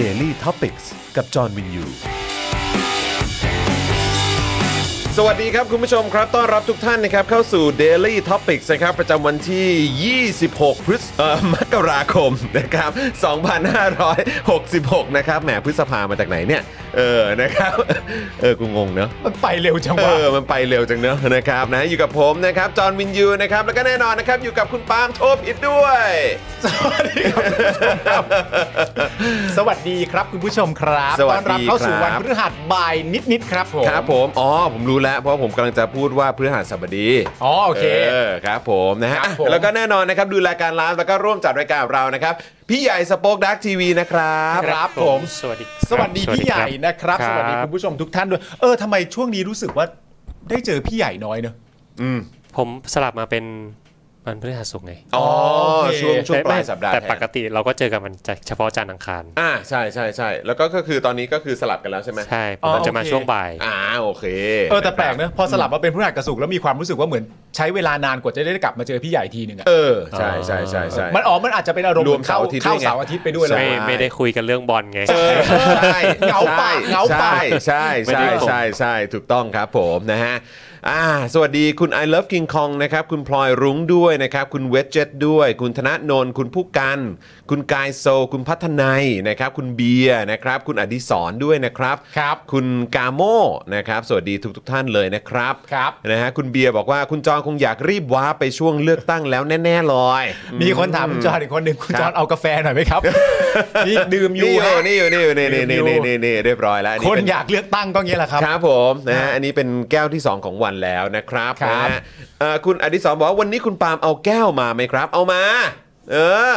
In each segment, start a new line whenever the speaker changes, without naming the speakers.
Daily t o p i c กกับจอห์นวินยู
สวัสดีครับ คุณผู้ชมครับ ต้อนรับทุกท่านนะครับ เข้าสู่ Daily Topics นะครับ ประจำวันที่ 26 พฤษเอ่อมกราคมนะครับ 2566 นะครับ แหมพฤษภามาจากไหนเนี่ย เออ นะครับ เออ กูงงเนอะ
มันไปเร็วจัง
เอ
วะ
อ มันไปเร็วจังเนอะนะครับนะ อยู่กับผมนะครับ จอห์นวินยูนะครับ แล้วก็แน่นอนนะครับ อยู่กับคุณปาล์มโทพิดด้วย
สวัสดีครับคุณผู้ชมครับ
สวัสดี
ต้อนรับเข้าสู่
ครั
วั
บ
นพฤหัสบ่ายนิดๆครับผม
ครับผม อ๋อ ผมรู้แล้ว เพราะผมกำลังจะพูดว่าพฤหัสบดี
อ๋อโอเค
เออครับผมนะฮะ
ครับผม
แล้วก็แน่นอนนะครับดูรายการไลฟ์แล้วก็ร่วมจัดรายการเรานะครับ พี่ใหญ่สป็อคดักทีวีนะครับ
ครับผม
สวัสดีครับ
สวัสดีพี่ใหญ่นะครับ สวัสดี
ค
คุ
รับ
ณผู้ชมทุกท่านด้วยเออทำไมช่วงนี้รู้สึกว่าได้เจอพี่ใหญ่น้อยเนอะ
ผมสลับมาเป็นวันพฤหัสศุกร์ไง
อ๋อ
โอเค
ช่วงช่วงปลายสัปดาห์
แต่
แท
ป
น
กติเราก็เจอกันมันจะเฉพาะจันทร์อังคาร
อ่าใช่ใช่ใช่แล้วก็ก็คือตอนนี้ก็คือสลับกันแล้วใช่ไหม
ใช่ผ
อ๋อ
มจะมา
โอเค
ช่วงบ่าย
อ่าโอเค
เออแต่แปลกเนอะพอสลับมาเป็นพฤหัสกับศุกร์แล้วมีความรู้สึกว่าเหมือนใช้เวลานานกว่าจะได้กลับมาเจอพี่ใหญ่ทีหนึ่งอะ
เออใช่ใช่ใช่ใช่
มันอ๋อมันอาจจะเป็นอารมณ์
รวมเสาร์อาทิตย์
เข้า
ด้วยไง
เสาร์อาทิตย์ไปด้วยเลย
ไม่
ใช่
ไม่ได้คุยกันเรื่องบอลไง
เออใช่
เหงาปากเหงาปาก
ใช่ใช่ใช่ใช่ใช่ใช่ถูกต้องครับผมนะฮะอ่าสวัสดีคุณ I love King Kong นะครับ คุณพลอยรุ้งด้วยนะครับ คุณเวทเจ็ตด้วย คุณธนาโนนคุณผู้กัน คุณกายโซ คุณพัฒนัยนะครับ คุณเบียร์นะครับ คุณอดิศรด้วยนะครับ
ครับ
คุณกาโมนะครับ สวัสดีทุกทท่านเลยนะครับ
ครับ
นะฮะคุณเบียร์บอกว่าคุณจอนคงอยากรีบว้าไปช่วงเลือกตั้งแล้วแน่ๆเลย
มีคนถามคุณจอห์นอีกคนหนึ่งคุณ
ครับ
จอห์นเอากาแฟหน่อยไหมครับ นี่ดื่มอยู่
นี่อยู่
ฮะ
นี่อยู่นี่อยู่นี่นี่นี่นี่นี่นี่เรียบร้อยแล้ว
คนอยากเลือกตั้งก็เงี้ยแหละครับ
ครับผมนะฮะอันนี้เป็นแก้วที่ 2 ของวันแล้วนะครับ
ครับ
นะฮะเอ่อคุณอดิศรบอกว่าวันนี้คุณปาล์มเอาแก้วมาไหมครับ เอามา เออ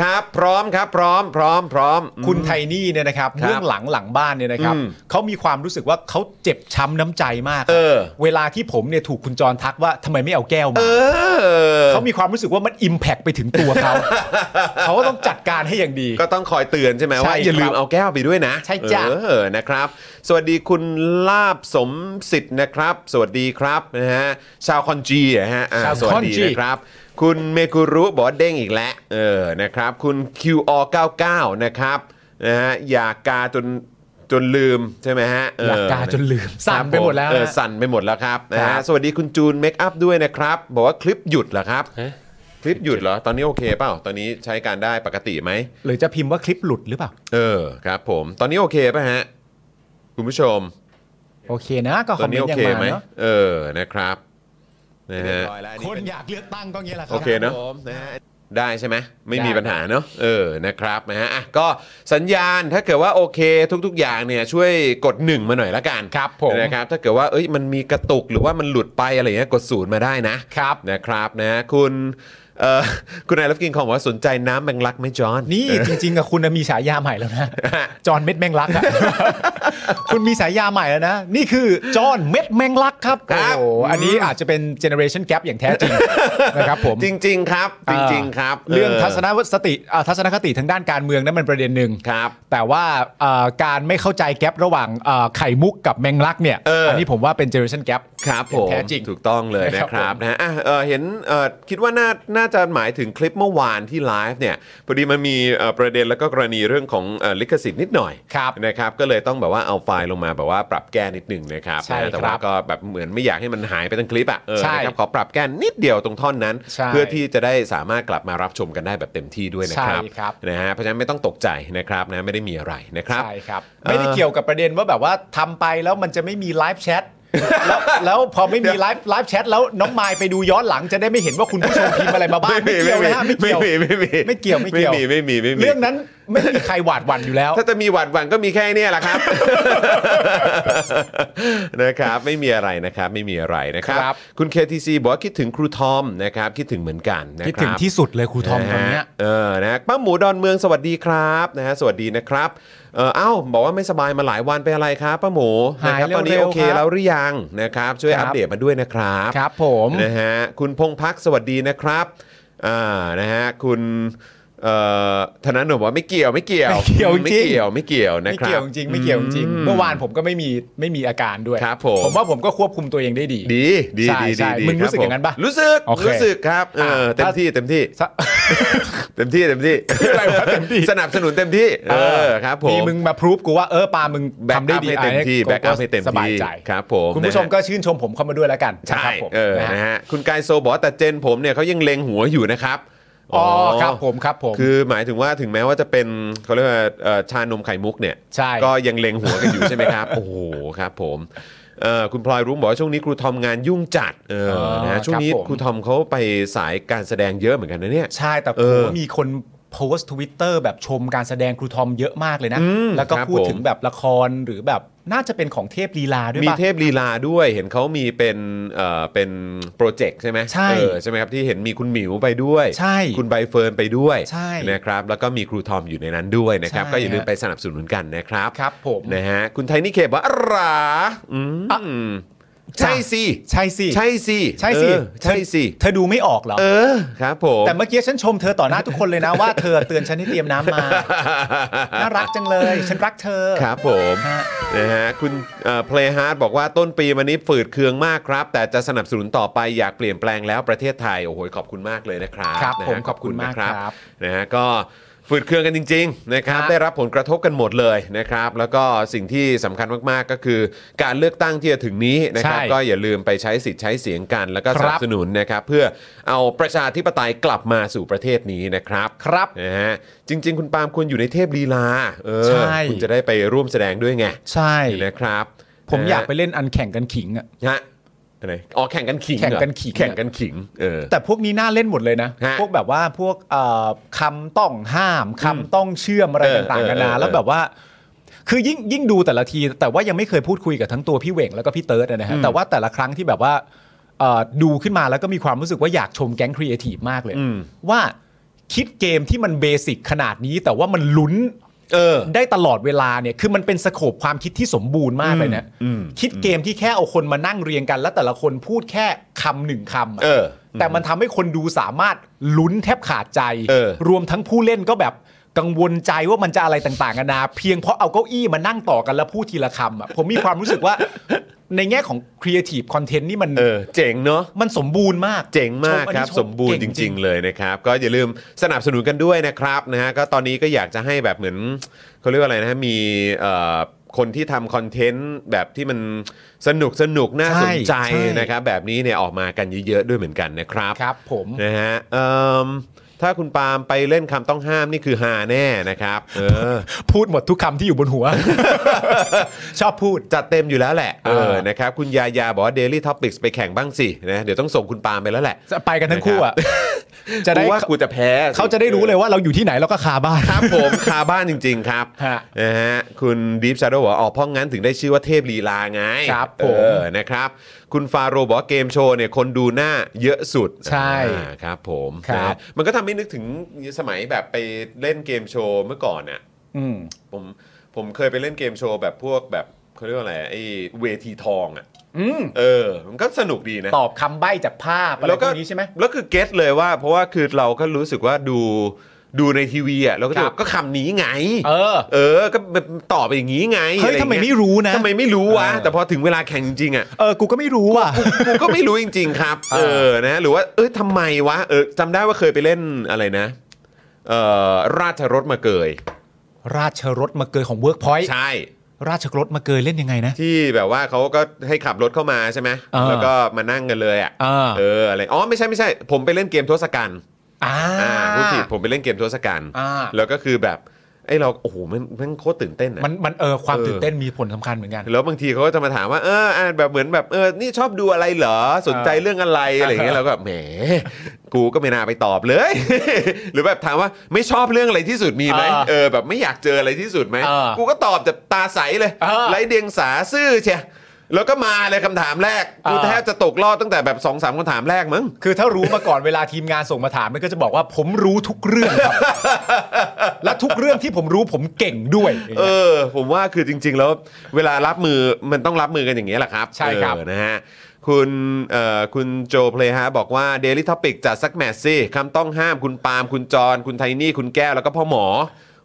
ครับ พร้อมครับ พร้อม พร้อม พร้อม
คุณไทนี่เนี่ยนะครับ
ครับ
เรื่องหลังหลังบ้านเนี่ยนะครับ
อืม
เขามีความรู้สึกว่าเขาเจ็บช้ำน้ำใจมาก
เออ
ลาที่ผมเนี่ยถูกคุณจรทักว่าทำไมไม่เอาแก้วมา
เออ
เขามีความรู้สึกว่ามันอิมแพกไปถึงตัวเขา เขาก็ต้องจัดการให้อย่างดี
ก็ต้องคอยเตือนใช่ไหม
ใช่
ว่าอย่าลืมเอาแก้วไปด้วยนะ
ใช่จ้ะ
เออนะครับ สวัสดีคุณลาบสมสิทธิ์นะครับ สวัสดีครับนะฮะชาวคอนจีอะฮะอ่า
ชาว
สวัส
คอน
ดี
จี
นะครับ ครับคุณเมกุรุบอกว่าเด้งอีกแล้วเออนะครับ คุณ QR 99นะครับนะฮะอยากกาจนจนลืมใช่ไหมฮะเ
อยากกาจนลืมสั่
ค
น
รับ
ไปหมดแล้วนะ
เออสั่นไปหมดแล้วครับนะ
ครั
ฮะ
บ
สวัสดีคุณจูนเมคอัพด้วยนะครับ บอกว่าคลิปหยุดเหรอครับ
ฮะ
คลิปหยุดเหรอ ตอนนี้โอเคเปล่า ตอนนี้ใช้การได้ปกติไหม
หรือจะพิมพ์ว่าคลิปหลุดหรือเปล่า
เออครับผมตอนนี้โอเคป่ะฮะ คุณผู้ชม
โอเคนะก็ค
ตอ
อ
น
มเม
นี้
น
โอ
ต์ยั
เค
งมา
ไหม
เนาะ
เออนะครับนะฮะ
คนอยากเลือกตั้งก็เงี้ยแหละครั
โอเคเนอะได้ใช่ไหมไม่มีปัญหาเนอะเออนะครับนะฮะอ่ะก็สัญญาณถ้าเกิดว่าโอเคทุก ๆ อย่างเนี่ยช่วยกดหนึ่งมาหน่อยละกัน
ครับผม
นะครับถ้าเกิดว่าเอ้ยมันมีกระตุกหรือว่ามันหลุดไปอะไรเงี้ยกดศูนย์มาได้นะครับ นะครับนะฮะคุณเอ่อคุณนายรับกินของบอกว่าสนใจน้ำแมงลักไหมจอน
นี่จริงๆอะคุณน่ะมีฉายาใหม่แล้วนะ จอห์นเม็ดแมงลักอะ คุณมีฉายาใหม่แล้วนะ นี่คือจอห์นเม็ดแมงลักครับ
ค
โอ้
รับ
โหอันนี้อาจจะเป็นเจเนอเรชันแก p อย่างแท้จ ริง นะครับผม
จริง ๆ ครับ จริง ๆ ครับ
เรื่องทัศนสติอ่าทัศนคติทางด้านการเมืองนั้นมันประเด็นหนึ่ง
ครับ
แต่ว่าอ่าการไม่เข้าใจแกประหว่างอ่าไข่มุกกับแมงลักเนี่ย
เอออั
นนี้ผมว่าเป็นเจเนอเรชันแก p
ครับผม
แท้จริง
ถูกต้องเลยนะค
ครั
รับบ
ผม
นะฮะอ่ะเอ่อเห็นเอ่อคิดว่าน่าน่าจะหมายถึงคลิปเมื่อวานที่ไลฟ์เนี่ยพอดีมันมีเอ่อประเด็นแล้วก็กรณีเรื่องของเอ่อลิขสิทธิ์นิดหน่อย
ครับ
นะครับก็เลยต้องแบบว่าเอาไฟล์ลงมาแบบว่าปรับแก้นิดหนึ่งนะครับ
ใช่
นะฮะแต่ว่า
ครับ
ก็แบบเหมือนไม่อยากให้มันหายไปทั้งคลิปอ่ะเออ
ใช่
นะครับขอปรับแก้นิดเดียวตรงท่อนนั้น
ใช่
เพื่อที่จะได้สามารถกลับมารับชมกันได้แบบเต็มที่ด้วยนะครับ
ใช่ครับ
นะฮะเพราะฉะนั้นไม่ต้องตกใจนะครับนะไม่ได้มีอะไรนะครับ
ใช่ครับ
เอ่อ
ไม่ได้เกี่ยวกับประเด็นว่าแบบว่าทำไปแล้วมันจะไม่มีไลฟ์ แชทแล้วแล้วพอไม่มีไลฟ์ไลฟ์แชทแล้วน้องมายไปดูย้อนหลังจะได้ไม่เห็นว่าคุณผู้ชมพิมพ์อะไรมาบ้างไม่เกี่ยวนะฮะไม่เกี่ยว
ไม่มีไม่มี
ไม่เกี่ยวไม่เกี่ยว
ไม่มีไม่มีไม่มี
เรื่องนั้นไม่มีใครหวาดหวั่นอยู่แล้ว
ถ้าจะมีหวัดหวั่นก็มีแค่เนี้แหละครับ นะครับไม่มีอะไรนะครับไม่มีอะไรนะครับ
ครับ
คุณ KTC บอกว่าคิดถึงครูทอมนะครับคิดถึงเหมือนกันนะครับ
คิดถึงที่สุดเลยครูทอมคนเนี้ย
ะฮะเออนะป้าหมูดอนเมืองสวัสดีครับนะฮะสวัสดีนะครับเออเอ้าบอกว่าไม่สบายมาหลายวันไปนอะไรครับป้าหมู
หาย
นะครับตอนนี้
เร็
โอ
วๆ
เค
ครับ
แล้วหรือยังนะครับช่วย
ค
อั
รับ
ปเดตมาด้วยนะครับ
ครับผม
นะฮะคุณพงพักสวัสดีนะครับอ่านะฮะคุณ เอ่อธนาโนนบอกว่าไม่เกี่ยวไม่เกี่ยว
ไม่เกี่ยวจริง
ไม่เกี่ยวไม่เกี่ยวนะ
ไม่
ครับ
เกี่ยวจริงไม่เกี่ยวจริงเมื่อวานผมก็ไม่มีไม่มีอาการด้วย
ครับผม
ว่าผมก็ควบคุมตัวเองได้ดี
ดีดี
ใช่
ดี
ใช่
ดีดี
มึงรู้สึก
คบผ
อย่างนั้นปะ
รู้สึก
โอเค
รู้สึกครับเออ
อ่ะ
เต็ม
ถ้า
ที่เต็ม ที่
ซะ
เต็มที่เต็มที่
อะไรวะเต็มที่
สนับสนุนเต็มที่ เออครับผม
มีมึงมาพรูฟกูว่าเออปามึง
แบ็ก
ทำได้
อัพ
ดี
ให้เต็มที่
ะ
แบ็กอัพให้เต็ม
สบาย
ที่
ใจ
ครับผม
คุณผู้ชม
นะฮะ
ก็ชื่นชมผมเข้ามาด้วยแล้วกัน
ใช่
นะครับผม
เออ
นะ
นะ
ฮะ
ฮะคุณกายโซบอกว่าแต่เจนผมเนี่ยเขายังเล็งหัวอยู่นะครับ
อ๋อครับผมครับผม
คือหมายถึงว่าถึงแม้ว่าจะเป็นเขาเรียกว่าเอ่อชานมไข่มุกเนี่ย
ใช่
ก็ยังเล็งหัวกันอยู่ใช่ไหมครับ โอ้โหครับผมเอ่อคุณพลอยรุ้งบอกว่าช่วงนี้ครูทอมงานยุ่งจัดเออนะฮะช่วงนี้ครูทอมเขาไปสายการแสดงเยอะเหมือนกันนะเนี่ย
ใช่แต่
เอ
ผม
อ
ว่ามีคนโพสต์ทวิตเตอร์แบบชมการแสดงครูทอมเยอะมากเลยนะ
อืม
แล้วก็
ครับ
พูด
ผม
ถึงแบบละครหรือแบบน่าจะเป็นของเทพลีลาด้วย
มี
ป่ะ
เทพลีลาด้วยเห็นเขามีเป็นเอ่อเป็นโปรเจกต์ใช่ไหม
ใช่
เออใช่ไหมครับที่เห็นมีคุณหมิวไปด้วย
ใช่
คุณใบเฟิร์นไปด้วย
ใช่
นะครับแล้วก็มีครูทอมอยู่ในนั้นด้วยนะครับ
ใช่
ก็อย่าลืม
ฮะ
ไปสนับสนุนกันนะครับ
ครับผม
นะฮะคุณไทนี่เคบอกว่าอะไราอืมใช่สิ
ใช่สิ
ใช่สิ
ใช่สิ
เออใช่สิ
เธอดูไม่ออกเหรอ
เออครับผม
แต่เมื่อกี้ฉันชมเธอต่อหน้าทุกคนเลยนะว่าเธอเตือนฉันให้เตรียมน้ำมา น่ารักจังเลย ฉันรักเธอ
ครับผม
ฮะ
นะฮะคุณเพลย์ฮาร์ดบอกว่าต้นปีมานี้ฝืดเคืองมากครับ แต่จะสนับสนุนต่อไปอยากเปลี่ยนแปลงแล้วประเทศไทยโอ้โหขอบคุณมากเลยนะครับ
ครับ
นะ
ผม
ฮะ
ขอบคุณมากครับ
นะฮะก็ฝืดเครื่องกันจริงๆนะครับ
ครับ
ได้รับผลกระทบกันหมดเลยนะครับ แล้วก็สิ่งที่สำคัญมากๆก็คือ การเลือกตั้งที่จะถึงนี้นะครับ
ใช่
ก็อย่าลืมไปใช้สิทธิ์ใช้เสียงกัน แล้วก็
ค
ส
รับ
นับสนุนนะครับเพื่อเอาประชาธิปไตยกลับมาสู่ประเทศนี้นะครับ
ครับ
นะฮะจริง ๆ คุณปาล์มควรอยู่ในเทพลีลาเออ
ใช่
คุณจะได้ไปร่วมแสดงด้วยไง
ใช่
นะครับ
ผมอยากไป
นะ
เล่นอันแข่งกันขิงอะ
ฮะอะไรอ๋อแข่งกันขิง
แข่งกัน
เหรอ
ขิง
แข่งกันขิงเออ
แต่พวกนี้น่าเล่นหมดเลยนะ
ฮะ
พวกแบบว่าพวกเอ่อคำต้องห้ามคำต้องเชื่อมอะไร
เออ
ต่างๆ
เออ
กันานา
เออ
แล้วแบบว่า คือยิ่งยิ่งดูแต่ละที แต่ว่ายังไม่เคยพูดคุยกับทั้งตัวพี่เหวงแล้วก็พี่เติร์ดนะฮะแต่ว่าแต่ละครั้งที่แบบว่าเอ่อดูขึ้นมาแล้วก็มีความรู้สึกว่าอยากชมแก๊งครีเอทีฟมากเลย ว่าคิดเกมที่มันเบสิกขนาดนี้ แต่ว่ามันลุ้น
เออ
ได้ตลอดเวลาเนี่ยคือมันเป็นสโคปความคิดที่สมบูรณ์มากเลยนะคิดเกมที่แค่เอาคนมานั่งเรียงกัน แล้วแต่ละคนพูดแค่คำหนึ่งคำอะ
เออ
แต่มันทำให้คนดูสามารถลุ้นแทบขาดใจ
เออ
รวมทั้งผู้เล่นก็แบบกังวลใจว่ามันจะอะไรต่างๆกันานาเพียงเพราะเอาเก้าอี้มานั่งต่อกันแล้วพูดทีละคำอะผมมีความรู้สึกว่า ในแง่ของครีเอทีฟคอนเทนต์นี่มัน
เออเจ๋งเนาะ
มันสมบูรณ์มาก
เจ๋งมาก
ชอัน
ค
นี้
รับ
ช
สมบูรณ์จ
เก่
ริง ๆ เลยนะครับ ก็อย่าลืมสนับสนุนกันด้วยนะครับนะฮะก็ตอนนี้ก็อยากจะให้แบบเหมือนเขาเรียกว่าอะไรนะฮะมีเอ่อคนที่ทำคอนเทนต์แบบที่มันสนุกสนุกน่าสนใจ
ใช่ใช่
นะครับ แบบนี้เนี่ยออกมากันเยอะๆด้วยเหมือนกันนะครับ
ครับผม
นะฮะเอิ่มถ้าคุณปาล์มไปเล่นคำต้องห้ามนี่คือฮาแน่นะครับเออ
พูดหมดทุกคำที่อยู่บนหัว ชอบพูด
จัดเต็มอยู่แล้วแหละเอ
เอ
อ
อ
นะครับคุณยายาบอกว่า Daily Topics ไปแข่งบ้างสินะเดี๋ยวต้องส่งคุณปาล์มไปแล้วแหละ
จะไปกันทั้งคู่อ่ะ จะได้
กูว่ากูจะแพ้สิ
เขาจะได้รู้เลยว่าเราอยู่ที่ไหนแล้วก็คาบ้าน
ครับผม คาบ้านจริง ๆ ครับ
ฮะ
นะฮะคุณดีฟชาโดบอกว่าออกพ่องั้นถึงได้ชื่อว่าเทพลีลาไง
ครับผม
เออนะครับ คุณฟาโรบอกว่าเกมโชว์เนี่ยคนดูหน้าเยอะสุด
ใช่
อ่าครับผม
ค
นะ
รับ
ฮะมันก็ทำให้นึกถึงสมัยแบบไปเล่นเกมโชว์เมื่อก่อนน่ะ
อืม
ผมผมเคยไปเล่นเกมโชว์แบบพวกแบบเขาเรียกว่าอะไรไอ้เวทีทองอ่ะ
อืม
เออ มันก็สนุกดีนะ
ตอบคำใบ้จากภาพอะไร
แล้ว
พ
ก็
วกนี้ใช่ไหม
แล้วคือเก็ตเลยว่า เพราะว่าคือเราก็รู้สึกว่าดูดูในทีวีอ่ะเราก็จะ
ครับ
แบบก็คำนี้ไง
เออ
เออ ก็แบบตอบไปอย่างนี้ไง
เฮ้ย
อะร
ทำไม
เงี้
ไม่รู้นะ
ทำไมไม่รู้วะ
เออ
แต่พอถึงเวลาแข่งจริงๆอ่ะ
เออ กูก็ไม่รู้ว่ะ
กูก็ไม่รู้จริง ๆ ครับ เอ
เออ
อ นะ หรือว่า เอ้ยทำไมวะ เออจำได้ว่าเคยไปเล่นอะไรนะ เอ่อ ราชรถมาเกย
ราชรถมาเกยของเวิร์กพอยต์
ใช่
ราชรถมาเกยเล่นยังไงนะ
ที่แบบว่าเขาก็ให้ขับรถเข้ามาใช่ไหม
เออ
แล้วก็มานั่งกันเลยอ่ะ
เออ
เออ อะไร อ๋อ ไม่ใช่ไม่ใช่ ผมไปเล่นเกมทศกัณฐ์
อ่า
อ่าพูดผิดผมไปเล่นเกมทศกัณฐ์
อ่า
แล้วก็คือแบบไอ้เราโอ้โหมันมันโคตรตื่นเต้นอะ
มันมันเออความ
เออ
ตื่นเต้นมีผลสำคัญเหมือนกัน
แล้วบางทีเขาก็จะมาถามว่าเอออ่าแบบเหมือนแบบเออนี่ชอบดูอะไรเหรอสนใจเรื่องอะไรอะไรอย่างเงี้ยเราก็แบบแหมกูก็ไม่น่าไปตอบเลย หรือแบบถามว่าไม่ชอบเรื่องอะไรที่สุดมีไหม
อ่า
เออแบบไม่อยากเจออะไรที่สุดไหม
อ่า
กูก็ตอบแบบตาใสเลย
อ่า
ไร้เดียงสาซื่อเชียแล้วก็มาเลยคำถามแรกกู
อ่า
แทบจะตกรอบตั้งแต่แบบสองสามคำถามแรกมั้ง
คือถ้ารู้มาก่อนเวลาทีมงานส่งมาถามมันก็จะบอกว่าผมรู้ทุกเรื่องครับ และทุกเรื่องที่ผมรู้ผมเก่งด้วย
เออผมว่าคือจริง ๆ แล้วเวลารับมือมันต้องรับมือกันอย่างนี้ยแหละครับ
ใช่ครับ
เออนะฮะ คุณเอ่อคุณโจเพลฮะบอกว่า Daily Topic จัดสักแมตช์สิคำต้องห้ามคุณปาล์มคุณจร คุณไทนี่ คุณแก้ว แล้วก็พ่อหมอ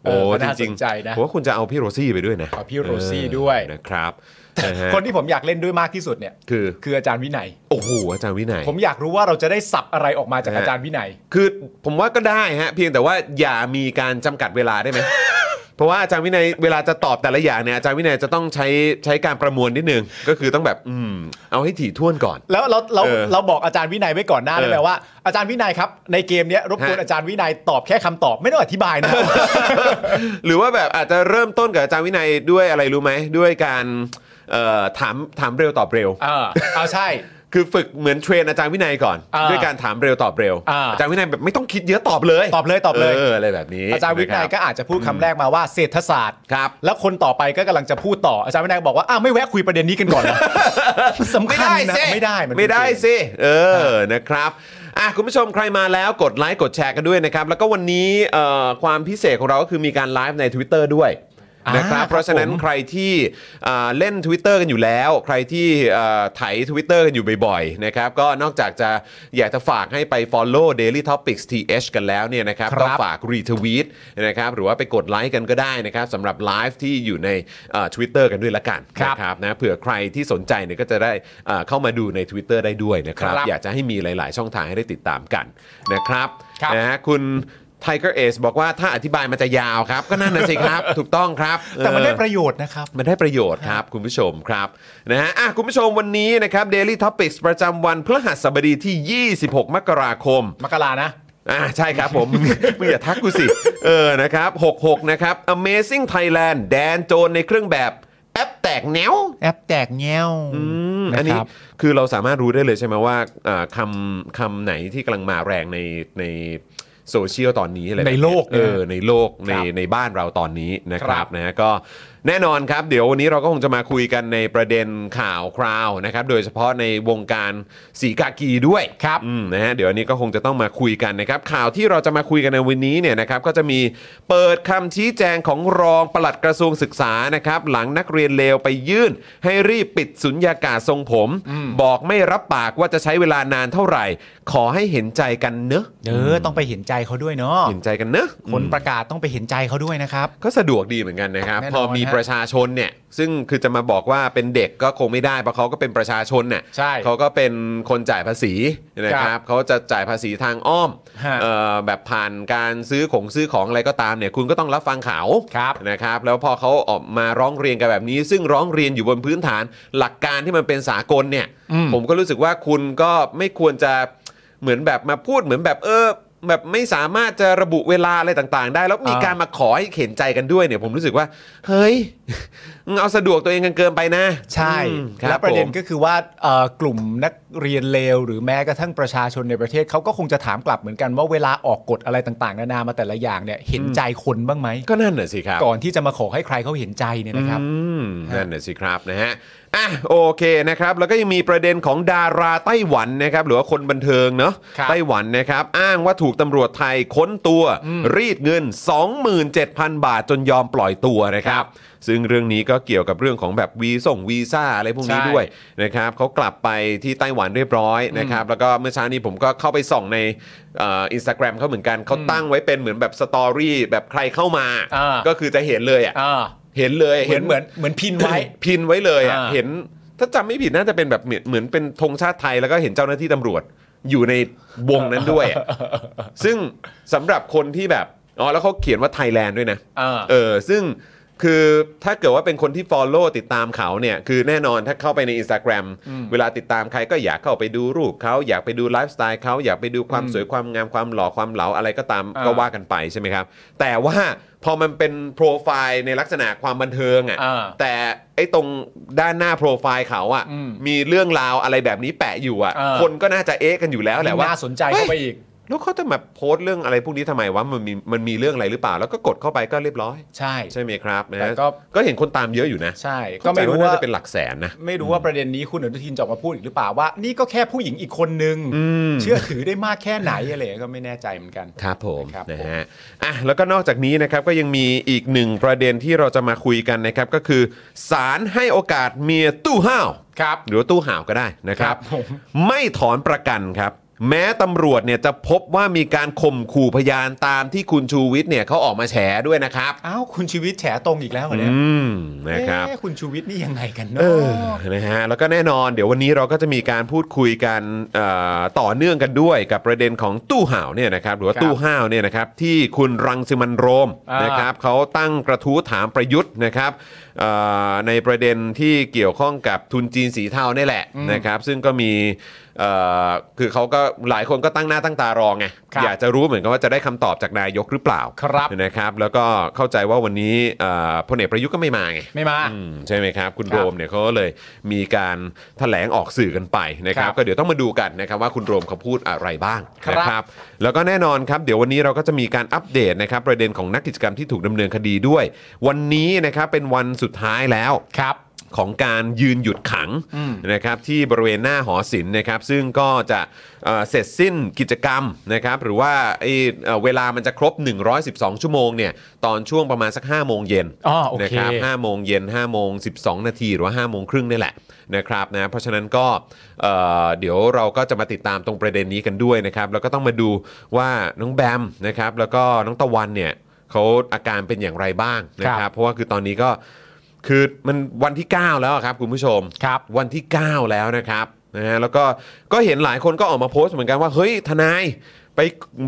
เอ
โอ้
อก็
จ
น่า
ริง
สนใจนะ
ผมว่าคุณจะเอาพี่โรซี่ไปด้วยนะ
เอาพี่โรซี่ด้วย
เออนะครับะฮะ
คนที่ผมอยากเล่นด้วยมากที่สุดเนี่ย
คือ
คืออาจารย์วินัย
โอ้โหอาจารย์วินัย
ผมอยากรู้ว่าเราจะได้สับอะไรออกมาจากอาจารย์วินัย
คือผมว่าก็ได้ฮะเพียงแต่ว่าอย่ามีการจำกัดเวลาได้ไห ม เพราะว่าอาจารย์วินัยเวลาจะตอบแต่ละอย่างเนี่ยอาจารย์วินัยจะต้องใช้ใช้การประมวลนิดนึง ก็คือต้องแบบอืมเอาให้ถี่ถ้วนก่อน
แล้วเราเรา
เออ
เราบอกอาจารย์วินัยไว้ก่อนหน้า
เออ
ได้ไหมว่าอาจารย์วินัยครับในเกมเนี้ยรบกวน
ฮะ
อาจารย์วินัยตอบแค่คำตอบไม่ต้องอธิบายนะ
หรือว่าแบบอาจจะเริ่มต้นกับอาจารย์วินัยด้วยอะไรรู้ไหมด้วยการเอ่อถามถามเร็วตอบเร็ว
เออเอาใช่
คือฝึกเหมือนเทรนอาจารย์วินัยก่อน
อ่า
ด้วยการถามเร็วตอบเร็ว
อ่า
จารย์วินัยแบบไม่ต้องคิดเยอะตอบเลย
ตอบเลยตอบเลย
อะไรแบบนี้
อาจารย์วินัยก็อาจจะพูดคำแรกมาว่าเศรษฐศาสตร์
ครับ
แล้วคนต่อไปก็กำลังจะพูดต่ออาจารย์วินัยก็บอกว่าอ้าวไม่แวะคุยประเด็นนี้กันก่อนเหรอ สำ
ไม่
คัญ
ได้
นะ
สิ
ไม่ได้นเป็น
ไม่ได้
เกม
สิเออนะครับอ่ะคุณผู้ชมใครมาแล้วกดไลค์กดแชร์กันด้วยนะครับ แล้วก็วันนี้เอ่อความพิเศษของเราก็คือมีการไลฟ์ใน Twitter ด้วย
อ่าน
นะครับ
ครับ
เพราะฉะนั้น
ผม
ใครที่อ่าเล่น Twitter กันอยู่แล้ว ใครที่อ่าไถ Twitter กันอยู่บ่อยๆนะครับก็นอกจากจะอยากจะฝากให้ไป Follow Daily Topics TH กันแล้วเนี่ยนะครับ
ครับ
ก็ฝากรีทวีตนะครับหรือว่าไปกดไลค์กันก็ได้นะครับสำหรับไลฟ์ที่อยู่ในเอ่อ Twitter กันด้วยละกัน
ครับ
นะ ครับนะเผื่อใครที่สนใจเนี่ยก็จะได้อ่าเข้ามาดูใน Twitter ได้ด้วยนะครับ
ครับ
อยากจะให้มีหลาย ๆ ช่องทางให้ได้ติดตามกันนะครับ
ครับ
นะฮะคุณไทเกอร์เอสบอกว่าถ้าอธิบายมันจะยาวครับ ก็นั่นนะสิ ครับ ถูกต้องครับ
แต่มันได้
เออ
ประโยชน์นะครับ
มันได้ประโยชน์ครับ คุณผู้ชมครับนะฮะอ่ะคุณผู้ชมวันนี้นะครับ Daily Topics ประจำวันพฤหัสบดีที่ 26 มกราคม
มกรานะ
อ่าใช่ครับผม มึงอย่าทักกูสิ เออนะครับ 66 นะครับ Amazing Thailand แดนโจรในเครื่องแบบแอปแตกแนว
แอปแตกแง่ว
อืมอันนี้คือเราสามารถรู้ได้เลยใช่ไหมว่าเอ่อคำคำไหนที่กำลังมาแรงในในโซเชียลตอนนี้อะไรแบบ
ใน
เย
โลก
เออในโลกใน
ครับ
ในบ้านเราตอนนี้นะค
ครั
รับบ นะฮะก็แน่นอนครับ เดี๋ยววันนี้เราก็คงจะมาคุยกันในประเด็นข่าวคราวนะครับ โดยเฉพาะในวงการสีกากีด้วย
ครับ
อืมนะฮะเดี๋ยวอันนี้ก็คงจะต้องมาคุยกันนะครับ ข่าวที่เราจะมาคุยกันในวันนี้เนี่ยนะครับก็จะมีเปิดคำชี้แจงของรองปลัดกระทรวงศึกษานะครับ หลังนักเรียนเลวไปยื่น ให้รีบปิดสุญญากาศทรงผม บอกไม่รับปากว่าจะใช้เวลานานเท่าไหร่ ขอให้เห็นใจกันเนอะ
เออต้องไปเห็นใจเขาด้วยเนาะ
เห็นใจกันเนอะ
คนประกาศต้องไปเห็นใจเขาด้วยนะครับ
ก็สะดวกดีเหมือนกันนะครับ
แน่นอน
พอมี
ฮะ
ประชาชนเนี่ยซึ่งคือจะมาบอกว่าเป็นเด็กก็คงไม่ได้เพราะเขาก็เป็นประชาชนเนี่ย
ใช่
เขาก็เป็นคนจ่ายภาษีนะค
ครั
รับบ เขาจะจ่ายภาษีทางอ้อม
ฮะ
เอ่อแบบผ่านการซื้อของซื้อของอะไรก็ตามเนี่ยคุณก็ต้องรับฟังเขา
ครับ
นะครับแล้วพอเขาออกมาร้องเรียนกันแบบนี้ ซึ่งร้องเรียนอยู่บนพื้นฐานหลักการที่มันเป็นสากลเนี่ย
อืม
ผมก็รู้สึกว่าคุณก็ไม่ควรจะเหมือนแบบมาพูดเหมือนแบบเออ แบบไม่สามารถจะระบุเวลาอะไรต่างๆ ได้ แล้วมี
อ่า
การมาขอให้เข็นใจกันด้วยเนี่ย ผมรู้สึกว่า เฮ้ย มึงเอาสะดวกตัวเองกันเกินไปนะ
ใช่
อืมคบ
และประเด็น
ผม
ก็คือว่าเอ่อกลุ่มนักเรียนเลวหรือแม้กระทั่งประชาชนในประเทศเขาก็คงจะถามกลับเหมือนกันว่าเวลาออกกฎอะไรต่างๆ นานามาแต่ละอย่างเนี่ยเห็นใจคนบ้างไหม
ก็นั่นน่ะสิครับ
ก่อนที่จะมาขอให้ใครเขาเห็นใจเนี่ยนะครับ
อืมนั่นน่ะสิครับนะฮะอ่ะโอเคนะครับ แล้วก็ยังมีประเด็นของดาราไต้หวันนะครับ หรือว่าคนบันเทิงเนาะ
ครับ
ไต้หวันนะครับ อ้างว่าถูกตำรวจไทยค้นตัว รีดเงิน 27,000 บาทจนยอมปล่อยตัวนะครับ ซึ่งเรื่องนี้ก็เกี่ยวกับเรื่องของแบบวีส่งวีซ่าอะไรพวกนี้
ใช่
ด้วยนะครับเขากลับไปที่ไต้หวันเรียบร้อยนะครับ แล้วก็เมื่อเช้านี้ผมก็เข้าไปส่องในเอินสตาแกรมเขาเหมือนกันเขาตั้งไว้เป็นเหมือนแบบสตอรี่แบบใครเข้ามา
อ่า
ก็คือจะเห็นเลยอ่ะ
อ่า
เห็นเลย
เหมือนเหมือน
น
เหมือนพินไว้
พินไว้เลยอ่ะ
อ่า
เห็นถ้าจำไม่ผิดน่าจะเป็นแบบเหมือนเหมือนเป็นธงชาติไทยแล้วก็เห็นเจ้าหน้าที่ตำรวจอยู่ในวงนั้น ด้วยอ่ะซึ่งสำหรับคนที่แบบอ๋อแล้วเขาเขียนว่าไทยแลนด์ด้วยนะ
อ่า
เออซึ่งคือถ้าเกิดว่าเป็นคนที่ Follow ติดตามเขาเนี่ย คือแน่นอนถ้าเข้าไปใน Instagram เวลาติดตามใครก็อยากเข้าไปดูรูปเขาอยากไปดูไลฟ์สไตล์เขาอยากไปดูความสวยความงามความหล่อความเหลาอะไรก็ตามก็ว่ากันไปใช่ไหมครับ แต่ว่าพอมันเป็นโปรไฟล์ในลักษณะความบันเทิงอ่ะ
อ่า
แต่ไอ้ตรงด้านหน้าโปรไฟล์เขาอะ่ะ
อืม
มีเรื่องราวอะไรแบบนี้แปะอยู่อะ่ะ
เออ
คนก็น่าจะเอ๊ะกันอยู่แล้วแหละว่า
น่าสนใจเข้าไปอีก
แล้วเขาจะมาโพสต์เรื่องอะไรพวกนี้ทำไมวะมันมีมันมีเรื่องอะไรหรือเปล่า แล้วก็กดเข้าไปก็เรียบร้อย
ใช่
ใช่ไหมครับนะ
แต่
ฮะ
ก็
ก็เห็นคนตามเยอะอยู่นะ
ใช่ ก็ไม่รู้
เข้ใจ
ว่า
น่าจะเป็นหลักแสนนะ
ไม่รู้ว่าประเด็นนี้คุณอนุทินจะออกมาพูดอีกหรือเปล่าว่า นี่ก็แค่ผู้หญิงอีกคนนึง เชื่อถือได้มากแค่ไหนอะไรก็ไม่แน่ใจเหมือนกัน
ครับผม
ครับ
นะฮะอ่ะแล้วก็นอกจากนี้นะครับก็ยังมีอีกหนึ่งประเด็นที่เราจะมาคุยกันนะครับ ก็คือศาลให้โอกาสเมียตู้ห้าว
ครับ
หรือว่าตู้ห่าวก็ได้นะครับ
ครับผม
ไม่ถอนประกันครับ แม้ตำรวจเนี่ยจะพบว่ามีการข่มขู่พยานตามที่คุณชูวิทย์เนี่ยเขาออกมาแฉด้วยนะครับ
อ้าวคุณชีวิตแฉตรงอีกแล้วเหรอเนี่ย
อืมนะครับ
เอ๊คุณชูวิทย์นี่ยังไงกัน
เอ
เนาะ
อนะฮะแล้วก็แน่นอนเดี๋ยววันนี้เราก็จะมีการพูดคุยกันเอ่อต่อเนื่องกันด้วยกับประเด็นของตู้ห่าวเนี่ยนะครับหรือว่า
ครับ
ตู้ห่าวเนี่ยนะครับที่คุณรังสิมันโรม
อ่าน
นะครับเขาตั้งกระทู้ถามประยุทธ์นะครับเอ่อในประเด็นที่เกี่ยวข้องกับทุนจีนสีเทาเนี่ยแหละนะครับซึ่งก็มีเอ่อคือเขาก็หลายคนก็ตั้งหน้าตั้งตารอไง
ครับ
อยากจะรู้เหมือนกันว่าจะได้คำตอบจากนายกหรือเปล่า
ครับ
นะครับแล้วก็เข้าใจว่าวันนี้เอ่อพลเอกประยุทธ์ก็ไม่มาไง
ไม่มา
อืมใช่ไหมครับ คุณ
ครั
โร
บ
มเนี่ยเขาก็เลยมีการแถลงออกสื่อกันไปนะครับ
ครับ
ก็เดี๋ยวต้องมาดูกันนะครับว่าคุณโรมเขาพูดอะไรบ้าง
ครับ
นะครับ แล้วก็แน่นอนครับเดี๋ยววันนี้เราก็จะมีการอัปเดตนะครับ ประเด็นของนักกิจกรรมที่ถูกดำเนินคดีด้วย วันนี้นะครับเป็นวันสุดท้ายแล้วครับของการยืนหยุดขัง
อืม
นะครับที่บริเวณหน้าหอศิลป์นะครับ ซึ่งก็จะเอ่อเสร็จสิ้นกิจกรรมนะครับ หรือว่าไอ้เอ่อเวลามันจะครบ 112 ชั่วโมงเนี่ยตอนช่วงประมาณสัก5โมงเย็น
อ๋อโอ
นะ
เค
ครับ5โมงเย็น5โมง12 นาทีหรือว่า5โมงครึ่งนี่แหละนะครับนะ เพราะฉะนั้นก็เอ่อเดี๋ยวเราก็จะมาติดตามตรงประเด็นนี้กันด้วยนะครับ แล้วก็ต้องมาดูว่าน้องแบมนะครับ แล้วก็น้องตะวันเนี่ยเขาอาการเป็นอย่างไรบ้างนะค
ครั
รับ
บ
เพราะว่าคือตอนนี้ก็คือมันวันที่ 9 แล้วอะครับคุณผู้ชม
ครับ
วันที่ 9 แล้วนะครับนะฮะแล้วก็ก็เห็นหลายคนก็ออกมาโพสต์เหมือนกันว่า เฮ้ยทนายไป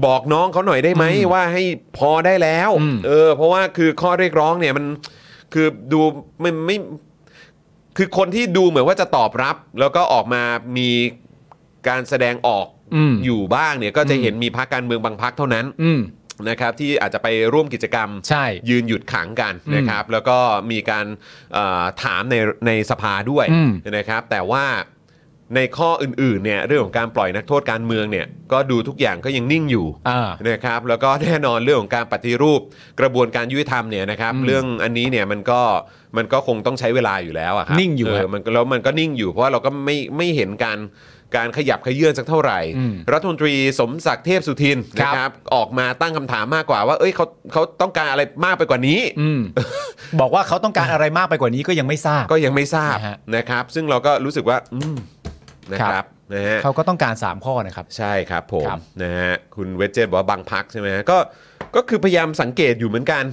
บอกน้องเขาหน่อยได้ไหมว่าให้พอได้แล้ว
อืม
เออเพราะว่าคือข้อเรียกร้องเนี่ยมันคือดูไม่ไม่คือคนที่ดูเหมือนว่าจะตอบรับ แล้วก็ออกมามีการแสดงออก
อืม
อยู่บ้างเนี่ยก็จะเห็นมีพักการเมืองบางพักเท่านั้น
อืม
นะครับที่อาจจะไปร่วมกิจกรรม
ใช่
ยืนหยุดขังกันนะครับ แล้วก็มีการเอ่อถามในในสภาด้วย
อืม
นะครับ แต่ว่าในข้ออื่นๆเนี่ยเรื่องของการปล่อยนักโทษการเมืองเนี่ยก็ดูทุกอย่างก็ยังนิ่งอยู่
อ่า
นะครับ แล้วก็ แน่นอนเรื่องของการปฏิรูปกระบวนการยุติธรรมเนี่ยนะครับ
อืม
เรื่องอันนี้เนี่ยมันก็มันก็คงต้องใช้เวลาอยู่แล้วอะครับ
นิ่งอยู่
เ
ครับ
มันก็แล้วมันก็นิ่งอยู่ เพราะว่าเราก็ไม่ไม่เห็นการการขยับขยื่นสักเท่าไหร่
อืม
รัฐมนตรีสมศักดิ์เทพสุทินนะ
ครับ
ครับออกมาตั้งคำถามมากกว่าว่า เอ้ยเขาเขาต้องการอะไรมากไปกว่านี้
อืม บอกว่าเขาต้องการอะไรมากไปกว่านี้ก็ยังไม่ทราบ
ก็ยังไม่ทราบ
นะฮะ
นะครับ ซึ่งเราก็รู้สึกว่า อืมนะค
ครั
รับบ นะฮะ
เขาก็ต้องการสามข้อนะครับ
ใช่ครับผม
ครับ
นะฮะคุณเวจเจตบอกว่าบางพักใช่ไหมฮะก็ก็คือพยายามสังเกตอยู่เหมือนกัน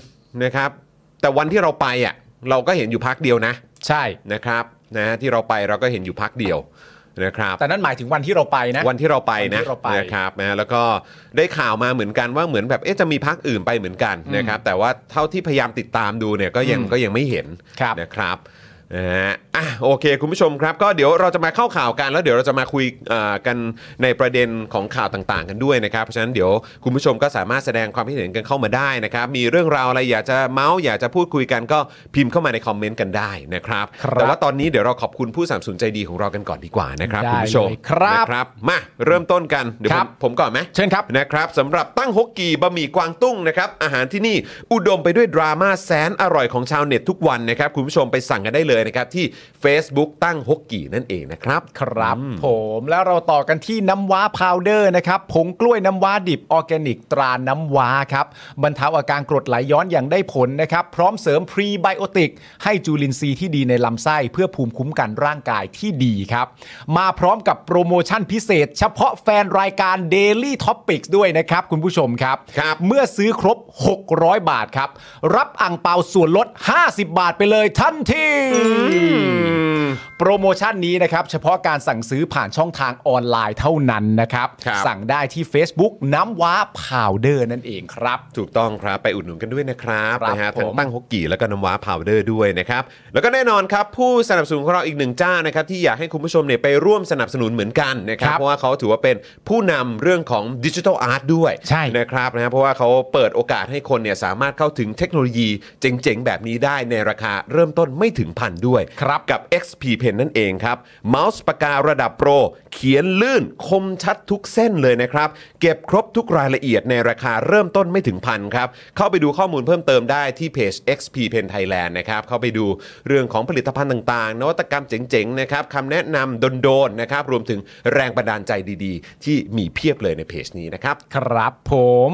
นะครับ แต่วันที่เราไปอ่ะเราก็เห็นอยู่พักเดียวนะ
ใช่
นะครับนะฮะที่เราไปเราก็เห็นอยู่พักเดียวนะครับ
แต่นั่นหมายถึงวันที่เราไปนะ
วันที่เราไป
วันที่
นะ
เราไป
นะครับนะแล้วก็ได้ข่าวมาเหมือนกันว่าเหมือนแบบเอ๊ะจะมีพักอื่นไปเหมือนกันนะครับ แต่ว่าเท่าที่พยายามติดตามดูเนี่ยก็ยัง
อืม
ก็ยังไม่เห็น
ครับ
นะครับนะฮะอ่ะโอเค คุณผู้ชมครับ ก็เดี๋ยวเราจะมาเข้าข่าวกันแล้วเดี๋ยวเราจะมาคุยเอ่อกันในประเด็นของข่าวต่างๆ กันด้วยนะครับ เพราะฉะนั้นเดี๋ยวคุณผู้ชมก็สามารถแสดงความคิดเห็นกันเข้ามาได้นะครับ มีเรื่องราวอะไรอยากจะเมาส์อยากจะพูดคุยกันก็พิมพ์เข้ามาในคอมเมนต์กันได้นะครับ
ครับ
แต่ว่าตอนนี้เดี๋ยวเราขอบคุณผู้สามสนุนใจดีของเรากันก่อนดีกว่านะครับคุณผู้ชม
ได้เลยครับ
นะ ครับมาเริ่มต้นกันเดี๋ยว
ค
ผ
รั
ม
บ
ผมก่อนไหม
เชิญครับ
นะครับสำหรับตั้งฮกกีบะหมี่กวางตุ้งนะครับอาหารที่นี่อุดมไปด้วยดราม่าแสนอร่อยของชาวเน็ตทุกวันนะครับคุณผู้ชมไปสั่งกันได้เลยนะครับที่ Facebook ตั้งฮกกีนั่นเองนะครับ
ครับผมแล้วเราต่อกันที่น้ำว้าพาวเดอร์นะครับผงกล้วยน้ำว้าดิบออร์แกนิกตราน้ำว้าครับบรรเทาอาการกรดไหลย้อนอย่างได้ผลนะครับ พร้อมเสริมพรีไบโอติก ให้จุลินทรีย์ที่ดีในลำไส้ เพื่อภูมิคุ้มกันร่างกายที่ดีครับ มาพร้อมกับโปรโมชั่นพิเศษ เฉพาะแฟนรายการ Daily Topics ด้วยนะครับ คุณผู้ชมครับ
ครับ
เมื่อซื้อครบ 600 บาทครับ รับอ่างเปาส่วนลด 50 บาทไปเลยทันที โปรโมชั่นนี้นะครับ เฉพาะการสั่งซื้อผ่านช่องทางออนไลน์เท่านั้นนะครับ
ครับ
สั่งได้ที่ Facebook น้ำว้าพาวเดอร์นั่นเองครับ
ถูกต้องครับ ไปอุดหนุนกันด้วยนะครับ
ครับ
นะฮะ
ผม
ทั้งตั้งฮกกี้แล้วก็น้ำว้าพาวเดอร์ด้วยนะครับ แล้วก็แน่นอนครับ ผู้สนับสนุนของเราอีกหนึ่งเจ้านะครับ ที่อยากให้คุณผู้ชมเนี่ยไปร่วมสนับสนุนเหมือนกันนะครับ
ครับ
เพราะว่าเขาถือว่าเป็นผู้นำเรื่องของดิจิทัลอาร์ตด้วย
ใช่
นะครับนะฮะเพราะว่าเขาเปิดโอกาสให้คนเนี่ยสามารถเข้าถึงเทคโนโลยีเจ๋งๆ แบบนี้ได้ในราคาเริ่มต้นไม่ถึงพัน ด้วย
ครับ
กับ XP Pen นั่นเองครับ เมาส์ปากการะดับโปร เขียนลื่นคมชัดทุกเส้นเลยนะครับ เก็บครบทุกรายละเอียดในราคาเริ่มต้นไม่ถึงพันครับ เข้าไปดูข้อมูลเพิ่มเติมได้ที่เพจ XP Pen Thailand นะครับ เข้าไปดูเรื่องของผลิตภัณฑ์ต่างๆ นวัตกรรมเจ๋งๆนะครับคำแนะนำโดนๆนะครับ รวมถึงแรงบันดาลใจดีๆ ที่มีเพียบเลยในเพจนี้นะครับ
ครับผม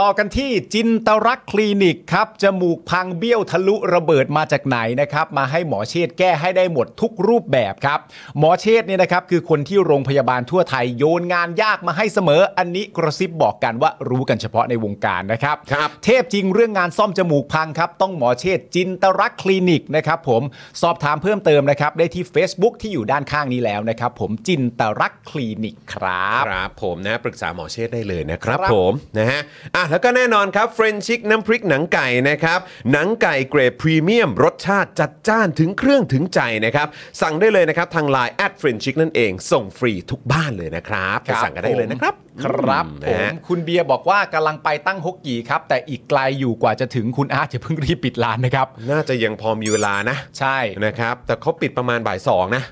ต่อกันที่จินตรักษณ์คลินิกครับจมูกพังเบี้ยวทะลุระเบิดมาจากไหนนะครับ มาให้หมอเชษฐ์แก้ให้ได้หมดทุกรูปแบบครับ หมอเชษฐ์เนี่ยนะครับคือคนที่โรงพยาบาลทั่วไทยโยนงานยากมาให้เสมอ อันนี้กระซิบบอกกันว่ารู้กันเฉพาะในวงการนะครับ
ครับ
เทพจริงเรื่องงานซ่อมจมูกพังครับ ต้องหมอเชษฐ์จินตรักษณ์คลินิกนะครับผมสอบถามเพิ่มเติมนะครับ ได้ที่ Facebook ที่อยู่ด้านข้างนี้แล้วนะครับ ผมจินตรักษณ์คลินิกครับ
ครับผมนะปรึกษาหมอเชษฐ์ได้เลยนะครับ
ครับ
ผมนะฮะอ่ะแล้วก็แน่นอนครับเฟรนชิกน้ำพริกหนังไก่นะครับหนังไก่เกรดพรีเมียม รสชาติจัดจ้านถึงเครื่องถึงใจนะครับสั่งได้เลยนะครับทาง Line แอดเฟรนชิกนั่นเอง ส่งฟรีทุกบ้านเลยนะครับไป
ครับ
สั่งกันได้เลยนะครับ
ผมครับ
อืนะ
ผมม
ฮะ
คุณเบียร์บอกว่ากำลังไปตั้งฮกกี่ครับ แต่อีกไกลอยู่กว่าจะถึงคุณอาร์ตจะเพิ่งรีบปิดร้านนะครับ
น่าจะยังพอมีเวลานะ
ใช่
นะครับ แต่เขาปิดประมาณบ่ายสองนะ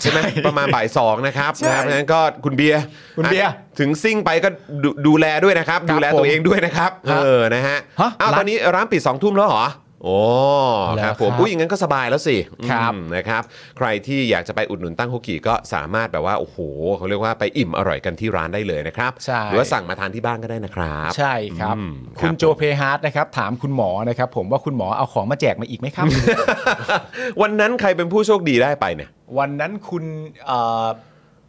ใช่ ไหมประมาณบ่ายสองนะครับ
ใช่
นะครับเพราะฉะนั้นก็คุณเบียร์
คุณเบียร์
อ่ะถึงซิ่งไปก็ดูดูแลด้วยนะครับ
ครับ
ดูแลตัวเองด้วยนะครับ
ครับ
เออนะฮะ
ฮะ
อ้าว
ร้าน
ตอนนี้ร้านปิดสองทุ่มแล้วเหรอโอ้
เหรอ
ครับผม
ครับ
อุ้ยอย่างนั้นก็สบายแล้วสิ
ครับ
อืมนะครับ ใครที่อยากจะไปอุดหนุนตั้งฮกกี้ก็สามารถแบบว่าโอ้โหเขาเรียกว่าไปอิ่มอร่อยกันที่ร้านได้เลยนะครับ
ใช่
หรือว่าสั่งมาทานที่บ้านก็ได้นะครับ
ใช่ครับ
อืม
คุ
ค
ณ
รับ
โจเพฮาร์ดนะครับ ถามคุณหมอนะครับ ผมว่าคุณหมอเอาของมาแจกมาอีกไหมครับ
วันนั้นใครเป็นผู้โชคดีได้ไปเนี่ย
วันนั้นคุณเอ่อ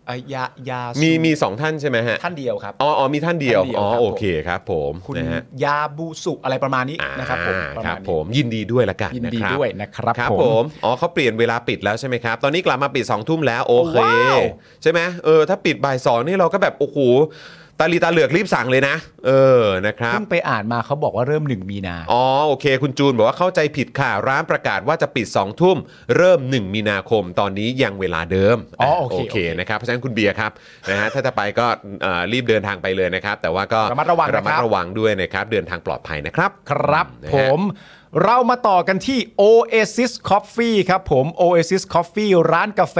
เอ่อยายาสู
มีมีสองท่านใช่ไหมฮะ
ท่านเดียวครับ
อ๋ออ๋อมีท่านเดียว
ท่านเดียว
อ๋อ
ครับผม
โอเคครับผม
คุณ
นะฮะ
ยาบูสุอะไรประมาณนี้
อ่า
นะครับผมประ
ครั
มา
บ
ณ
ผ
นี้
มยินดีด้วยละกัน
ยิน
นะ
ดี
ครับ
ด้วยนะครับ
ครับ
ผ
ผม ม อ๋อเขาเปลี่ยนเวลาปิดแล้วใช่ไหมครับ ตอนนี้กลับมาปิด2องทุ่มแล้วโอเค
ว้าว
ใช่ไหมเออ ถ้าปิดบ่ายสองนี่เราก็แบบโอ้โหตาลีตาเหลือกรีบสั่งเลยนะ เออ นะครับ
เพิ่งไปอ่านมาเขาบอกว่าเริ่มหนึ่งมีนา
อ๋อโอเค คุณจูนบอกว่าเข้าใจผิดค่ะ ร้านประกาศว่าจะปิด 2 ทุ่ม เริ่ม 1 มีนาคมตอนนี้ยังเวลาเดิม
อ๋อโอเค
โอ
โอ
เค
เค
นะครับเพราะฉะนั้นคุณเบียร์ครับ นะฮะถ้าจะไปก็เอ่อรีบเดินทางไปเลยนะครับ แต่ว่าก็
ระมัดระวังนะครับ
มัดระวังด้วยนะครับ เดินทางปลอดภัยนะครับ
ครับ
นะฮะ
ผมเรามาต่อกันที่ Oasis Coffee ครับผม Oasis Coffee ร้านกาแฟ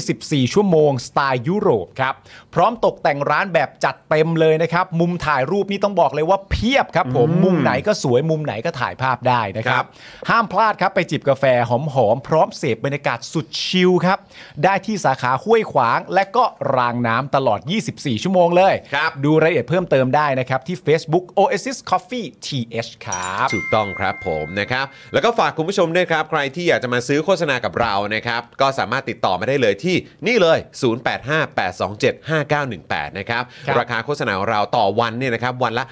24 ชั่วโมง สไตล์ยุโรปครับ พร้อมตกแต่งร้านแบบจัดเต็มเลยนะครับ มุมถ่ายรูปนี่ต้องบอกเลยว่าเพียบครับผม มุมไหนก็สวยมุมไหนก็ถ่ายภาพได้นะค
ครั
รับ บ ห้ามพลาดครับ ไปจิบกาแฟหอมๆ พร้อมเสพบรรยากาศสุดชิลครับ ได้ที่สาขาห้วยขวาง และก็รางน้ำตลอด 24 ชั่วโมงเลย
ครับ
ดูรายละเอียดเพิ่มเติมได้นะครับ ที่ Facebook Oasis Coffee TH ครับ
ถูกต้องครับผมนะครับ แล้วก็ฝากคุณผู้ชมด้วยครับ ใครที่อยากจะมาซื้อโฆษณากับเรานะครับ ก็สามารถติดต่อมาได้เลยที่นี่เลย 0858275918 นะครับ
ครับ
ราคาโฆษณาของเราต่อวันเนี่ยนะครับ วันละ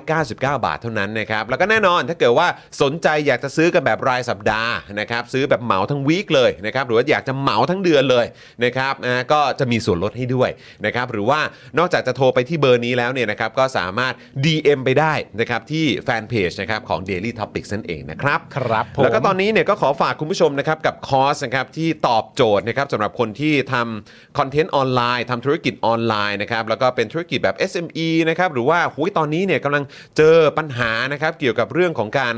999 บาทเท่านั้นนะครับ แล้วก็แน่นอนถ้าเกิดว่าสนใจอยากจะซื้อกันแบบรายสัปดาห์นะครับ ซื้อแบบเหมาทั้งวีคเลยนะครับ หรือว่าอยากจะเหมาทั้งเดือนเลยนะครับอ่าก็จะมีส่วนลดให้ด้วยนะครับ หรือว่านอกจากจะโทรไปที่เบอร์นี้แล้วเนี่ยนะครับ ก็สามารถ DM ไปได้นะครับที่แฟนเพจนะครับของ Daily Topics นั่นเองนะครับ
ครับผม
แล้วก็ตอนนี้เนี่ยก็ขอฝากคุณผู้ชมนะครับกับคอร์สนะครับที่ตอบโจทย์นะครับสำหรับคนที่ทำคอนเทนต์ออนไลน์ทำธุรกิจออนไลน์นะครับแล้วก็เป็นธุรกิจแบบ SME นะครับหรือว่าหุยตอนนี้เนี่ยกำลังเจอปัญหานะครับเกี่ยวกับเรื่องของการ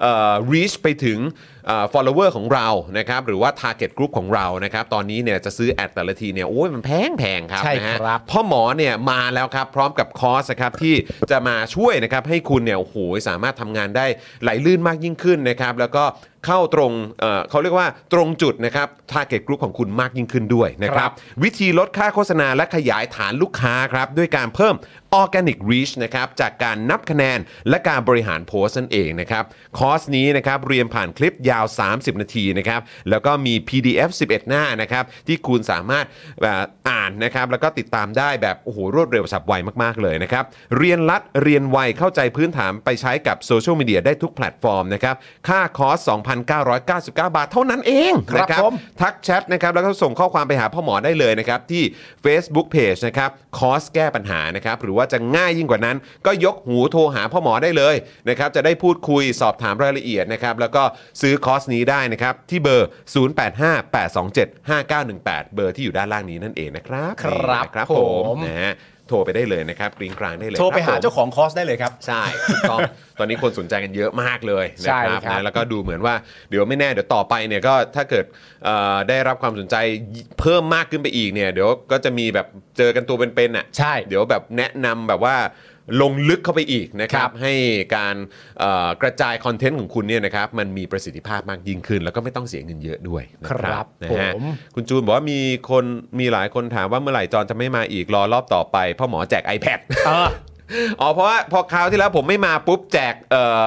เอ่อ reach ไปถึงเอ่อ follower ของเรานะครับหรือว่า target group ของเรานะครับตอนนี้เนี่ยจะซื้อแอดแต่ละทีเนี่ยโอ้ยมันแพงแพงๆครับ
ใช่
นะฮะ
ครับ
พ่อหมอเนี่ยมาแล้วครับพร้อมกับคอร์สนะครับที่จะมาช่วยนะครับให้คุณเนี่ยโอ้โหสามารถทำงานได้ไหลลื่นมากยิ่งขึ้นนะครับแล้วก็เข้าตรงเอ่อเขาเรียกว่าตรงจุดนะครับทาร์เก็ตกลุ่มของคุณมากยิ่งขึ้นด้วยนะครับ วิธีลดค่าโฆษณาและขยายฐานลูกค้าครับด้วยการเพิ่ม Organic Reach นะครับจากการนับคะแนนและการบริหารโพสต์นั่นเองนะครับคอร์สนี้นะครับเรียนผ่านคลิปยาว 30 นาทีนะครับแล้วก็มี PDF 11 หน้านะครับที่คุณสามารถเอ่ออ่านนะครับแล้วก็ติดตามได้แบบโอ้โหรวดเร็วฉับไวมาก ๆ เลยนะครับเรียนรัดเรียนไวเข้าใจพื้นฐานไปใช้กับโซเชียลมีเดียได้ทุกแพลตฟอร์มนะครับค่าคอร์ส 2,999 บาทเท่านั้นเอง
ครับ
นะ
ผม
ทักแชทนะครับแล้วก็ส่งข้อความไปหาพ่อหมอได้เลยนะครับ ที่ Facebook Page นะครับคอสแก้ปัญหานะครับ หรือว่าจะง่ายยิ่งกว่านั้น ก็ยกหูโทรหาพ่อหมอได้เลยนะครับ จะได้พูดคุยสอบถามรายละเอียดนะครับ แล้วก็ซื้อคอร์สนี้ได้นะครับ ที่เบอร์ 0858275918 เบอร์ที่อยู่ด้านล่างนี้นั่นเองนะครับ
ครับ
นี่นะครับผ
ผม ม
นะฮะ โทรไปได้เลยนะครับกริ้งกลางได้เลย
โทรไป
คบ
หา
ผม
เจ้าของคอร์สได้เลยครับ
ใช่ถูกต้อง ตอนนี้คนสนใจกันเยอะมากเลยนะ
ใช่
ครับ
ครับ
นะแล้วก็ดูเหมือนว่าเดี๋ยวไม่แน่เดี๋ยวต่อไปเนี่ยก็ถ้าเกิดเอ่อได้รับความสนใจเพิ่มมากขึ้นไปอีกเนี่ยเดี๋ยวก็จะมีแบบเจอกันตัวเป็นๆน่ะ
ใช่
เดี๋ยวแบบแนะนำแบบว่าลงลึกเข้าไปอีกนะครั
ครับ บ
ให้การเอ่อกระจายคอนเทนต์ของคุณเนี่ยนะครับมันมีประสิทธิภาพมากยิ่งขึ้น แล้วก็ไม่ต้องเสียเงินเยอะด้วยนะค
ครั
รับบ นะ
ผ
ฮะ
ม
คุณจูนบอกว่ามีคนมีหลายคนถามว่าเมื่อไหร่จอนจะไม่มาอีกรอรอบต่อไปพ่อหมอแจก iPad อ๋อเพราะว่าพอคราวที่แล้วผมไม่มาปุ๊บแจกเอ่อ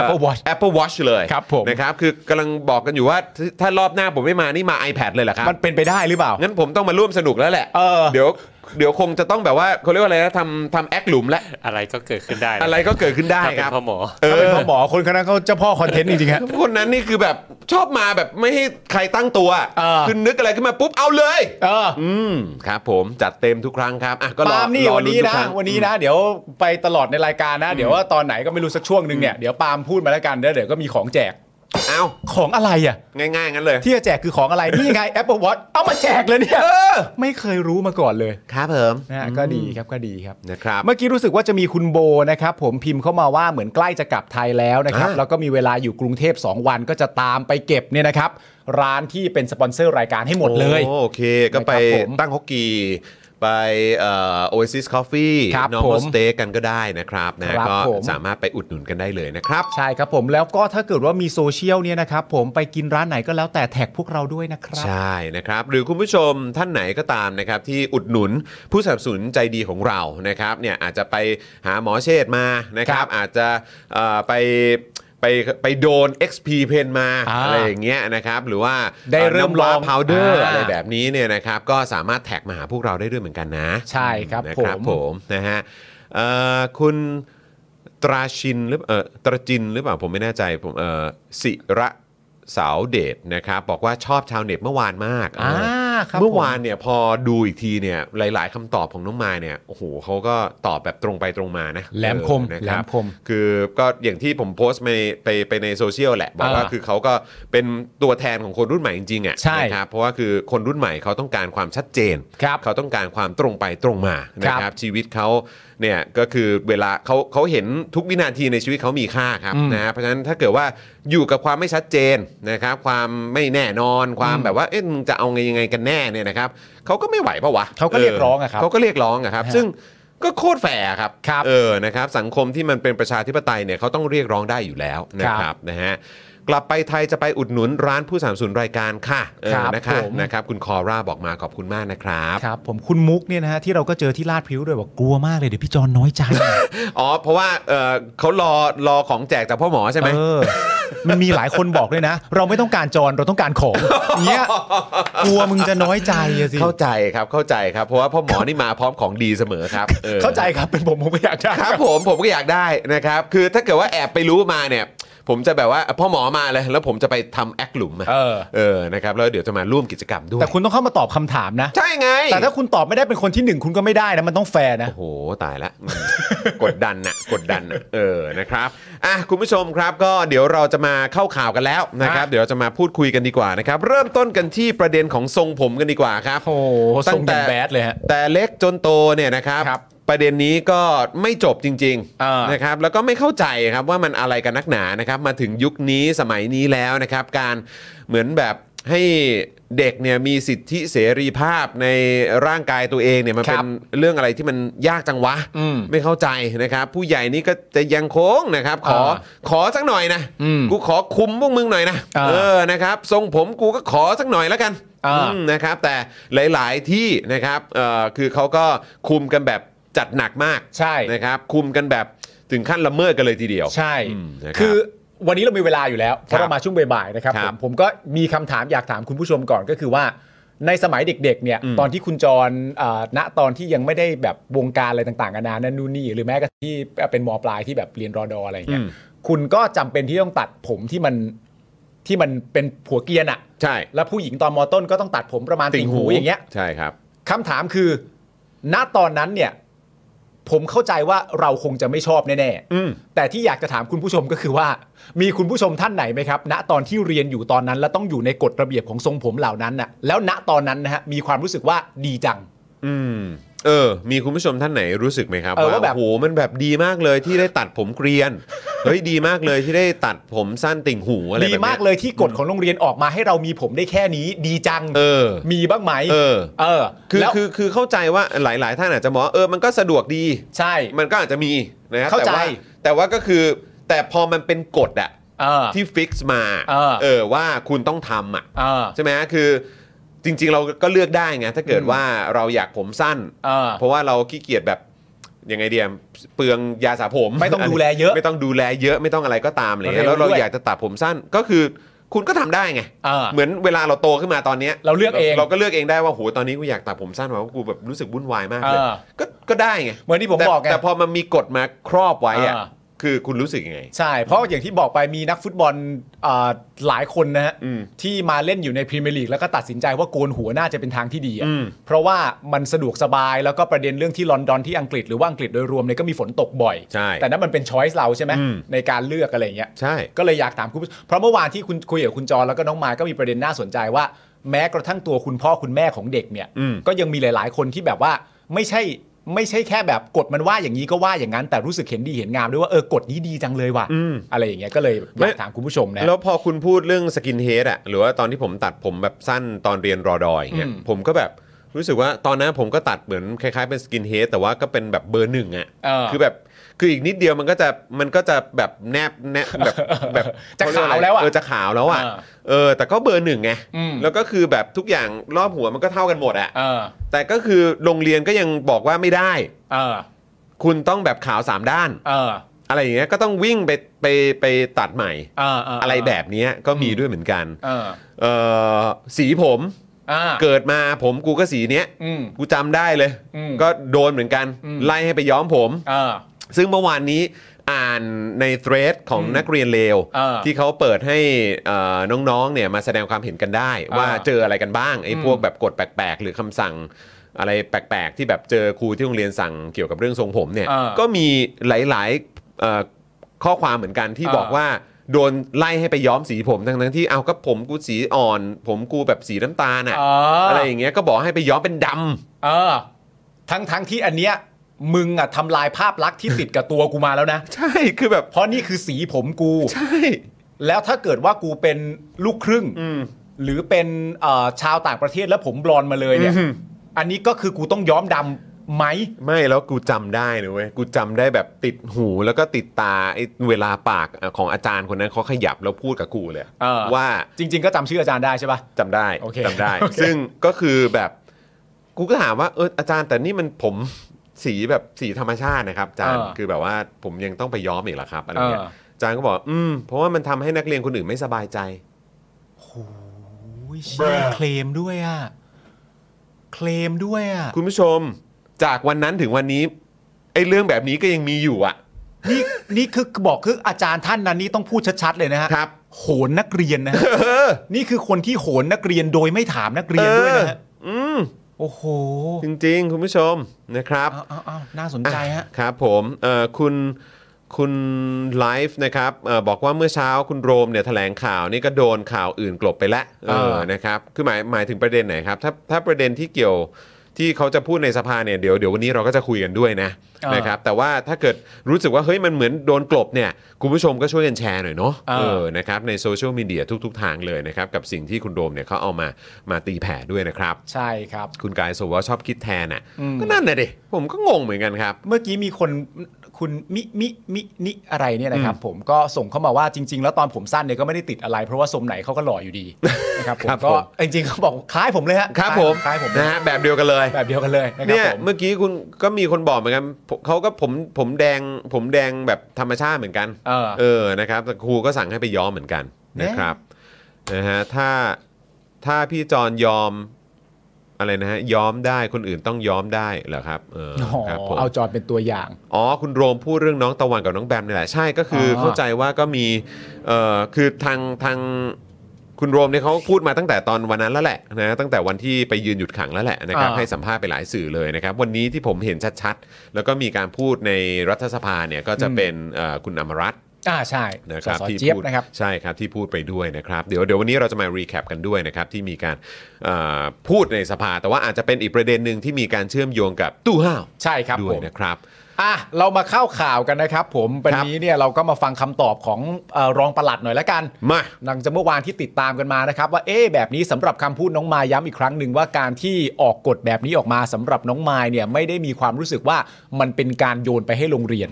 Apple Watch
Apple Watch เลย
ครับผม
นะครับคือกำลังบอกกันอยู่ว่าถ้าถ้ารอบหน้าผมไม่มานี่มา iPad เลยเหรอครับ
มันเป็นไปได้หรือเปล่า
งั้นผมต้องมาร่วมสนุกแล้วแหละ
เออ
ยวเดี๋ยวคงจะต้องแบบว่าเขาเรียกว่าอะไรนะทำทำแอคหลุมแล้ว
อะไรก็เกิดขึ้นได้น
อะไรก็เกิดขึ้นได้
ถ้าเป็
คน รับ
พ่อหมอ
เอ
ถ้าเป็น
อ
พ่อหมอคนคนนั้นเขาเจ้าพ่อคอนเทนต์จริงๆฮะ
คนนั้นนี่คือแบบชอบมาแบบไม่ให้ใครตั้งตัว
เออ
คือนึกอะไรขึ้นมาปุ๊บเอาเลย
เออ
อืมครับผมจัดเต็มทุกครั้งครับอ่ะก็รอ
ปาล์มนี่
รอ
วัน
ลุ้
นี้
ทุก
นะ
ครั้ง
วันนี้นะ เดี๋ยวไปตลอดในรายการนะ เดี๋ยวว่าตอนไหนก็ไม่รู้สักช่วงหนึ่งเนี่ยเดี๋ยวปาล์มพูดมาแล้วกันเดี๋ยวเดี๋ยวก็มีของแจก
เอ้า
ของอะไรอ่ะ
ง่ายๆงั้นเลย
ที่จะแจกคือของอะไร นี่ไง Apple Watch เอามาแจกเลยเนี่ยไม่เคยรู้มาก่อนเลย
ครับผม
นะฮะก็ดีครับก็ดีครับ
นะครับ
เมื่อกี้รู้สึกว่าจะมีคุณโบนะครับ ผมพิมพ์เข้ามาว่าเหมือนใกล้จะกลับไทยแล้วนะครับ
อ่า
แล้วก็มีเวลาอยู่กรุงเทพ 2 วันก็จะตามไปเก็บเนี่ยนะครับ ร้านที่เป็นสปอนเซอร์รายการให้หมดเลย
โอ้โอเค ก็ไป
นะครับผม
ตั้งฮกกีไปเอ่อ Oasis Coffee
ครับ
นอร์
ผม
มอลสเต็กกันก็ได้นะครับนะครับก็
ผม
สามารถไปอุดหนุนกันได้เลยนะครับ
ใช่ครับผมแล้วก็ถ้าเกิดว่ามีโซเชียลเนี่ยนะครับ ผมไปกินร้านไหนก็แล้วแต่แท็กพวกเราด้วยนะครับ
ใช่นะครับ หรือคุณผู้ชมท่านไหนก็ตามนะครับ ที่อุดหนุนผู้สนับสนุนใจดีของเรานะครับเนี่ยอาจจะไปหาหมอเชษฐ์มานะครับ อาจจะเอ่อไปไปไปโดน XP Pen มา
อ่า
อะไรอย่างเงี้ยนะครับ หรือว่า
ได้เริ่มลอง
พาวเดอร์
อ่า
อะไรแบบนี้เนี่ยนะครับ ก็สามารถแท็กมาหาพวกเราได้ด้วยเหมือนกันนะ
ใช่ครับ
นะ
ผม
ผมนะฮะเอ่อคุณตราชินหรือเออตราจินหรือเปล่าผมไม่แน่ใจผมเออสิระสาวเดชนะครับ บอกว่าชอบชาวเน็ตเมื่อวานมาก
อ่าครับ
เมื่อ
ผม
วานเนี่ยพอดูอีกทีเนี่ยหลาย ๆคำตอบของน้องมายเนี่ยโอ้โหเขาก็ตอบแบบตรงไปตรงมานะ
แหลมคม
เออนะ
แหล
รับ
มคม
คือก็อย่างที่ผมโพสต์ไปไปไปในโซเชียลแหละ บอกว่า
อ่า
คือเขาก็เป็นตัวแทนของคนรุ่นใหม่จริงๆอ่ะ
ใช่
นะครับเพราะว่าคือคนรุ่นใหม่เขาต้องการความชัดเจน
ครับ
เขาต้องการความตรงไปตรงมานะค
ครั
รับบ ชีวิตเขาเนี่ยก็คือเวลาเขาเขาเห็นทุกวินาทีในชีวิตเขามีค่าครับ
อืม
นะฮะเพราะฉะนั้นถ้าเกิดว่าอยู่กับความไม่ชัดเจนนะครับความไม่แน่นอนความแบบว่าเอ๊ะมึงจะเอาไงยังไงกันแน่เนี่ยนะครับเขาก็ไม่ไหวปะวะ
เขาก็เรียกร้องอะครับ
เขาก็เรียกร้องอะครับ
ฮะ
ซึ่งก็โคตรแฝงครับ
ครับ
เออนะครับสังคมที่มันเป็นประชาธิปไตยเนี่ยเขาต้องเรียกร้องได้อยู่แล้วนะค
ครั
รับบ นะฮะกลับไปไทยจะไปอุดหนุนร้านผู้สามสูนรายการค่ะเออ
ครับ
นะคะ
ผม
นะครับคุณคอร่าบอกมาขอบคุณมากนะครับ
ครับผมคุณมุกเนี่ยนะฮะที่เราก็เจอที่ลาดพริ้วด้วยบอกกลัวมากเลยเดี๋ยวพี่จอนน้อยใจ
อ๋อ เพราะว่าเอ่อเขารอรอของแจกจากพ่อหมอใช่ไหม
เออ มันมีหลายคนบอกด้วยนะ เราไม่ต้องการจรเราต้องการของเนี้ยกลัวมึงจะน้อยใจอะสิ
เข้าใจครับ เข้าใจครับ เพราะว่าพ่อหมอนี่มาพร้อมของ ดีเสมอครับออ
เข้าใจครับเป็นผมผมไม่อยากได้
ครับผมผมก็อยากได้นะครับ คือถ้าเกิดว่าแอบไปรู้มาเนี่ย ผมจะแบบว่าพ่อหมอมาเลย แล้วผมจะไปทำแอคหลุมอะ
เออ
เออ นะครับ แล้วเดี๋ยวจะมาร่วมกิจกรรมด้วย
แต่คุณต้องเข้ามาตอบคำถามนะ
ใช่ไง
แต่ถ้าคุณตอบไม่ได้เป็นคนที่หนึ่งคุณก็ไม่ได้นะ มันต้องแฟร์นะ
โอ้โห ตายละ กดดันนะกดดันนะเออนะครับอ่ะคุณผู้ชมครับก็เดี๋ยวเราจะมาเข้าข่าวกันแล้วนะครับ
อ่ะ
เดี๋ยวเราจะมาพูดคุยกันดีกว่านะครับ เริ่มต้นกันที่ประเด็นของทรงผมกันดีกว่าครับ
โอ้โหทรงแบบแบดเลยฮะ
แต่เล็กจนโตเนี่ยนะครับ
ครับ
ประเด็นนี้ก็ไม่จบจริง
อ่าน
นะครับ แล้วก็ไม่เข้าใจครับว่ามันอะไรกันนักหนานะครับ มาถึงยุคนี้สมัยนี้แล้วนะครับ การเหมือนแบบให้เด็กเนี่ยมีสิทธิเสรีภาพในร่างกายตัวเองเนี่ยมันเป็
ครั
น
บ
เรื่องอะไรที่มันยากจังวะ
อืม
ไม่เข้าใจนะครับ ผู้ใหญ่นี่ก็จะยังโค้งนะครับ ขอ
อ่า
ขอสักหน่อยนะ
อืม
กูขอคุมพวกมึงหน่อยนะ
อ่า
เออนะครับทรงผมกูก็ขอสักหน่อยแล้วกัน
อ่า
อืมนะครับ แต่หลาย ๆ ที่นะครับเอ่อคือเขาก็คุมกันแบบจัดหนักมาก
ใช่
นะครับ คุมกันแบบถึงขั้นละเมิดกันเลยทีเดียว
ใช่
อืมนะครับ
คือวันนี้เรามีเวลาอยู่แล้วเพราะเรามาช่วงบ่ายๆนะครับ
ครั
ผ
บ
มผมก็มีคำถามอยากถามคุณผู้ชมก่อนก็คือว่า ในสมัยเด็กๆเนี่ย
อืม
ตอนที่คุณจรเอ่อณตอนที่ยังไม่ได้แบบวงการอะไรต่างๆนานานั่นนู่นนี่หรือแม้กระทั่งที่เป็นมปลายที่แบบเรียนรอดออะไรอย่างเงี้
อื
ย
ม
คุณก็จำเป็นที่ต้องตัดผมที่มันที่มันเป็นผัวเกรียนอะ
ใช่
แล้วผู้หญิงตอนมต้นก็ต้องตัดผมประมาณติ่งหูอย่างเงี้ย
ใช่ครับ
คำถามคือ ณ ตอนนั้นเนี่ย ผมเข้าใจว่าเราคงจะไม่ชอบแน่
อืม
ๆ แต่ที่อยากจะถามคุณผู้ชมก็คือว่า มีคุณผู้ชมท่านไหนไหมครับ ณ ตอนที่เรียนอยู่ตอนนั้น และต้องอยู่ในกฎระเบียบของทรงผมเหล่านั้นน่ะ แล้วณ ตอนนั้นนะฮะ มีความรู้สึกว่าดีจัง
อืม เออ มีคุณผู้ชมท่านไหนรู้สึกไหมครับ
เออ
ว่า
ว่าแบบ
โอ้โหมันแบบดีมากเลยที่ได้ตัดผมเก รียน เฮ้ยดีมากเลยที่ได้ตัดผมสั้นติ่งหูอะไรแบบ
ดี
นี้
มากเลยที่กฎของโรงเรียนออกมาให้เรามีผมได้แค่นี้ ดีจัง
เออ
มีบ้างไหม
เออ
เออ
คือ
แล้ว
คือคือเข้าใจว่าหลาย ๆ ท่านอาจจะมองว่าเออมันก็สะดวกดี
ใช่
มันก็อาจจะมีนะครับ
เข้า
แต่
ใจ
ว่าแต่ว่าก็คือแต่พอมันเป็นกฎอะ
เออ
ที่ฟิกซ์มา
เออ
เออว่าคุณต้องทำอะ
เออ
ใช่ไหมคือจริง ๆ เราก็เลือกได้ไงถ้าเกิดว่าเราอยากผมสั้น
เออ
เพราะว่าเราขี้เกียจแบบยังไงเดียมเปลืองยาสระผม
ไม่ต้องดูแลเยอะ
ไม่ต้องดูแลเยอะไม่ต้องอะไรก็ตามอะไรเงี้ย
เร็
แล้ว วเรา
ด้วย
อยากจะตัดผมสั้นก็คือคุณก็ทำได้ไง
เออ
มือนเวลาเราโตขึ้นมาตอนนี้ย
เราเลือกเอง
เราก็เลือกเองได้ว่าโหตอนนี้กูอยากตัดผมสั้นว่ากูแบบรู้สึกวุ่นวายมาก
เอ
เลย
อ
ก็ก็ได้ไง
เหมือนที่ผม
แต่
บอกไง
แต่พอมันมีกฎมาครอบไว้อะ
เออ
คือคุณรู้สึกยังไง
ใช่ เพราะอย่างที่บอกไปมีนักฟุตบอลอ่าหลายคนนะฮะ
อืม
ที่มาเล่นอยู่ในพรีเมียร์ลีกแล้วก็ตัดสินใจว่าโกนหัวน่าจะเป็นทางที่ดีอะ
อืม
เพราะว่ามันสะดวกสบายแล้วก็ประเด็นเรื่องที่ลอนดอนที่อังกฤษหรือว่าอังกฤษโดยรวมเนี่ยก็มีฝนตกบ่อย
ใช่
แต่นั่นมันเป็นช้อยส์เราใช่ไหม
อืม
ในการเลือกอะไรอย่างเงี้ย
ใช่
ก็เลยอยากถามคุณผู้ชมเพราะเมื่อวานที่คุณคุยกับคุณจรแล้วก็น้องมายก็มีประเด็นน่าสนใจว่า แม้กระทั่งตัวคุณพ่อคุณแม่ของเด็กเนี่ย
อืม
ก็ยังมีหลาย ๆ คนที่แบบว่าไม่ใช่ไม่ใช่แค่แบบกฎมันว่าอย่างนี้ก็ว่าอย่างนั้น แต่รู้สึกเห็นดีเห็นงามด้วยว่าเออกฎนี้ดีจังเลยว่ะ
อืม
อะไรอย่างเงี้ยก็เลยอยากถามคุณผู้ชมนะ
แล้วพอคุณพูดเรื่องสกินเฮดอะหรือว่าตอนที่ผมตัดผมแบบสั้นตอนเรียนรอดอยางเงี้ย
อืม
ผมก็แบบรู้สึกว่าตอนนั้นผมก็ตัดเหมือนคล้ายๆเป็นสกินเฮดแต่ว่าก็เป็นแบบเบอร์หนึ่งอะ
เออ
คือแบบคืออีกนิดเดียวมันก็จะมันก็จะแบบแนบแนบแบบแบบ
จะ
เรียกไร
ขาวแล้วอะ
เออจะขาวแล้วอะ
เออ
เออ แต่ก็เบอร์หนึ่งไง
อืม
แล้วก็คือแบบทุกอย่างรอบหัวมันก็เท่ากันหมดอะ
เออ
แต่ก็คือโรงเรียนก็ยังบอกว่าไม่ได้
เออ
คุณต้องแบบขาวสามด้าน
เออ
อะไรอย่างเงี้ยก็ต้องวิ่งไปไปไปตัดใหม่
เออเ
อะไรแบบเนี้ยก็มีด้วยเหมือนกัน
เออ
เอ่อสีผม
อ่า
เกิดมาผมกูก็สีเนี้ย
อืม
กูจำได้เลย
อืม
ก็โดนเหมือนกัน
อืม
ไล่ให้ไปย้อมผม
เออ
ซึ่งเมื่อวานนี้อ่านในเทรดของนักเรียนเลว
เออ
ที่เขาเปิดให้เอ่อน้องๆเนี่ยมาแสดงความเห็นกันได้ ว่าเจออะไรกันบ้างไอ้พวกแบบกฎแปลกๆ หรือคำสั่งอะไรแปลกๆ ที่แบบเจอครูที่โรงเรียนสั่งเกี่ยวกับเรื่องทรงผมเนี่ย
เออ
ก็มีหลายๆเอ่อข้อความเหมือนกันที่
เออ
บอกว่า โดนไล่ให้ไปย้อมสีผมทั้งทั้งๆที่เอาก็ผมกูสีอ่อน ผมกูแบบสีน้ำตาลอะ
เอออ
อะไรอย่างเงี้ยก็บอกให้ไปย้อมเป็นดำ
เออ ทั้งทั้งที่อันเนี้ยมึงอะทำลายภาพลักษณ์ที่ติดกับตัวกูมาแล้วนะ
ใช่คือแบบ
เพราะนี่คือสีผมกู
ใช่
แล้วถ้าเกิดว่ากูเป็นลูกครึ่ง หรือเป็นเอ่อชาวต่างประเทศแล้วผมบลอนด์มาเลยเนี่ย อันนี้ก็คือกูต้องย้อมดำไหม
ไม่แล้วกูจำได้นะเว้ยกูจำได้แบบติดหูแล้วก็ติดตาไอ้เวลาปากของอาจารย์คนนั้นเขาขยับแล้วพูดกับกูเลย
เออ
ว่า
จริง ๆ ก็จำชื่ออาจารย์ได้ใช่ปะ
จำได้
โอเค
จำได้
โอเค
ซึ่งก็คือแบบกูก็ถามว่าเอออาจารย์แต่นี่มันผมสีแบบสีธรรมชาตินะครับอาจารย์
เออ
คือแบบว่าผมยังต้องไปย้อมอีกเหรอครับอะไรเงี้ย
เออ
อาจารย์ก็บอกอืมเพราะว่ามันทำให้นักเรียนคนอื่นไม่สบายใจ
อุ้ยเชื่อเคลมด้วยอ่ะ เคลมด้วยอ่ะ
คุณผู้ชมจากวันนั้นถึงวันนี้ไอ้เรื่องแบบนี้ก็ยังมีอยู่อ่ะ
นี่นี่คือบอกคืออาจารย์ท่านนั้นนี่ต้องพูดชัดๆเลยนะฮะ
ครับ
โหนนักเรียนนะฮะ นี่คือคนที่โหนนักเรียนโดยไม่ถามนักเรียนด้วยนะฮะ
เอออืม
โอ้โห
จริงๆ คุณผู้ชมนะครับ
เอาเอาเอาน่าสนใจฮะ
อ่ะครับผมเอ่อคุณคุณไลฟ์นะครับเออบอกว่าเมื่อเช้าคุณโรมเนี่ยแถลงข่าวนี่ก็โดนข่าวอื่นกลบไปแล้วเออ
เออ
นะครับคือหมายหมายถึงประเด็นไหนครับถ้าถ้าประเด็นที่เกี่ยวที่เขาจะพูดในสภาเนี่ยเดี๋ยวเดี๋ยววันนี้เราก็จะคุยกันด้วยนะนะครับแต่ว่าถ้าเกิดรู้สึกว่าเฮ้ยมันเหมือนโดนกลบเนี่ยคุณผู้ชมก็ช่วยกันแชร์หน่อยเนาะ
เออ
เออนะครับในโซเชียลมีเดียทุก ๆ ทางเลยนะครับกับสิ่งที่คุณโรมเนี่ยเขาเอามามาตีแผ่ด้วยนะครับ
ใช่ครับ
คุณกายสวว่าชอบคิดแทนอ่ะ ก็นั่นน่ะดิ ผมก็งงเหมือนกันครับ
เมื่อกี้มีคนคุณมิมิมินิอะไรเนี่ยนะครับผมก็ส่งเข้ามาว่าจริง ๆ แล้วตอนผมสั้นเนี่ยก็ไม่ได้ติดอะไร เพราะว่าทรงไหนเขาก็หล่ออยู่ดี นะครับผม
ครับ
ก็
ผม
จริงๆเขาบอกคล้ายผมเลยฮะ
ครับผ
ล้าย
ม
คล้ายผมเลย
นะฮะแบบเดียวกันเลย
แบบเดียวกันเลยนะครั
เนี่ย
บผม
เมื่อกี้คุณก็มีคนบอกเหมือนกันผมเขาก็ผมผมแดงผมแดงแบบธรรมชาติเหมือนกัน
เออ
เออนะครับแต่ครูก็สั่งให้ไปย้อมเหมือนกัน
แน่
นะครับนะฮะถ้าถ้าพี่จอนยอมอะไรนะฮะย้อมได้คนอื่นต้องย้อมได้เหรอครับเออ
อ๋อ
ครับผม
เอาจอดเป็นตัวอย่าง
อ๋อ คุณโรมพูดเรื่องน้องตะวันกับน้องแบมนี่แหละ ใช่ก็คืออ
อ
เข้าใจว่าก็มีเอ่อคือทางทางคุณโรมเนี่ยเขาพูดมาตั้งแต่ตอนวันนั้นแล้วแหละนะตั้งแต่วันที่ไปยืนหยุดขังแล้วแหละนะครับ
อ่า
ให้สัมภาษณ์ไปหลายสื่อเลยนะครับ วันนี้ที่ผมเห็นชัดๆ แล้วก็มีการพูดในรัฐสภาเนี่ยก็จะ
อืม
เป็นเอ่อคุณอมรัตน์
อ่าใช่
นะครับ
สส
ที่
เจี๊ยบ
พูด
นะครับ
ใช่ครับที่พูดไปด้วยนะครับเดี๋ยวเดี๋ยววันนี้เราจะมารีแคปกันด้วยนะครับที่มีการเอ่อพูดในสภา แต่ว่าอาจจะเป็นอีกประเด็นหนึ่งที่มีการเชื่อมโยงกับตู้ห้าว
ใช่ครับ
ด้
ผ
วย
ม
นะครับ
อ่ะเรามาเข้าข่าวกันนะครับ ผมวันนี้เนี่ยเราก็มาฟังคำตอบของเออรองปลัดหน่อยละกัน
มา
หลังจากเมื่อวานที่ติดตามกันมานะครับ ว่าเอ๊ะแบบนี้สำหรับคำพูดน้องมายย้ำอีกครั้งหนึ่งว่าการที่ออกกฎแบบนี้ออกมาสำหรับน้องมายเนี่ยไม่ได้มีความรู้สึกว่ามันเป็นการโยนไปให้โรงเรียน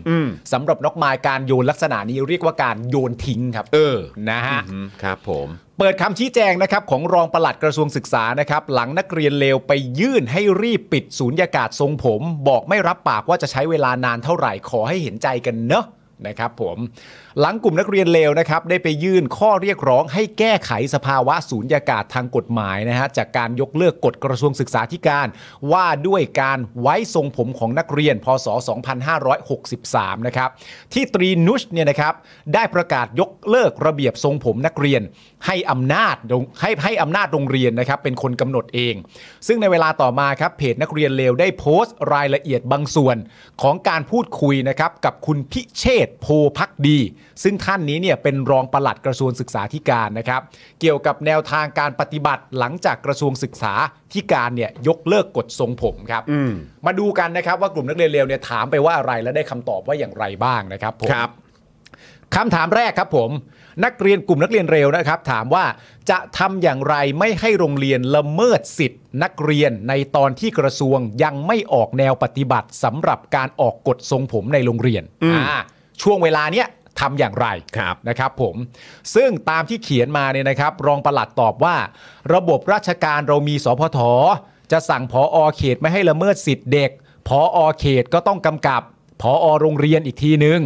สำหรับน้องมายการโยนลักษณะนี้เรียกว่าการโยนทิ้งครับ
เออ
นะฮะ
อืมครับผม
เปิดคำชี้แจงนะครับของรองปลัดกระทรวงศึกษานะครับ หลังนักเรียนเลวไปยื่นให้รีบปิดศูนยากาศทรงผม บอกไม่รับปากว่าจะใช้เวลานานเท่าไหร่ขอให้เห็นใจกันเนอะนะครับผมหลังกลุ่มนักเรียนเลวนะครับ ได้ไปยื่นข้อเรียกร้องให้แก้ไขสภาวะศูนยากาศทางกฎหมายนะฮะจากการยกเลิกกฎกระทรวงศึกษาธิการ ว่าด้วยการไว้ทรงผมของนักเรียน พศ 2563 นะครับ ที่ตรีนุชเนี่ยนะครับได้ประกาศยกเลิกระเบียบทรงผมนักเรียน ให้อำนาจโรงให้ให้อำนาจโรงเรียนนะครับเป็นคนกำหนดเอง ซึ่งในเวลาต่อมาครับเพจนักเรียนเลวได้โพสต์รายละเอียดบางส่วน ของการพูดคุยนะครับกับคุณพิเชษฐ์โพพักดี ซึ่งท่านนี้เนี่ยเป็นรองปลัดกระทรวงศึกษาธิการนะครับ เกี่ยวกับแนวทางการปฏิบัติหลังจากกระทรวงศึกษาธิการเนี่ยยกเลิกกฎทรงผมครับมาดูกันนะครับว่ากลุ่มนักเรียนเลวเนี่ยถามไปว่าอะไรและได้คำตอบว่าอย่างไรบ้างนะครับผม
ครับ
คำถามแรกครับผม นักเรียนกลุ่มนักเรียนเร็วนะครับ ถามว่าจะทำอย่างไรไม่ให้โรงเรียนละเมิดสิทธิ์ นักเรียนในตอนที่กระทรวงยังไม่ออกแนวปฏิบัติสำหรับการออกกฎทรงผมในโรงเรียนอ่าช่วงเวลาเนี้ยทำอย่างไร
ครับ
นะครับผมซึ่งตามที่เขียนมาเนี่ยนะครับ รองปลัดตอบว่า ระบบราชการเรามีสพท จะสั่งพออเขตไม่ให้ละเมิดสิทธิ์เด็กพออเขตก็ต้องกำกับพออโรงเรียนอีกทีนึง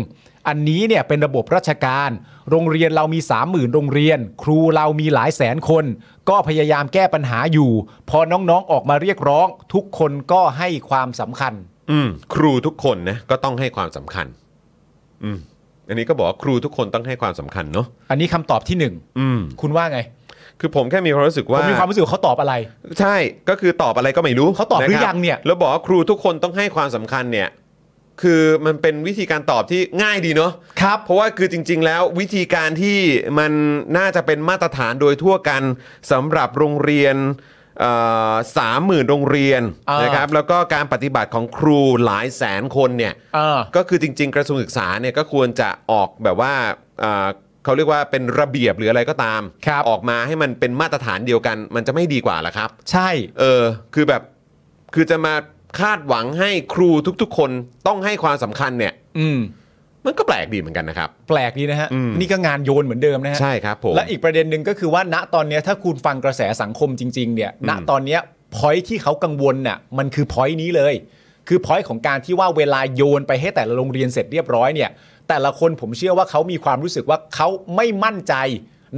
อันนี้เนี่ยเป็นระบบราชการ โรงเรียนเรามี 30,000 โรงเรียน ครูเรามีหลายแสนคน ก็พยายามแก้ปัญหาอยู่ พอน้องๆออกมาเรียกร้อง ทุกคนก็ให้ความสำคัญ
อืมครูทุกคนนะก็ต้องให้ความสำคัญ อืมอันนี้ก็บอกว่าครูทุกคนต้องให้ความสำคัญเนาะ
อันนี้คำตอบที่หนึ่ง
อืม
คุณว่าไง
คือผมแค่มีความรู้สึก
ผม
ว่า
มีความรู้สึกว่าเขาตอบอะไร
ใช่ก็คือตอบอะไรก็ไม่รู้
เขาตอบหรือะ
ค
ยังเนี่ย
แล้วบอกว่าครูทุกคนต้องให้ความสำคัญเนี่ย คือมันเป็นวิธีการตอบที่ง่ายดีเนาะ
ครับ
เพราะว่าคือจริง ๆ แล้ววิธีการที่มันน่าจะเป็นมาตรฐานโดยทั่วกันสำหรับโรงเรียนสามหมื่นโรงเรียน
อ่าน
นะครับ แล้วก็การปฏิบัติของครูหลายแสนคนเนี่ย
เออ
ก็คือจริง ๆ กระทรวงศึกษาเนี่ยก็ควรจะออกแบบว่าเอ่อเขาเรียกว่าเป็นระเบียบหรืออะไรก็ตาม
ครับ
ออกมาให้มันเป็นมาตรฐานเดียวกัน มันจะไม่ดีกว่าเหรอครับ
ใช่
เออ คือแบบคือจะมาคาดหวังให้ครูทุกๆ คนต้องให้ความสำคัญเนี่ย
อืม
มันก็แปลกดีเหมือนกันนะครับ
แปลกดีนะฮะ
อืม
นี่ก็งานโยนเหมือนเดิมนะฮะ
ใช่ครับผม
และอีกประเด็นหนึ่งก็คือว่า ณตอนเนี้ยถ้าคุณฟังกระแสสังคมจริง ๆ เนี่ย ณตอนเนี้ยพอยที่เขากังวลน่ะมันคือพอยนี้เลย คือพอยของการที่ว่าเวลาโยนไปให้แต่ละโรงเรียนเสร็จเรียบร้อยเนี่ย แต่ละคนผมเชื่อว่าเขามีความรู้สึกว่าเขาไม่มั่นใจ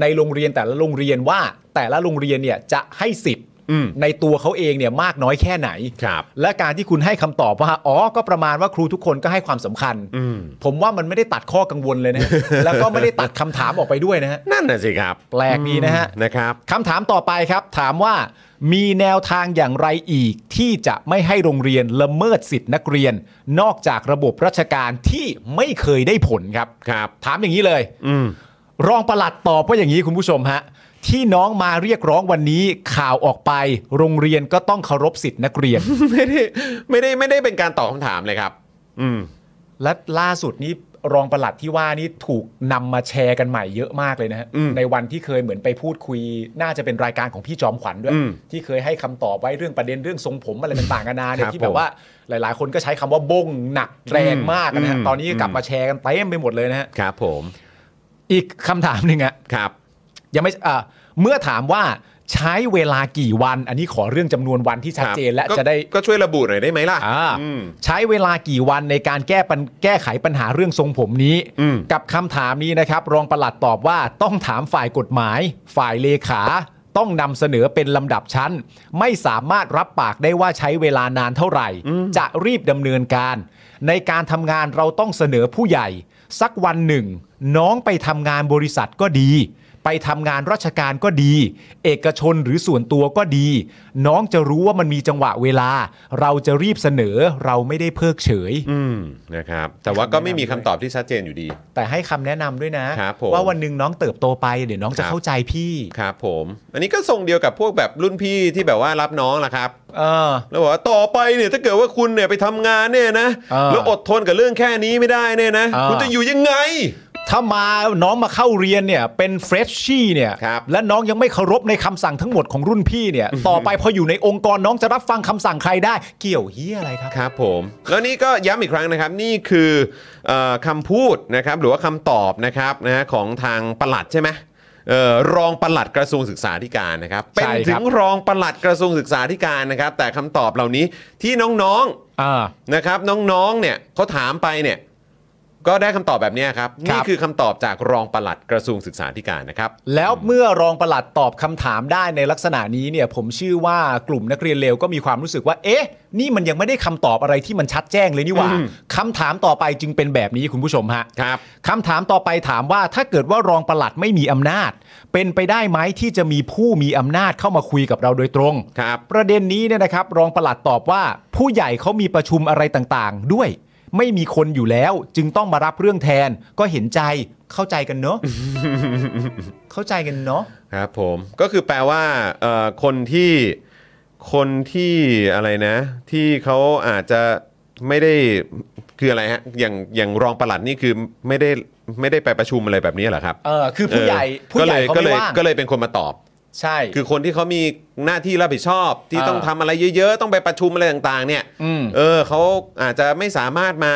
ในโรงเรียนแต่ละโรงเรียนว่าแต่ละโรงเรียนเนี่ยจะให้สิทธิ์
อืม
ในตัวเขาเองเนี่ยมากน้อยแค่ไหน
ครับ
และการที่คุณให้คำตอบว่าอ๋อก็ประมาณว่าครูทุกคนก็ให้ความสำคัญ
อืม
ผมว่ามันไม่ได้ตัดข้อกังวลเลยนะ แล้วก็ไม่ได้ตัดคำถามออกไปด้วยนะฮะ
นั่นน่ะสิครับ
แปลกดีนะฮะ
นะครับ
คำถามต่อไปครับ ถามว่า มีแนวทางอย่างไรอีก ที่จะไม่ให้โรงเรียนละเมิดสิทธินักเรียน นอกจากระบบราชการที่ไม่เคยได้ผลครับ
ครับ
ถามอย่างนี้เลย
อืม
รองปลัดตอบว่าอย่างนี้คุณผู้ชมฮะ ที่น้องมาเรียกร้องวันนี้ข่าวออกไป โรงเรียนก็ต้องเคารพสิทธินักเรียน
ไม่ ได้ไม่ได้ไม่ได้เป็นการตอบคำถามเลยครับ อืม
และล่าสุดนี้รองปลัดที่ว่านี่ถูกนำมาแชร์กันใหม่เยอะมากเลยนะฮะ
อืม
ในวันที่เคยเหมือนไปพูดคุย น่าจะเป็นรายการของพี่จอมขวัญด้วย
อืม
ที่เคยให้คำตอบไว้เรื่องประเด็นเรื่องทรงผมอะไรต่างๆกันานาเนี่
ค
ย
รับ
ที่แบบว่าหลาย ๆ คนก็ใช้คำว่าบงหนักแรงมากนะ
อื
ฮะ
ม
ตอนนี้ก็กลับ
อืม
มาแชร์กันเต็มไปหมดเลยนะฮะ
ครับผม
อีกคำถามหนึ่งอะ
ครับ
ยังไม่อ่ะเมื่อถามว่าใช้เวลากี่วัน อันนี้ขอเรื่องจำนวนวันที่ชัดเจนและ
ครับ
จะได้
ก็ก็ช่วยระบุหน่อยได้ไหมล่ะ
อ่า
อืม
ใช้เวลากี่วันในการแก้ปัญแก้ไขปัญหาเรื่องทรงผมนี้
อืม
กับคำถามนี้นะครับ รองปลัดตอบว่าต้องถามฝ่ายกฎหมาย ฝ่ายเลขา ต้องนำเสนอเป็นลำดับชั้น ไม่สามารถรับปากได้ว่าใช้เวลานานเท่าไหร่ จะรีบดำเนินการ ในการทำงานเราต้องเสนอผู้ใหญ่ สักวันหนึ่ง น้องไปทำงานบริษัทก็ดี ไปทำงานราชการก็ดี เอกชนหรือส่วนตัวก็ดี น้องจะรู้ว่ามันมีจังหวะเวลา เราจะรีบเสนอเราไม่ได้เพิกเฉย
อืมนะครับ แต่ว่าก็ไม่มีคำตอบที่ชัดเจนอยู่ดี
แต่ให้คำแนะนำด้วยนะ
ครับผม
ว่าวันหนึ่งน้องเติบโตไปเดี๋ยวน้อง
ครั
จะ
บ
เข้าใจพี่
ครับผม อันนี้ก็ทรงเดียวกับพวกแบบรุ่นพี่ที่แบบว่ารับน้องล่ะครับ
เออ
แล้วบอกว่าต่อไปเนี่ยถ้าเกิดว่าคุณเนี่ยไปทำงานเนี่ยนะ
เออ
แล้วอดทนกับเรื่องแค่นี้ไม่ได้เนี่ยนะ
เออ
คุณจะอยู่ยังไง
ถ้ามาน้องมาเข้าเรียนเนี่ยเป็นเฟรชชี่เนี่ย
ครับ
และน้องยังไม่เคารพในคำสั่งทั้งหมดของรุ่นพี่เนี่ย ต่อไปพออยู่ในองค์กรน้องจะรับฟังคำสั่งใครได้ เกี่ยวเฮียอะไรครับ
ครับผมแล้วนี่ก็ย้ำอีกครั้งนะครับนี่คือเออคำพูดนะครับหรือว่าคำตอบนะครับนะฮะของทางปลัดใช่ไหมเอ่อรองปลัดกระทรวงศึกษาธิการนะครับ
ใช่
เป็น
ครับ
ถึงรองปลัดกระทรวงศึกษาธิการนะครับ แต่คำตอบเหล่านี้ที่น้อง
อ่า
ๆนะครับน้องๆเนี่ยเขาถามไปเนี่ยก็ได้คำตอบแบบเนี้ยครับ
ครั
นี่
บ
คือคำตอบจากรองปลัดกระทรวงศึกษาธิการนะครับ
แล้วเมื่อรองปลัดตอบคำถามได้ในลักษณะนี้เนี่ย ผมเชื่อว่ากลุ่มนักเรียนเลวก็มีความรู้สึกว่า เอ๊ะ นี่มันยังไม่ได้คำตอบอะไรที่มันชัดแจ้งเลยนี่หว่า
อืม
คำถามต่อไปจึงเป็นแบบนี้คุณผู้ชมฮะ
ครับ
คำถามต่อไปถามว่าถ้าเกิดว่ารองปลัดไม่มีอำนาจ เป็นไปได้ไหมที่จะมีผู้มีอำนาจเข้ามาคุยกับเราโดยตรง
ครับ
ประเด็นนี้เนี่ยนะครับ รองปลัดตอบว่า ผู้ใหญ่เขามีประชุมอะไรต่างๆ ด้วย ไม่มีคนอยู่แล้ว จึงต้องมารับเรื่องแทน ก็เห็นใจเข้าใจกันเนาะ เข้าใจกันเนาะ
ครับผมก็คือแปลว่าเอ่อคนที่คนที่อะไรนะ ที่เขาอาจจะไม่ได้คืออะไรฮะอย่างอย่างรองปลัดนี่คือไม่ได้ไม่ได้ไปประชุมอะไรแบบนี้เหรอครับ
เออคือผู้ใหญ่
ออ
ผู้ใหญ่เขา
ก็
ไม่
เลยก็
ว่าง
เลยก็เลยเป็นคนมาตอบ
ใช่
คือคนที่เขามีหน้าที่รับผิดชอบที่
เออ
ต้องทำอะไรเยอะๆ ต้องไปประชุมอะไรต่างๆ เนี่ย
อืม
เออเขาอาจจะไม่สามารถมา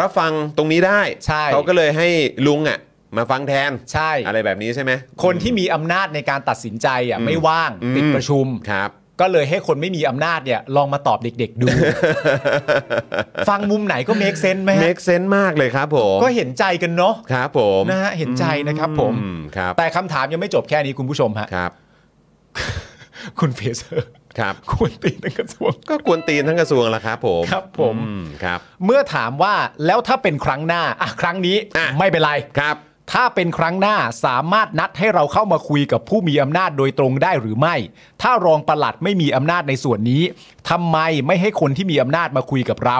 รับฟังตรงนี้ได้
ใช่
เขาก็เลยให้ลุงอ่ะมาฟังแทน
ใช่
อะไรแบบนี้ใช่ไหม
คนที่มีอำนาจในการตัดสินใจอ่ะไม่ว่าง
อืม
ติดประชุม
ครับ
ก็เลยให้คนไม่มีอำนาจเนี่ย ลองมาตอบเด็ ก ๆ ดู ฟังมุมไหนก็เมคเซนไหมฮะ
make sense มากเลยครับผม
ก็เห็นใจกันเนาะ
ครับผม
นะฮะเห็นใจนะครับผม
อืมครับ
แต่คำถามยังไม่จบแค่นี้คุณผู้ชมฮะ
ครับ
คุณเฟเซอร์
ครับ
ควรตีนักกระทรวง
ก็กวนตีนทั้งกระทรวงแล้วครับผม
ครับผม
อืครับ
เมื่อถามว่าแล้วถ้าเป็นครั้งหน้าอ่ะครั้งนี้ไม่เป็นไร
ครับ
ถ้าเป็นครั้งหน้าสามารถนัดให้เราเข้ามาคุยกับผู้มีอำนาจโดยตรงได้หรือไม่ ถ้ารองปลัดไม่มีอำนาจในส่วนนี้ทำไมไม่ให้คนที่มีอำนาจมาคุยกับเรา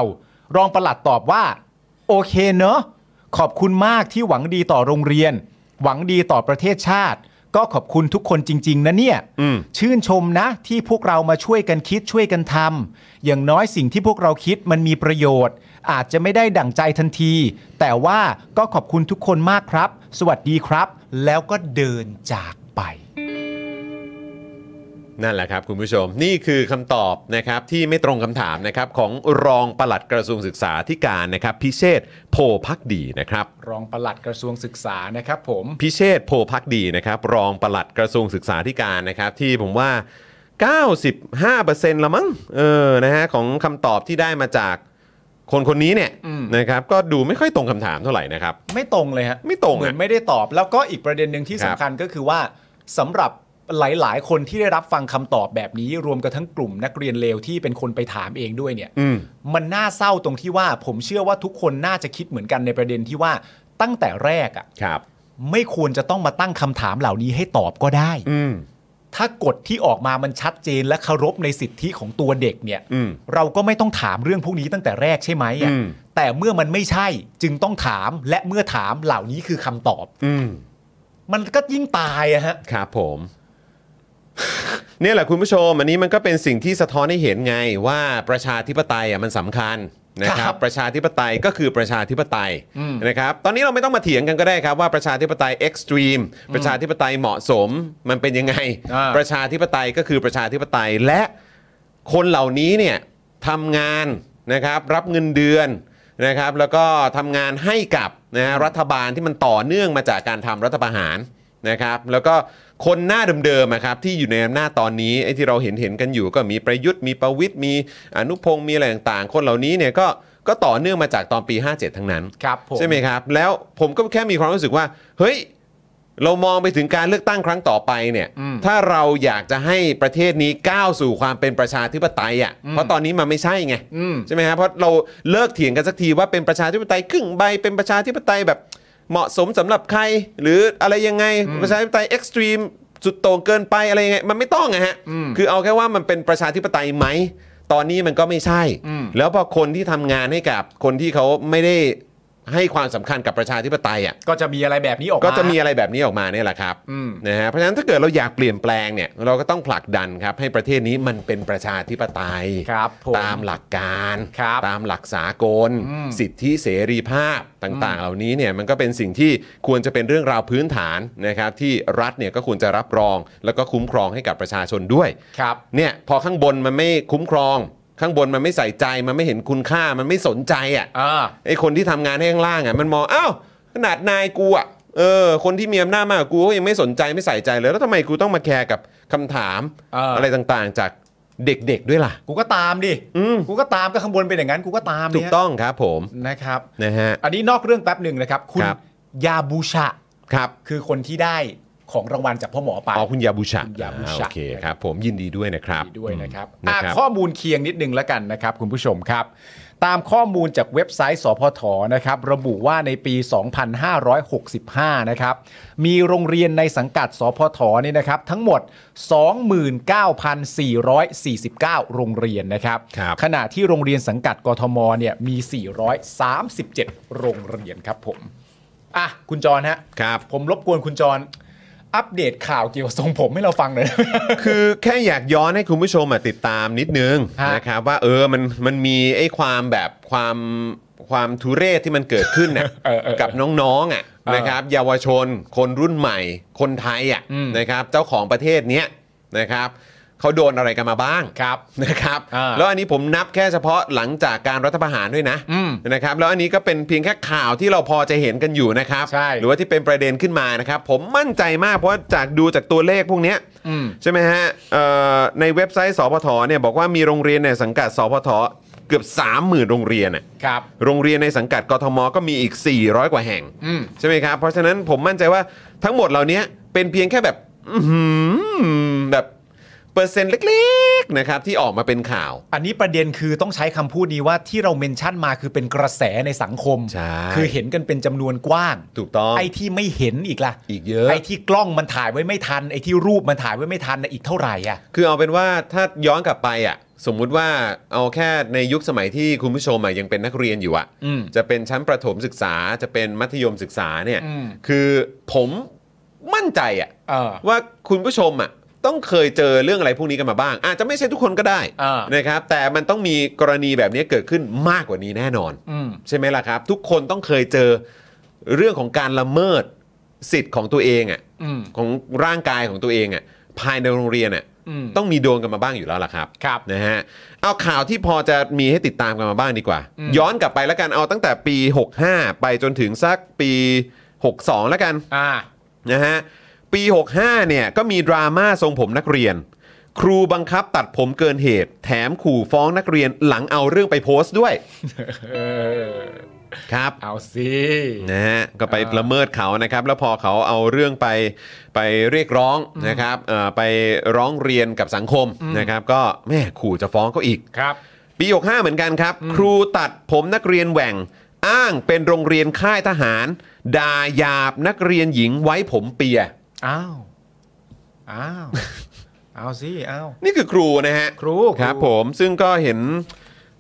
รองปลัดตอบว่า โอเคเนอะขอบคุณมากที่หวังดีต่อโรงเรียน หวังดีต่อประเทศชาติ ก็ขอบคุณทุกคนจริง ๆ นะเนี่ย
อืม
ชื่นชมนะที่พวกเรามาช่วยกันคิดช่วยกันทำอย่างน้อยสิ่งที่พวกเราคิดมันมีประโยชน์ อาจจะไม่ได้ดั่งใจทันที แต่ว่าก็ขอบคุณทุกคนมากครับ สวัสดีครับ แล้วก็เดินจากไป
นั่นแหละครับคุณผู้ชมนี่คือคำตอบนะครับที่ไม่ตรงคำถามนะครับของรองปลัดกระทรวงศึกษาธิการนะครับ พิเชษฐ์โพพักดีนะครับ
รองปลัดกระทรวงศึกษานะครับผม
พิเชษฐ์โพพักดีนะครับ รองปลัดกระทรวงศึกษาธิการนะครับ ที่ผมว่า 95%ละมั้งเออนะฮะของคำตอบที่ได้มาจากคนคนนี้เนี่ย
อืม
นะครับ ก็ดูไม่ค่อยตรงคำถามเท่าไหร่นะครับ
ไม่ตรงเลยฮะ
ไม่ตรงอะ
เหมือนไม่ได้ตอบ แล้วก็อีกประเด็นหนึ่งที่
ครั
สำ
บ
คัญก็คือว่าสำหรับหลาย ๆ คนที่ได้รับฟังคำตอบแบบนี้ รวมกับทั้งกลุ่มนักเรียนเลวที่เป็นคนไปถามเองด้วยเนี่ย
อืม
มันน่าเศร้าตรงที่ว่าผมเชื่อว่าทุกคนน่าจะคิดเหมือนกันในประเด็นที่ว่าตั้งแต่แรกอะ
ครับ
ไม่ควรจะต้องมาตั้งคำถามเหล่านี้ให้ตอบก็ได้
อืม
ถ้ากฎที่ออกมามันชัดเจนและเคารพในสิทธิของตัวเด็กเนี่ย
อืม
เราก็ไม่ต้องถามเรื่องพวกนี้ตั้งแต่แรกใช่ไหมอะ
อืม
แต่เมื่อมันไม่ใช่จึงต้องถามและเมื่อถามเหล่านี้คือคำตอบ
อืม
มันก็ยิ่งตายอะฮะ
ครับผม เนี่ยแหละคุณผู้ชม อันนี้มันก็เป็นสิ่งที่สะท้อนให้เห็นไงว่าประชาธิปไตยอ่ะมันสำคัญนะค
ครั
รับ
บ
ประชาธิปไตยก็คือประชาธิปไตยนะครับ ตอนนี้เราไม่ต้องมาเถียงกันก็ได้ครับว่าประชาธิปไตยเอ็กซ์ตรีมประชาธิปไตยเหมาะสมมันเป็นยังไง
อ่า
ประชาธิปไตยก็คือประชาธิปไตยและคนเหล่านี้เนี่ยทำงานนะครับรับเงินเดือนนะครับ แล้วก็ทำงานให้กับนะฮะรัฐบาลที่มันต่อเนื่องมาจากการทำรัฐประหารนะครับ แล้วก็คนหน้าเดิมๆอะครับที่อยู่ในอำนาจตอนนี้ไอ้ที่เราเห็นเห็นๆกันอยู่ก็มีประยุทธ์มีประวิทย์มีอนุพงศ์มีอะไรต่างๆ คนเหล่านี้เนี่ยก็ก็ต่อเนื่องมาจากตอนปี 57 ทั้งนั้น
ครับผม
ใช่ไหมครับ แล้วผมก็แค่มีความรู้สึกว่า เฮ้ย เรามองไปถึงการเลือกตั้งครั้งต่อไปเนี่ย
อืม
ถ้าเราอยากจะให้ประเทศนี้ก้าวสู่ความเป็นประชาธิปไตยอ่ะ เพราะตอนนี้มันไม่ใช่ไง
อืม
ใช่ไหมครับเพราะเราเลิกเถียงกันสักทีว่าเป็นประชาธิปไตยครึ่งใบเป็นประชาธิปไตยแบบ เหมาะสมสำหรับใคร หรืออะไรยังไงประชาธิปไตยเอ็กซ์ตรีมสุดโต่งเกินไปอะไรยังไง มันไม่ต้องนะฮะ คือเอาแค่ว่ามันเป็นประชาธิปไตยไหม ตอนนี้มันก็ไม่ใช่ แล้วพอคนที่ทำงานให้กับคนที่เขาไม่ได้ให้ความสำคัญกับประชาธิปไตยอ่ะ
ก็จะมีอะไรแบบนี้ออกมา
ก็จะมีอะไรแบบนี้ออกมาเนี่ยแหละครับ
อืม
นะฮะเพราะฉะนั้นถ้าเกิดเราอยากเปลี่ยนแปลงเนี่ยเราก็ต้องผลักดันครับ ให้ประเทศนี้มันเป็นประชาธิปไตย
ครับผม
ตามหลักการ
ครับ
ตามหลักสากล
อืม
สิทธิเสรีภาพต่าง ๆ เหล่านี้เนี่ยมันก็เป็นสิ่งที่ควรจะเป็นเรื่องราวพื้นฐานนะครับที่รัฐเนี่ยก็ควรจะรับรอง แล้วก็คุ้มครองให้กับประชาชนด้วย
ครับ
เนี่ยพอข้างบนมันไม่คุ้มครอง ข้างบนมันไม่ใส่ใจมันไม่เห็นคุณค่ามันไม่สนใจอ่ะ
อ่า
ไอ้คนที่ทำงานให้ข้างล่างอ่ะมันมองอ้าวขนาดนายกูอ่ะเออคนที่มีอำนาจมากกว่ากูก็ยังไม่สนใจไม่ใส่ใจเลยแล้วทำไมกูต้องมาแคร์กับคำถาม
เอออ
ไรต่างๆ จากเด็กๆด้วยล่ะ
กูก็ตามดิ
อืม
กูก็ตามก็ข้างบนเป็นอย่างนั้นกูก็ตาม
ถูก
เนี่ย
ต้องครับผม
นะครับ
นะฮะ
อันนี้นอกเรื่องแป๊บหนึ่งนะครับ คุณ
ครับ
ยาบูชะ
ครับ
คือคนที่ได้ของรางวัลจากพ่อหมอไป
อ๋อคุณยาบุชะ
คุณยาบุชะ
อ่โอเคครับ ผมยินดีด้วยนะครับ
ดีด้วยนะครับ
อืมนะ
อ่ะ
ครับ
ข้อมูลเคียงนิดนึงแล้วกันนะครับ คุณผู้ชมครับ ตามข้อมูลจากเว็บไซต์ สพทนะครับ ระบุว่าในปี 2565 นะครับ มีโรงเรียนในสังกัด สพทเนี่ยนะครับ ทั้งหมด 29,449 โรงเรียนนะครับ
ครับ
ขณะที่โรงเรียนสังกัดกทมเนี่ยมี 437 โรงเรียนครับผม อ่ะ คุณจรฮะ
ครับ
ผมรบกวนคุณจรอัปเดตข่าวเกี่ยวกับทรงผมให้เราฟังหน่อย
คือแค่อยากย้อนให้คุณผู้ชมอะติดตามนิดนึง
ฮะ
นะครับว่าเออมันมันมีไอ้ความแบบความความทุเรศที่มันเกิดขึ้นน่ะ
เออเออ
กับน้องๆอ่ะ
เออ
นะครับเยาวชน คนรุ่นใหม่ คนไทยอ่ะ
อืม
นะครับเจ้าของประเทศเนี้ยนะครับเขาโดนอะไรกันมาบ้าง
ครับ
นะครับ
อ่า
แล้วอันนี้ผมนับแค่เฉพาะหลังจากการรัฐประหารด้วยนะ
อืม
นะครับแล้วอันนี้ก็เป็นเพียงแค่ข่าวที่เราพอจะเห็นกันอยู่นะครับ
ใช่
หรือว่าที่เป็นประเด็นขึ้นมานะครับผมมั่นใจมากเพราะว่าจากดูจากตัวเลขพวกเนี้ย
อืม
ใช่ไหมฮะเอ่อในเว็บไซต์สพทเนี่ยบอกว่ามีโรงเรียนในสังกัดสพทเกือบ 30,000 โรงเรียนน่ะ
ครับ
โรงเรียนในสังกัดกทมก็มีอีก 400 กว่าแห่ง
อืม
ใช่ไหมครับ เพราะฉะนั้นผมมั่นใจว่าทั้งหมดเหล่านี้เป็นเพียงแค่แบบอื้อหือแบบเปอร์เซ็นต์เล็กๆนะครับที่ออกมาเป็นข่าว
อันนี้ประเด็นคือต้องใช้คำพูดนี้ว่าที่เราเมนชั่นมาคือเป็นกระแสในสังคม
ใช่
คือเห็นกันเป็นจำนวนกว้าง
ถูกต้อง
ไอ้ที่ไม่เห็นอีกล่ะ
อีกเยอะ
ไอ้ที่กล้องมันถ่ายไว้ไม่ทัน ไอ้ที่รูปมันถ่ายไว้ไม่ทันน่ะอีกเท่าไหร่อ่ะ
คือเอาเป็นว่าถ้าย้อนกลับไปอ่ะสมมุติว่าเอาแค่ในยุคสมัยที่คุณผู้ชมอ่ะยังเป็นนักเรียนอยู่อ่ะ
อืม
จะเป็นชั้นประถมศึกษาจะเป็นมัธยมศึกษาเนี่ย
อืม
คือผมมั่นใจอ่ะ
เออ
ว่าคุณผู้ชมอ่ะต้องเคยเจอเรื่องอะไรพวกนี้กันมาบ้าง อาจจะไม่ใช่ทุกคนก็ได้
อ่าน
นะครับแต่มันต้องมีกรณีแบบนี้เกิดขึ้นมากกว่านี้แน่นอน
อืม
ใช่ไหมล่ะครับ ทุกคนต้องเคยเจอเรื่องของการละเมิดสิทธิ์ของตัวเองอ่ะ
อืม
ของร่างกายของตัวเองอ่ะภายในโรงเรียนอ่ะ
อืม
ต้องมีโดนกันมาบ้างอยู่แล้วล่ะครับ
ครับ
นะฮะเอาข่าวที่พอจะมีให้ติดตามกันมาบ้างดีกว่า
อืม
ย้อนกลับไปแล้วกันเอาตั้งแต่ปี 65 ไปจนถึงสักปี 62 แล้วกัน
อ่า
นะฮะปี 65 เนี่ยก็มีดราม่าทรงผมนักเรียน ครูบังคับตัดผมเกินเหตุ แถมขู่ฟ้องนักเรียนหลังเอาเรื่องไปโพสต์ด้วย
เออ
ครับ
เอาสิ
นะฮะก็ไปละเมิดเขานะครับ แล้วพอเขาเอาเรื่องไปไปเรียกร้องนะครับเอ่อไปร้องเรียนกับสังคมนะครับ ก็แม่ขู่จะฟ้องเขาอีก
ครับ
ปี65เหมือนกันครับ ครูตัดผมนักเรียนแหว่ง อ้างเป็นโรงเรียนค่ายทหารด่าหยาบนักเรียนหญิงไว้ผมเปีย
อ้าว อ้ าว เอาสิเอา
นี่คือครูนะฮะ
ครู
ครับ
ครู
ผมซึ่งก็เห็น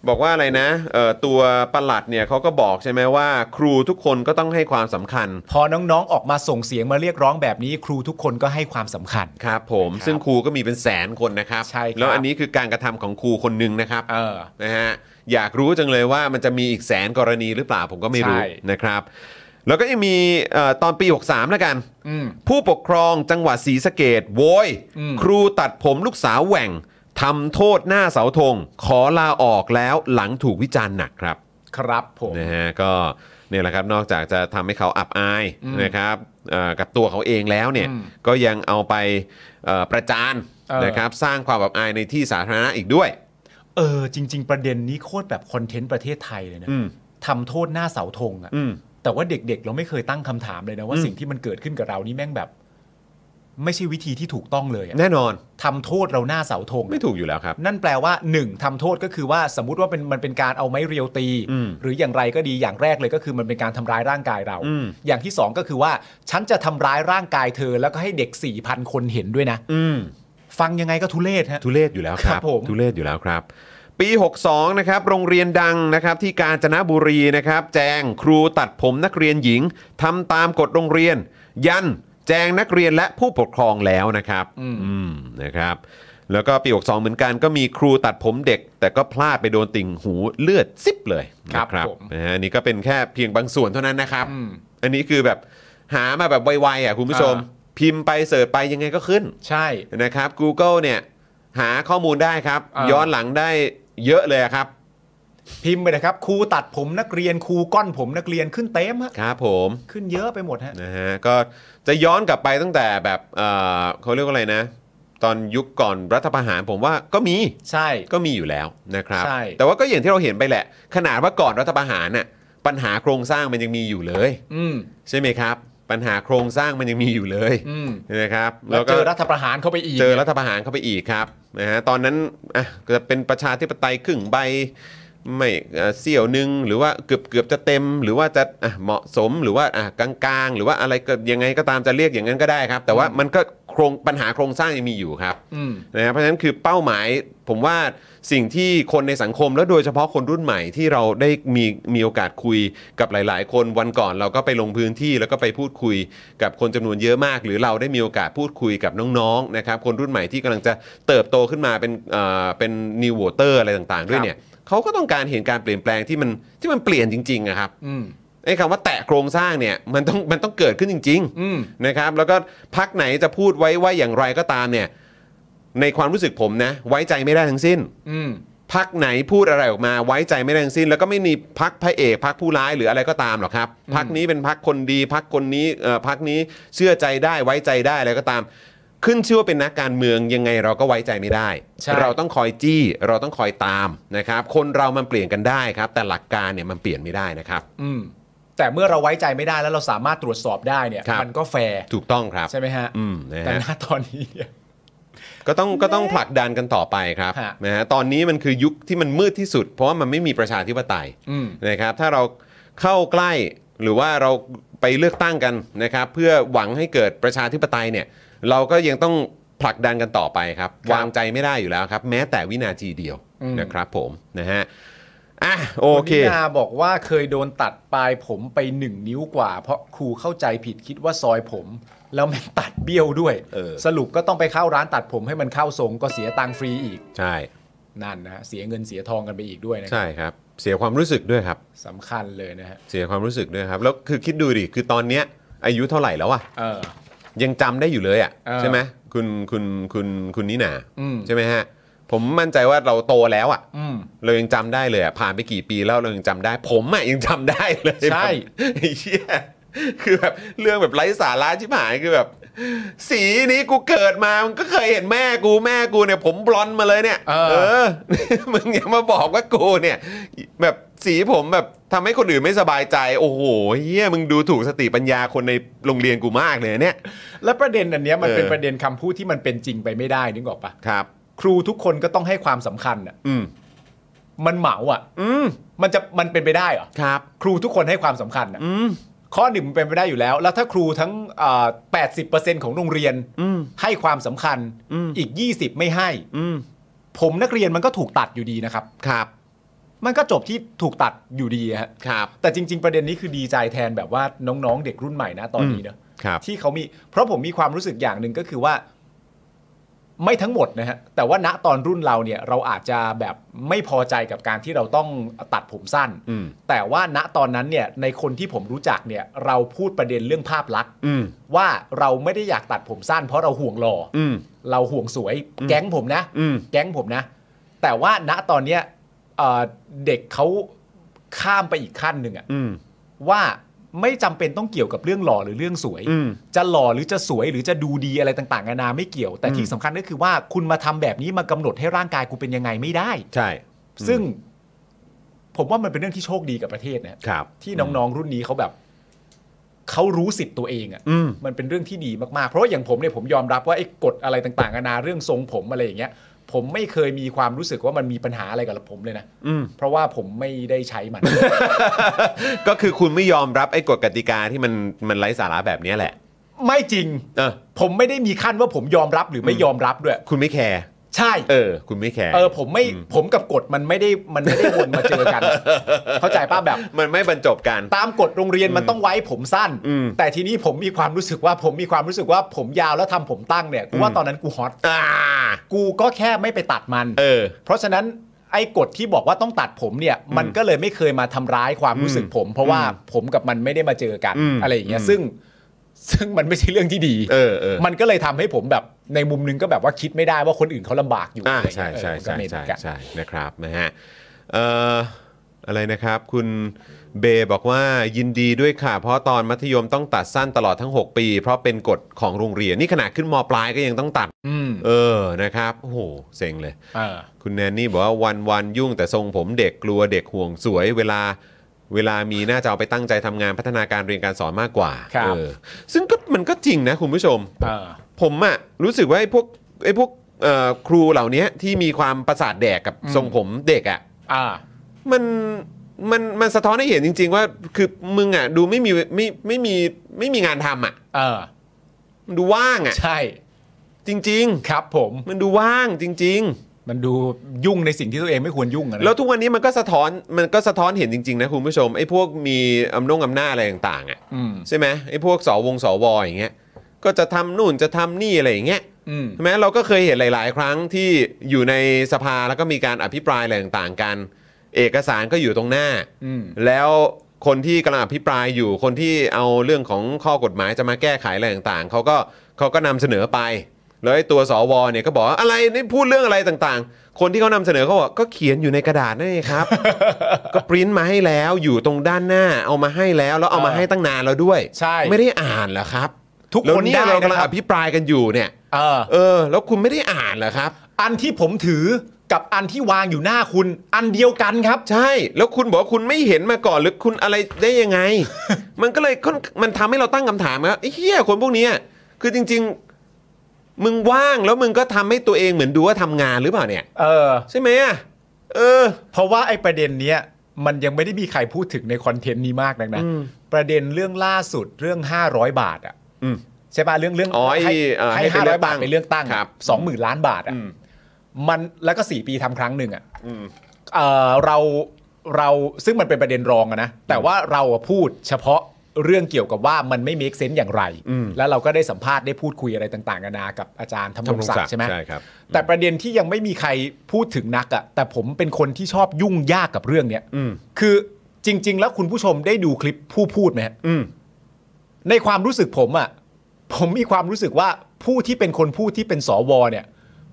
บอกว่าอะไรนะเอ่อตัวประหลัดเนี่ยเขาก็บอกใช่ไหมว่า ครูทุกคนก็ต้องให้ความสำคัญ
พอน้องๆออกมาส่งเสียงมาเรียกร้องแบบนี้ครูทุกคนก็ให้ความสำคัญ
ครับผม
ครับ
ซึ่งครูก็มีเป็นแสนคนนะครับ
ใช่ครับ
แล้วอันนี้คือการกระทำของครูคนหนึ่งนะครับ
เออ
นะฮะอยากรู้จังเลยว่ามันจะมีอีกแสนกรณีหรือเปล่าผมก็ไม่รู้
ใช่
นะครับ แล้วก็ยังมีเอ่อตอนปี 63 แล้วกัน
อืม
ผู้ปกครองจังหวัดศรีสะเกดโวย
อืม
ครูตัดผมลูกสาวแหว่งทำโทษหน้าเสาธง ขอลาออกแล้วหลังถูกวิจารณ์หนักครับ
ครับผม
นะฮะก็เนี่ยแหละครับนอกจากจะทำให้เขาอับอายนะครับเอ่อกับตัวเขาเองแล้วเนี่ย
อืม
ก็ยังเอาไปเอ่อประจาน
เออ
นะครับสร้างความอับอายในที่สาธารณะอีกด้วย
เออ จริง ๆ ประเด็นนี้โคตรแบบคอนเทนต์ประเทศไทยเลยนะ
อืม
ทำโทษหน้าเสาธงอะ
อืม
แต่ว่าเด็กๆ เราไม่เคยตั้งคำถามเลยนะ ว่า
อืม
สิ่งที่มันเกิดขึ้นกับเรานี่แม่งแบบ ไม่ใช่วิธีที่ถูกต้องเลยอะ
แน่นอน
ทำโทษเราหน้าเสาธงอะ
ไม่ถูกอยู่แล้วครับ
นั่นแปลว่า 1ทำโทษก็คือว่าสมมติว่าเป็นมันเป็นการเอาไม้เรียวตี
อืม
หรืออย่างไรก็ดีอย่างแรกเลยก็คือมันเป็นการทำร้ายร่างกายเรา
อืม
อย่างที่ 2 ก็คือว่า ฉันจะทำร้ายร่างกายเธอ แล้วก็ให้เด็ก4ี่พันคนเห็นด้วยนะ
อืม
ฟังยังไงก็ทุเลศฮะ
ทุเรศอยู่แล้วค
ครั
รับบ
ผม
ทุเรศอยู่แล้วครับ ปี 62 นะครับ โรงเรียนดังนะครับที่กาญจนบุรีนะครับ แจงครูตัดผมนักเรียนหญิงทำตามกฎโรงเรียน ยันแจงนักเรียนและผู้ปกครองแล้วนะครับ อืมนะครับ แล้วก็ปี 62 เหมือนกันก็มีครูตัดผมเด็ก แต่ก็พลาดไปโดนติ่งหูเลือดซิบเลย
ครับ
นะ
ผม
นะฮะอันนี้ก็เป็นแค่เพียงบางส่วนเท่านั้นนะครับ
อืม
อันนี้คือแบบหามาแบบไวๆอ่ะคุณผู้ชม
อ่า
พิมพ์ไปเสิร์ชไปยังไงก็ขึ้น
ใช่
นะครับ Google เนี่ยหาข้อมูลได้ครับ
เออ
ย้อนหลังได้เยอะเลยอะครับ
พิมพ์ไปนะครับครูตัดผมนักเรียนครูก้อนผมนักเรียนขึ้นเต็มฮะ
ครับผม
ขึ้นเยอะไปหมดฮะ
นะฮะก็จะย้อนกลับไปตั้งแต่แบบเอ่อเขาเรียกว่าอะไรนะ ตอนยุคก่อนรัฐประหารผมว่าก็มี
ใช่
ก็มีอยู่แล้วนะครับ
ใช่
แต่ว่าก็อย่างที่เราเห็นไปแหละ ขนาดว่าก่อนรัฐประหารน่ะปัญหาโครงสร้างมันยังมีอยู่เลย
อืม
ใช่ไหมครับ ปัญหาโครงสร้างมันยังมีอยู่เลย
อืม
นะครับ
แล้วเจอรัฐประหารเข้าไปอีก
เจอรัฐประหารเข้าไปอีกครับนะฮะตอนนั้นอ่ะจะเป็นประชาธิปไตยครึ่งใบไม่เอ่อเสี่ยวหนึ่งหรือว่าเกือบเกือบจะเต็ม หรือว่าจะอ่ะเหมาะสมหรือว่าอ่ะกลางๆ หรือว่าอะไรก็ยังไงก็ตามจะเรียกอย่างนั้นก็ได้ครับ แต่ว่ามันก็โครงปัญหาโครงสร้างยังมีอยู่ครับ
อืม
นะฮะเพราะฉะนั้นคือเป้าหมายผมว่าสิ่งที่คนในสังคม แล้วโดยเฉพาะคนรุ่นใหม่ที่เราได้มีมีโอกาสคุยกับหลาย ๆ คนวันก่อนเราก็ไปลงพื้นที่แล้วก็ไปพูดคุย กับคนจำนวนเยอะมาก หรือเราได้มีโอกาสพูดคุยกับน้องๆนะครับคนรุ่นใหม่ที่กำลังจะเติบโตขึ้นมาเป็นเอ่อเป็นนิวโวเตอร์อะไรต่างๆ ด้วยเนี่ยเขาก็ต้องการเห็นการเปลี่ยนแปลงที่มันที่มันเปลี่ยนจริงๆอะครับ
อืม
ไอ้คำว่าแตะโครงสร้างเนี่ยมันต้องมันต้องเกิดขึ้นจริง ๆ
อืม
นะครับแล้วก็พักไหนจะพูดไว้ว่าอย่างไรก็ตามเนี่ยในความรู้สึกผมนะ ไว้ใจไม่ได้ทั้งสิ้น
อืม
พักไหนพูดอะไรออกมาไว้ใจไม่ได้ทั้งสิ้น แล้วก็ไม่มีพักพระเอกพักผู้ร้ายหรืออะไรก็ตามหรอกครับพักนี้เป็นพักคนดีพักคนนี้เอ่อพักนี้เชื่อใจได้ไว้ใจได้อะไรก็ตาม ขึ้นชื่อว่าเป็นนักการเมืองยังไงเราก็ไว้ใจไม่ได้
ใช่
เราต้องคอยจี้เราต้องคอยตามนะครับคนเรามันเปลี่ยนกันได้ครับ แต่หลักการเนี่ยมันเปลี่ยนไม่ได้นะครับ
อืมแต่เมื่อเราไว้ใจไม่ได้แล้วเราสามารถตรวจสอบได้เนี่ย
ครับ
มันก็แฟร์
ถูกต้องครับ
ใช่ไหมฮะ
อืมนะฮะ
แต่ณตอนนี้ เนี่ย
ก็ต้องก็ต้องผลักดันกันต่อไปครับ
ฮะ
นะฮะตอนนี้มันคือยุคที่มันมืดที่สุด เพราะว่ามันไม่มีประชาธิปไตย
อืม
นะครับ ถ้าเราเข้าใกล้หรือว่าเราไปเลือกตั้งกันนะครับ เพื่อหวังให้เกิดประชาธิปไตยเนี่ย เราก็ยังต้องผลักดันกันต่อไปครับ
ครับ
วางใจไม่ได้อยู่แล้วครับ แม้แต่วินาทีเดียว
อืม
นะครับ ผมนะฮะอ่ะโอเค
ณนินาบอกว่าเคยโดนตัดปลายผมไปหนึ่งนิ้วกว่า เพราะครูเข้าใจผิดคิดว่าซอยผม แล้วแม่งตัดเบี้ยวด้วย
เออ
สรุปก็ต้องไปเข้าร้านตัดผมให้มันเข้าทรงก็เสียตังค์ฟรีอีก
ใช่
นั่นนะฮะเสียเงินเสียทองกันไปอีกด้วยนะ
ใช่ครับ เสียความรู้สึกด้วยครับ
สำคัญเลยนะฮะ
เสียความรู้สึกด้วยครับแล้วคือคิดดูดิคือตอนเนี้ยอายุเท่าไหร่แล้วอะ
เออ
ยังจำได้อยู่เลยอ่ะ
เออ
ใช่ไหมคุณคุณคุณคุณนิหนา
อืม
ใช่ไหมฮะ ผมมั่นใจว่าเราโตแล้วอ่ะ
อืม
เรายังจำได้เลยอ่ะผ่านไปกี่ปีแล้วเรายังจำได้ ผมอ่ะยังจำได้เลย
ใช่
แบบ ไอ้เหี้ยคือแบบเรื่องแบบไร้สาระชิบหายคือแบบ สีนี้กูเกิดมามึงก็เคยเห็นแม่กูแม่กูเนี่ย ผมบลอนด์มาเลยเนี่ย
เออ
อ มึงอย่ามาบอกว่ากูเนี่ย แบบสีผมแบบทำให้คนอื่นไม่สบายใจ โอ้โหเฮียมึงดูถูกสติปัญญาคนในโรงเรียนกูมากเลยเนี่ย
และประเด็นอันเนี้ยมันเป็น
เออ
ประเด็นคำพูดที่มันเป็นจริงไปไม่ได้นึกออกปะ
ครับ
ครูทุกคนก็ต้องให้ความสำคัญอ่ะ
อืม
มันเหมาอ่ะ
อืม
มันจะมันเป็นไปได้เหรอ
ครับ
ครูทุกคนให้ความสำคัญนะ
อืม
ข้อหนึ่งมันเป็นไปได้อยู่แล้ว แล้วถ้าครูทั้งอ่า80%ของโรงเรียน
อืม
ให้ความสำคัญ
อืม
อีก 20 ไม่ให้
อืม
ผมนักเรียนมันก็ถูกตัดอยู่ดีนะครับ
ครับ
มันก็จบที่ถูกตัดอยู่ดีฮะ
ครับ
แต่จริง ๆ ประเด็นนี้คือดีใจแทนแบบว่าน้องๆ เด็กรุ่นใหม่นะตอนนี้เนอะ
ครับ
ที่เขามี เพราะผมมีความรู้สึกอย่างหนึ่งก็คือว่า ไม่ทั้งหมดนะฮะแต่ว่าณตอนรุ่นเราเนี่ย เราอาจจะแบบไม่พอใจกับการที่เราต้องตัดผมสั้น
อืม
แต่ว่าณตอนนั้นเนี่ยในคนที่ผมรู้จักเนี่ย เราพูดประเด็นเรื่องภาพลักษณ์
อืม
ว่าเราไม่ได้อยากตัดผมสั้น เพราะเราห่วงหล่ออ
อืม
เราห่วงสวยแก๊งผมนะ
อืม
แก๊งผมนะ แต่ว่าณตอนเนี้ยเอ่อเด็กเขาข้ามไปอีกขั้นหนึ่งอะ
อืม
ว่าไม่จำเป็นต้องเกี่ยวกับเรื่องหล่อหรือเรื่องสวย
อืม
จะหล่อหรือจะสวยหรือจะดูดีอะไรต่างๆนานาไม่เกี่ยว แต่ที่สำคัญก็คือว่าคุณมาทำแบบนี้มากำหนดให้ร่างกายกูเป็นยังไงไม่ได้
ใช่
ซึ่ง ผมว่ามันเป็นเรื่องที่โชคดีกับประเทศนะ
ครับ
ที่น้องๆ รุ่นนี้เขาแบบ เขารู้สิทธิ์ตัวเองอะ่ะมันเป็นเรื่องที่ดีมากๆ เพราะว่าอย่างผมเนี่ยผมยอมรับว่าไอ้กฎอะไรต่างๆนานาเรื่องทรงผมอะไรอย่างเงี้ย ผมไม่เคยมีความรู้สึกว่ามันมีปัญหาอะไรกับผมเลยนะเพราะว่าผมไม่ได้ใช้มัน
ก็คือคุณไม่ยอมรับไอ้กฎกติกาที่มันมันไร้สาระแบบเนี้ยแหละ
ไม่จริง
เออ
ผมไม่ได้มีขั้นว่าผมยอมรับหรือไม่ยอมรับด้วย
คุณไม่แคร์
ใช่
เออ คุณไม่แคร์
เออผมไม่ผมกับกฎมันไม่ได้มันไม่ได้วนมาเจอ กัน เข้าใจป้าแบบ
มันไม่บรรจบกัน
ตามกฎโรงเรียนมันต้องไว้ผมสั้น
อืม
แต่ทีนี้ผมมีความรู้สึกว่าผมมีความรู้สึกว่าผมยาวแล้วทำผมตั้งเนี่ยกูว่าตอนนั้นกูฮอต
อ่า
กูก็แค่ไม่ไปตัดมัน
เออ
เพราะฉะนั้นไอ้กฎที่บอกว่าต้องตัดผมเนี่ย มันก็เลยไม่เคยมาทำร้ายความรู้สึกผม เพราะว่าผมกับมันไม่ได้มาเจอกัน
อืม
อะไรอย่างเงี้ยซึ่งซึ่งมันไม่ใช่เรื่องที่ดี
เออเออ
มันก็เลยทำให้ผมแบบในมุมนึงก็แบบว่าคิดไม่ได้ว่าคนอื่นเขาลำบากอยู่
อ่า
อะไร
ใช่
เงี้ย
ใช่
เออก็
ใช่
ไม่เหมื
ใช่
อนกัน
ใช่นะครับนะฮะเอ่ออะไรนะครับ คุณเบบอกว่ายินดีด้วยค่ะ เพราะตอนมัธยมต้องตัดสั้นตลอดทั้ง 6 ปี เพราะเป็นกฎของโรงเรียน นี่ขนาดขึ้นมปลายก็ยังต้องตัด
อืม
เออนะครับโอ้โหเซ็งเลย
เออ
คุณแนนนี่บอกว่าวันวันๆยุ่งแต่ทรงผมเด็กกลัวเด็กห่วงสวย เวลาเวลามีน่าจะเอาไปตั้งใจทำงานพัฒนาการเรียนการสอนมากกว่า
ครับ
เออซึ่งก็มันก็จริงนะคุณผู้ชม
เออ
ผมอะรู้สึกว่าไอ้พวกไอ้พวกเอ่อครูเหล่านี้ที่มีความประสาทแดกกับ
อืม
ทรงผมเด็กอะ
อ่า
มันมันมันสะท้อนให้เห็นจริง ๆ ว่าคือมึงอะดูไม่มีไม่ไม่มีไม่มีงานทำอะ
เออ
มันดูว่างอะ
ใช่
จริง
ครับผม
ๆ มันดูว่างจริง ๆ
มันดูยุ่งในสิ่งที่ตัวเองไม่ควรยุ่งอะนะ
แล้วทุกวันนี้มันก็สะท้อนมันก็สะท้อนเห็นจริง ๆ นะคุณผู้ชมไอ้พวกมีอำนงอำนาจอะไรต่างๆอ่ะ
อืม
ใช่ไหมไอ้พวกสวงสวอย่างเงี้ยก็จะทำนู่นจะทำนี่อะไรอย่างเงี้ย
อืม
ใช่ไหมเราก็เคยเห็นหลาย ๆ ครั้งที่อยู่ในสภาแล้วก็มีการอภิปรายอะไรต่างๆกัน เอกสารก็อยู่ตรงหน้า
อืม
แล้วคนที่กำลังอภิปรายอยู่คนที่เอาเรื่องของข้อกฎหมายจะมาแก้ไขอะไรต่างๆเขาก็เขาก็นำเสนอไป แล้วไอ้ตัวสวเนี่ยก็บอกว่าอะไรนี่พูดเรื่องอะไรต่างๆ คนที่เขานำเสนอเขาบอกก็เขียนอยู่ในกระดาษนั่นเอง ครับ ก็ปริ้นมาให้แล้วอยู่ตรงด้านหน้า เอามาให้แล้วแล้วเอามาให้ตั้งนานแล้วด้วย
ใช่
ไม่ได้อ่านเหรอครับ
ทุกคน
แล้วเย
ได้
เรา
นะครับ
กำลังอภิปรายกันอยู่เนี่ย
เออ
เออ แล้วคุณไม่ได้อ่านเหรอครับ
อันที่ผมถือกับอันที่วางอยู่หน้าคุณ อันเดียวกันครับ
ใช่ แล้วคุณบอกว่าคุณไม่เห็นมาก่อนหรือคุณอะไรได้ยัง ไง มันก็เลยค่อนมันทำให้เราตั้งคำถามว่าไอ้เฮียคนพวกเนี้ยคือจริง ๆ มึงว่างแล้วมึงก็ทำให้ตัวเองเหมือนดูว่าทำงานหรือเปล่าเนี่ย
เออ
ใช่ไหมอ่ะเออ
เพราะว่าไอ้ประเด็นเนี้ยมันยังไม่ได้มีใครพูดถึงในคอนเทนต์นี้มากนักนะ ประเด็นเรื่องล่าสุดเรื่อง 500 บาทอ่ะ
อืม
ใช่ป่ะเรื่องเรื่อง
อ๋อไอ้
ให้
เอ่อให้
ให้
ไป
ห้า
เลื
ร้อ
อย ก
บา
ตั้
ท
ง
ไปเลือกตั้ง
ครับ
สองหมื่นล้านบาทอ่ะมันแล้วก็สี่ปีทำครั้งหนึ่งอ่ะเอ่อเราเราซึ่งมันเป็นประเด็นรองอะนะแต่ว่าเราอะพูดเฉพาะเรื่องเกี่ยวกับว่ามันไม่ make sense อย่างไร แล้วเราก็ได้สัมภาษณ์ได้พูดคุยอะไรต่างๆกันานากับอาจารย์ธรรมรงศักดิ์ใช่ไหม
ใช่ครับ
แต่ประเด็นที่ยังไม่มีใครพูดถึงนักอะแต่ผมเป็นคนที่ชอบยุ่งยากกับเรื่องเนี้ย
อืม
คือจริง ๆ แล้วคุณผู้ชมได้ดูคลิปผู้พูดไหมฮะ
อืม
ในความรู้สึกผมอะผมมีความรู้สึกว่าผู้ที่เป็นคนพูดที่เป็นสวเนี่ย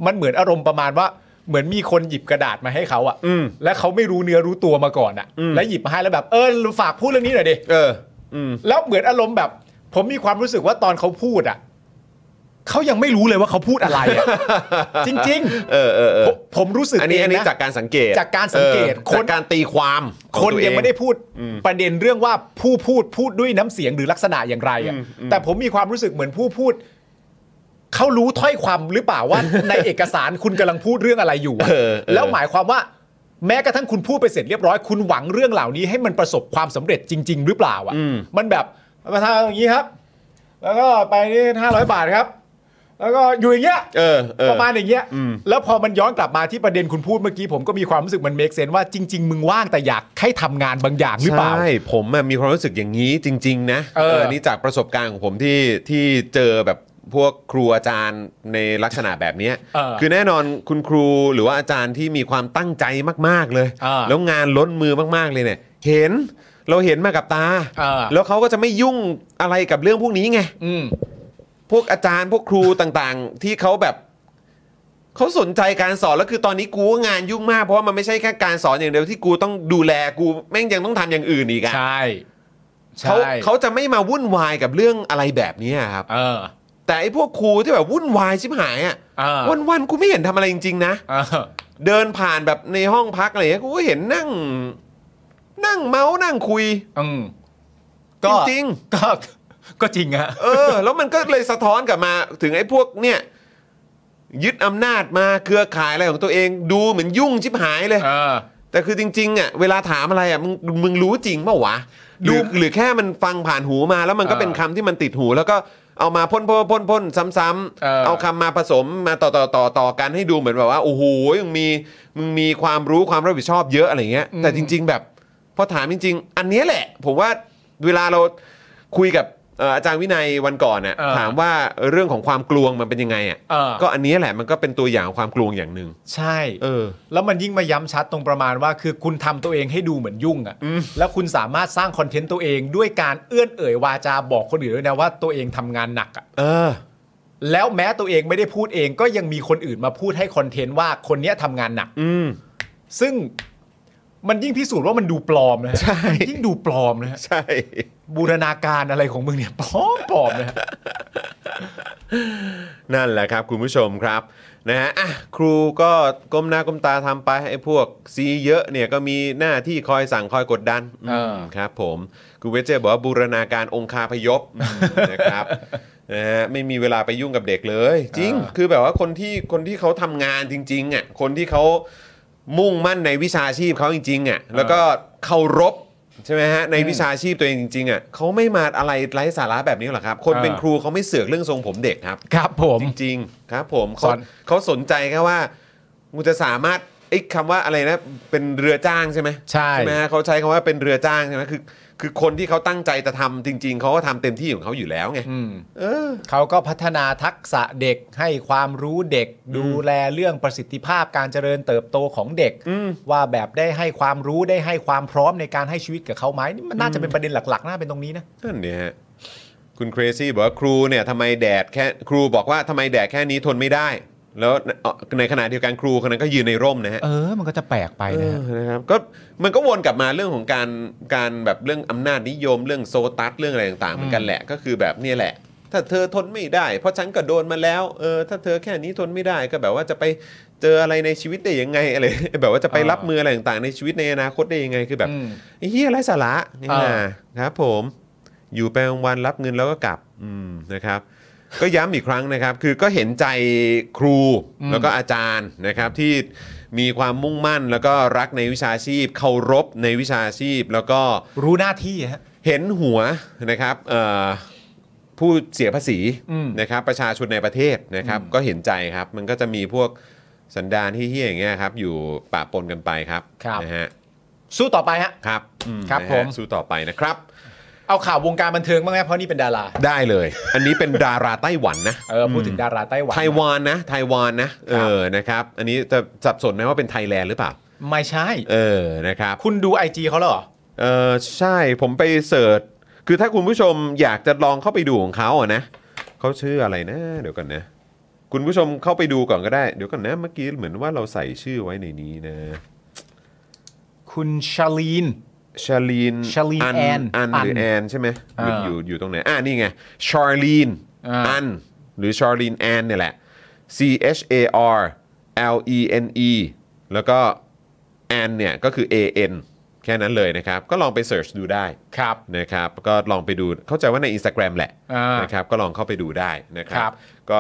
มันเหมือนอารมณ์ประมาณว่า เหมือนมีคนหยิบกระดาษมาให้เขาอะ
อืม
และเขาไม่รู้เนื้อรู้ตัวมาก่อนอะแล้วหยิบมาให้แล้วแบบเออฝากพูดเรื่องนี้หน่อยดิ
เออ อืม
แล้วเหมือนอารมณ์แบบ ผมมีความรู้สึกว่าตอนเขาพูดอ่ะเขายังไม่รู้เลยว่าเขาพูดอะไรอ่ะ จริงๆ
เออเออเออ
ผมผมรู้สึก
อันนี้
เงะ
อันนี้จากการสังเกต
จากการสังเกต
ออ
คน
จากการตีความขอ
คน
ตัวเอ
ยังไม่ได้พูดประเด็นเรื่องว่าผู้พูดพูดด้วยน้ำเสียงหรือลักษณะอย่างไรอ่ะแต่ผมมีความรู้สึกเหมือนผู้พูดเขารู้ถ้อยความหรือเปล่าว่า ในเอกสารคุณกำลังพูดเรื่องอะไรอยู่อะ
เออเออ
แล้วหมายความว่า แม้กระทั่งคุณพูดไปเสร็จเรียบร้อยคุณหวังเรื่องเหล่านี้ให้มันประสบความสำเร็จจริง ๆ หรือเปล่าอ่ะมันแบบมาทำอย่างนี้ครับ แล้วก็ไปนี่ห้าร้อยบาทครับ แล้วก็อยู่อย่างเงี้ย
เออเออ
ประมาณอย่างเงี้ย แล้วพอมันย้อนกลับมาที่ประเด็นคุณพูดเมื่อกี้ผมก็มีความรู้สึกมันเมคเซนว่าจริง ๆ มึงว่างแต่อยากให้ทำงานบางอย่างหรือเปล่า
ใช่ ผมอะมีความรู้สึกอย่างนี้จริง ๆ นะ
เออ
นี่จากประสบการณ์ของผมที่ที่เจอแบบพวกครูอาจารย์ในลักษณะแบบเนี้ย
เออ
คือแน่นอนคุณครูหรือว่าอาจารย์ที่มีความตั้งใจมาก ๆ เลย
เออ
แล้วงานล้นมือมาก ๆ เลยเนี่ย เห็นเราเห็นมากับตา
เออ
แล้วเขาก็จะไม่ยุ่งอะไรกับเรื่องพวกนี้ไง
อืม
พวกอาจารย์พวกครูต่างๆ ที่เขาแบบเขาสนใจการสอนแล้วคือตอนนี้กูก็งานยุ่งมากเพราะว่ามันไม่ใช่แค่การสอนอย่างเดียวที่กูต้องดูแลกูแม่งยังต้องทำอย่างอื่นอีกอะ
ใช่
เขา
ใช่
เขาจะไม่มาวุ่นวายกับเรื่องอะไรแบบนี้ครับ
เออ
แต่ไอ้พวกครูที่แบบวุ่นวายชิบหายอ่ะ
อ่า
วันวันๆกูไม่เห็นทำอะไรจริงๆนะ
เออ
เดินผ่านแบบในห้องพักอะไรเงี้ยกูก็เห็นนั่ง นั่งเมาส์นั่งคุย
อืมก็
จริง
ก็ ก็จริงฮะ
เออ แล้วมันก็เลยสะท้อนกลับมาถึงไอ้พวกเนี่ยยึดอำนาจมาเครือข่ายอะไรของตัวเอง ดูเหมือนยุ่งชิบหายเลย
เออ
แต่คือจริงๆอ่ะเวลาถามอะไรอ่ะมึงมึงรู้จริงเปล่าวะห
ดู
รือหรือแค่มันฟังผ่านหูมาแล้วมันก็
เออ
เป็นคำที่มันติดหู แล้วก็เอามาพ่นพ่นพ่นพ่นซ้ำ
เออ
ๆเอาคำมาผสมมาต่อต่อต่อต่อกันให้ดูเหมือนแบบว่าโอ้โหมึงมีมึงมีความรู้ความรับผิดชอบเยอะอะไรเงี้ย แต่จริง ๆ แบบพอถามจริง ๆ อันเนี้ยแหละ ผมว่าเวลาเราคุยกับเอ่ออาจารย์วินัยวันก่อนน่ะ
เออ
ถามว่าเรื่องของความกลวงมันเป็นยังไงอ่ะ
เออ
ก็อันเนี้ยแหละมันก็เป็นตัวอย่างของความกลวงอย่างหนึ่ง
ใช่
เออ
แล้วมันยิ่งมาย้ำชัดตรงประมาณว่าคือคุณทำตัวเองให้ดูเหมือนยุ่งอะ่ะแล้วคุณสามารถสร้างคอนเทนต์ตัวเองด้วยการเอื้อนเอ่ยวาจาบอกคนอื่นด้วยนะว่าตัวเองทำงานหนักอะ่ะ
เออ
แล้วแม้ตัวเองไม่ได้พูดเองก็ยังมีคนอื่นมาพูดให้คอนเทนต์ว่าคนเนี้ยทำงานหนัก
อืม
ซึ่งมันยิ่งพิสูจน์ว่ามันดูปลอมนะฮะ
ใช่
มันยิ่งดูปลอมนะฮะ
ใช่
บูรณาการอะไรของมึงเนี่ยปลอมปลอมนะฮะ
นั่นแหละครับ คุณผู้ชมครับนะฮะอ่ะครูก็ก้มหน้าก้มตาทำไปไอ้พวกซีเยอะเนี่ยก็มีหน้าที่คอยสั่งคอยกดดัน
เออ
มครับผมคุณเวจเจบอกว่าบูรณาการองคาพยพอืมนะครับ นะฮะไม่มีเวลาไปยุ่งกับเด็กเลย จริง
เออ
คือแบบว่าคนที่คนที่เขาทำงานจริงๆอ่ะคนที่เขามุ่งมั่นในวิชาชีพเขาจริงๆอ่ะแล้วก็เคารพใช่ไหมฮะในวิชาชีพตัวเองจริงๆอ่ะเขาไม่มาอะไรไร้สาระแบบนี้หรอกครับ คนเป็นครูเขาไม่เสือกเรื่องทรงผมเด็กครับ
ครับผม
จริงๆครับผมเขา
สอน
เขาสนใจแค่ว่ามึงจะสามารถไอ้คำว่าอะไรนะเป็นเรือจ้างใช่ไหม
ใช่
ใช่ไหมฮะเขาใช้คำว่าเป็นเรือจ้างใช่ไหมคือคือคนที่เขาตั้งใจจะทำจริง ๆเขาก็ทำเต็มที่ของเขาอยู่แล้วไง
อืม
เออ
เขาก็พัฒนาทักษะเด็กให้ความรู้เด็ก ดูแลเรื่องประสิทธิภาพการเจริญเติบโตของเด็ก ว่าแบบได้ให้ความรู้ได้ให้ความพร้อมในการให้ชีวิตกับเขาไหมนี่มันน่าจะเป็นประเด็นหลักๆน่าเป็นตรงนี้นะ
นั่นเนี่ยฮะคุณเครซี่บอกว่าครูเนี่ยทำไมแดดแค่ครูบอกว่าทำไมแดดแค่นี้ทนไม่ได้ แล้วเอ่อในขณะเดียวกันครูคนนั้นก็ยืนในร่มนะฮะ
เออ มันก็จะแปลกไปนะฮะ
เออนะครับก็มันก็วนกลับมาเรื่องของการการแบบเรื่องอำนาจนิยมเรื่องโซตัสเรื่องอะไรต่างๆเหมือนกันแหละก็คือแบบเนี่ยแหละ ถ้าเธอทนไม่ได้ เพราะฉันก็โดนมาแล้วเออถ้าเธอแค่นี้ทนไม่ได้ก็แบบว่าจะไปเจออะไรในชีวิตได้ยังไงอะไร แบบว่าจะไป
อ่ารั
รับมืออะไรต่างๆในชีวิตในอนาคตได้ยังไงคือแบบ
อืม
ไอ้เฮียไรสาระนี่
อ่า
นะครับผมอยู่ไปวันๆรับเงินแล้วก็กลับอืมนะครับ ก็ย้ำอีกครั้งนะครับ คือก็เห็นใจครูแล้วก็อาจารย์นะครับที่มีความมุ่งมั่น แล้วก็รักในวิชาชีพ เคารพในวิชาชีพ แล้วก็
รู้หน้าที่ฮะ
เห็นหัวนะครับเอ่อผู้เสียภาษี
อืม
นะครับประชาชนในประเทศนะครับ ก็เห็นใจครับ มันก็จะมีพวกสันดานที่เฮี้ยอย่างเงี้ยครับ อยู่ปะปนกันไปครับนะฮะ
สู้ต่อไปฮะ
ครับอืม
ครับ
นะฮะ
ผม
สู้ต่อไปนะครับ
เอาข่าววงการบันเทิงบ้างไหมเพราะนี่เป็นดารา
ได้เลย อันนี้เป็นดาราไต้หวันนะ
เออพูดถึงดาราไต้หวัน
ไต้หวันนะไต้หวันนะเออนะครับ อันนี้จะสับสนไหมว่าเป็นไทยแลนด์หรือเปล่า
ไม่ใช่
เออนะครับ
คุณดูไอจีเขาแล้วเหรอ
เออใช่ผมไปเสิร์ชคือถ้าคุณผู้ชมอยากจะลองเข้าไปดูของเขาอะนะเขาชื่ออะไรนะ เดี๋ยวก่อนนะ คุณผู้ชมเข้าไปดูก่อนก็ได้เดี๋ยวก่อนนะเมื่อกี้เหมือนว่าเราใส่ชื่อไว้ในนี้นะ
คุณชาลีน
ชาลีน
Charlene
อั
Ann
อันหรือ
อัน
แอนใช่ไหมหรืออ
เอออยู่
อยู่ตรงไหนอ่านี่ไงชาลีน
อ่า
อันหรือชาลีนแอนเนี่ยแหละ C H A R L E N E แล้วก็แอนเนี่ยก็คือ A N แค่นั้นเลยนะครับ ก็ลองไปเสิร์ชดูได้
ครับ
นะครับ ก็ลองไปดูเข้าใจว่าใน Instagram แหละ
อ่าน
นะครับ ก็ลองเข้าไปดูได้นะครั
ครับ บ
ก็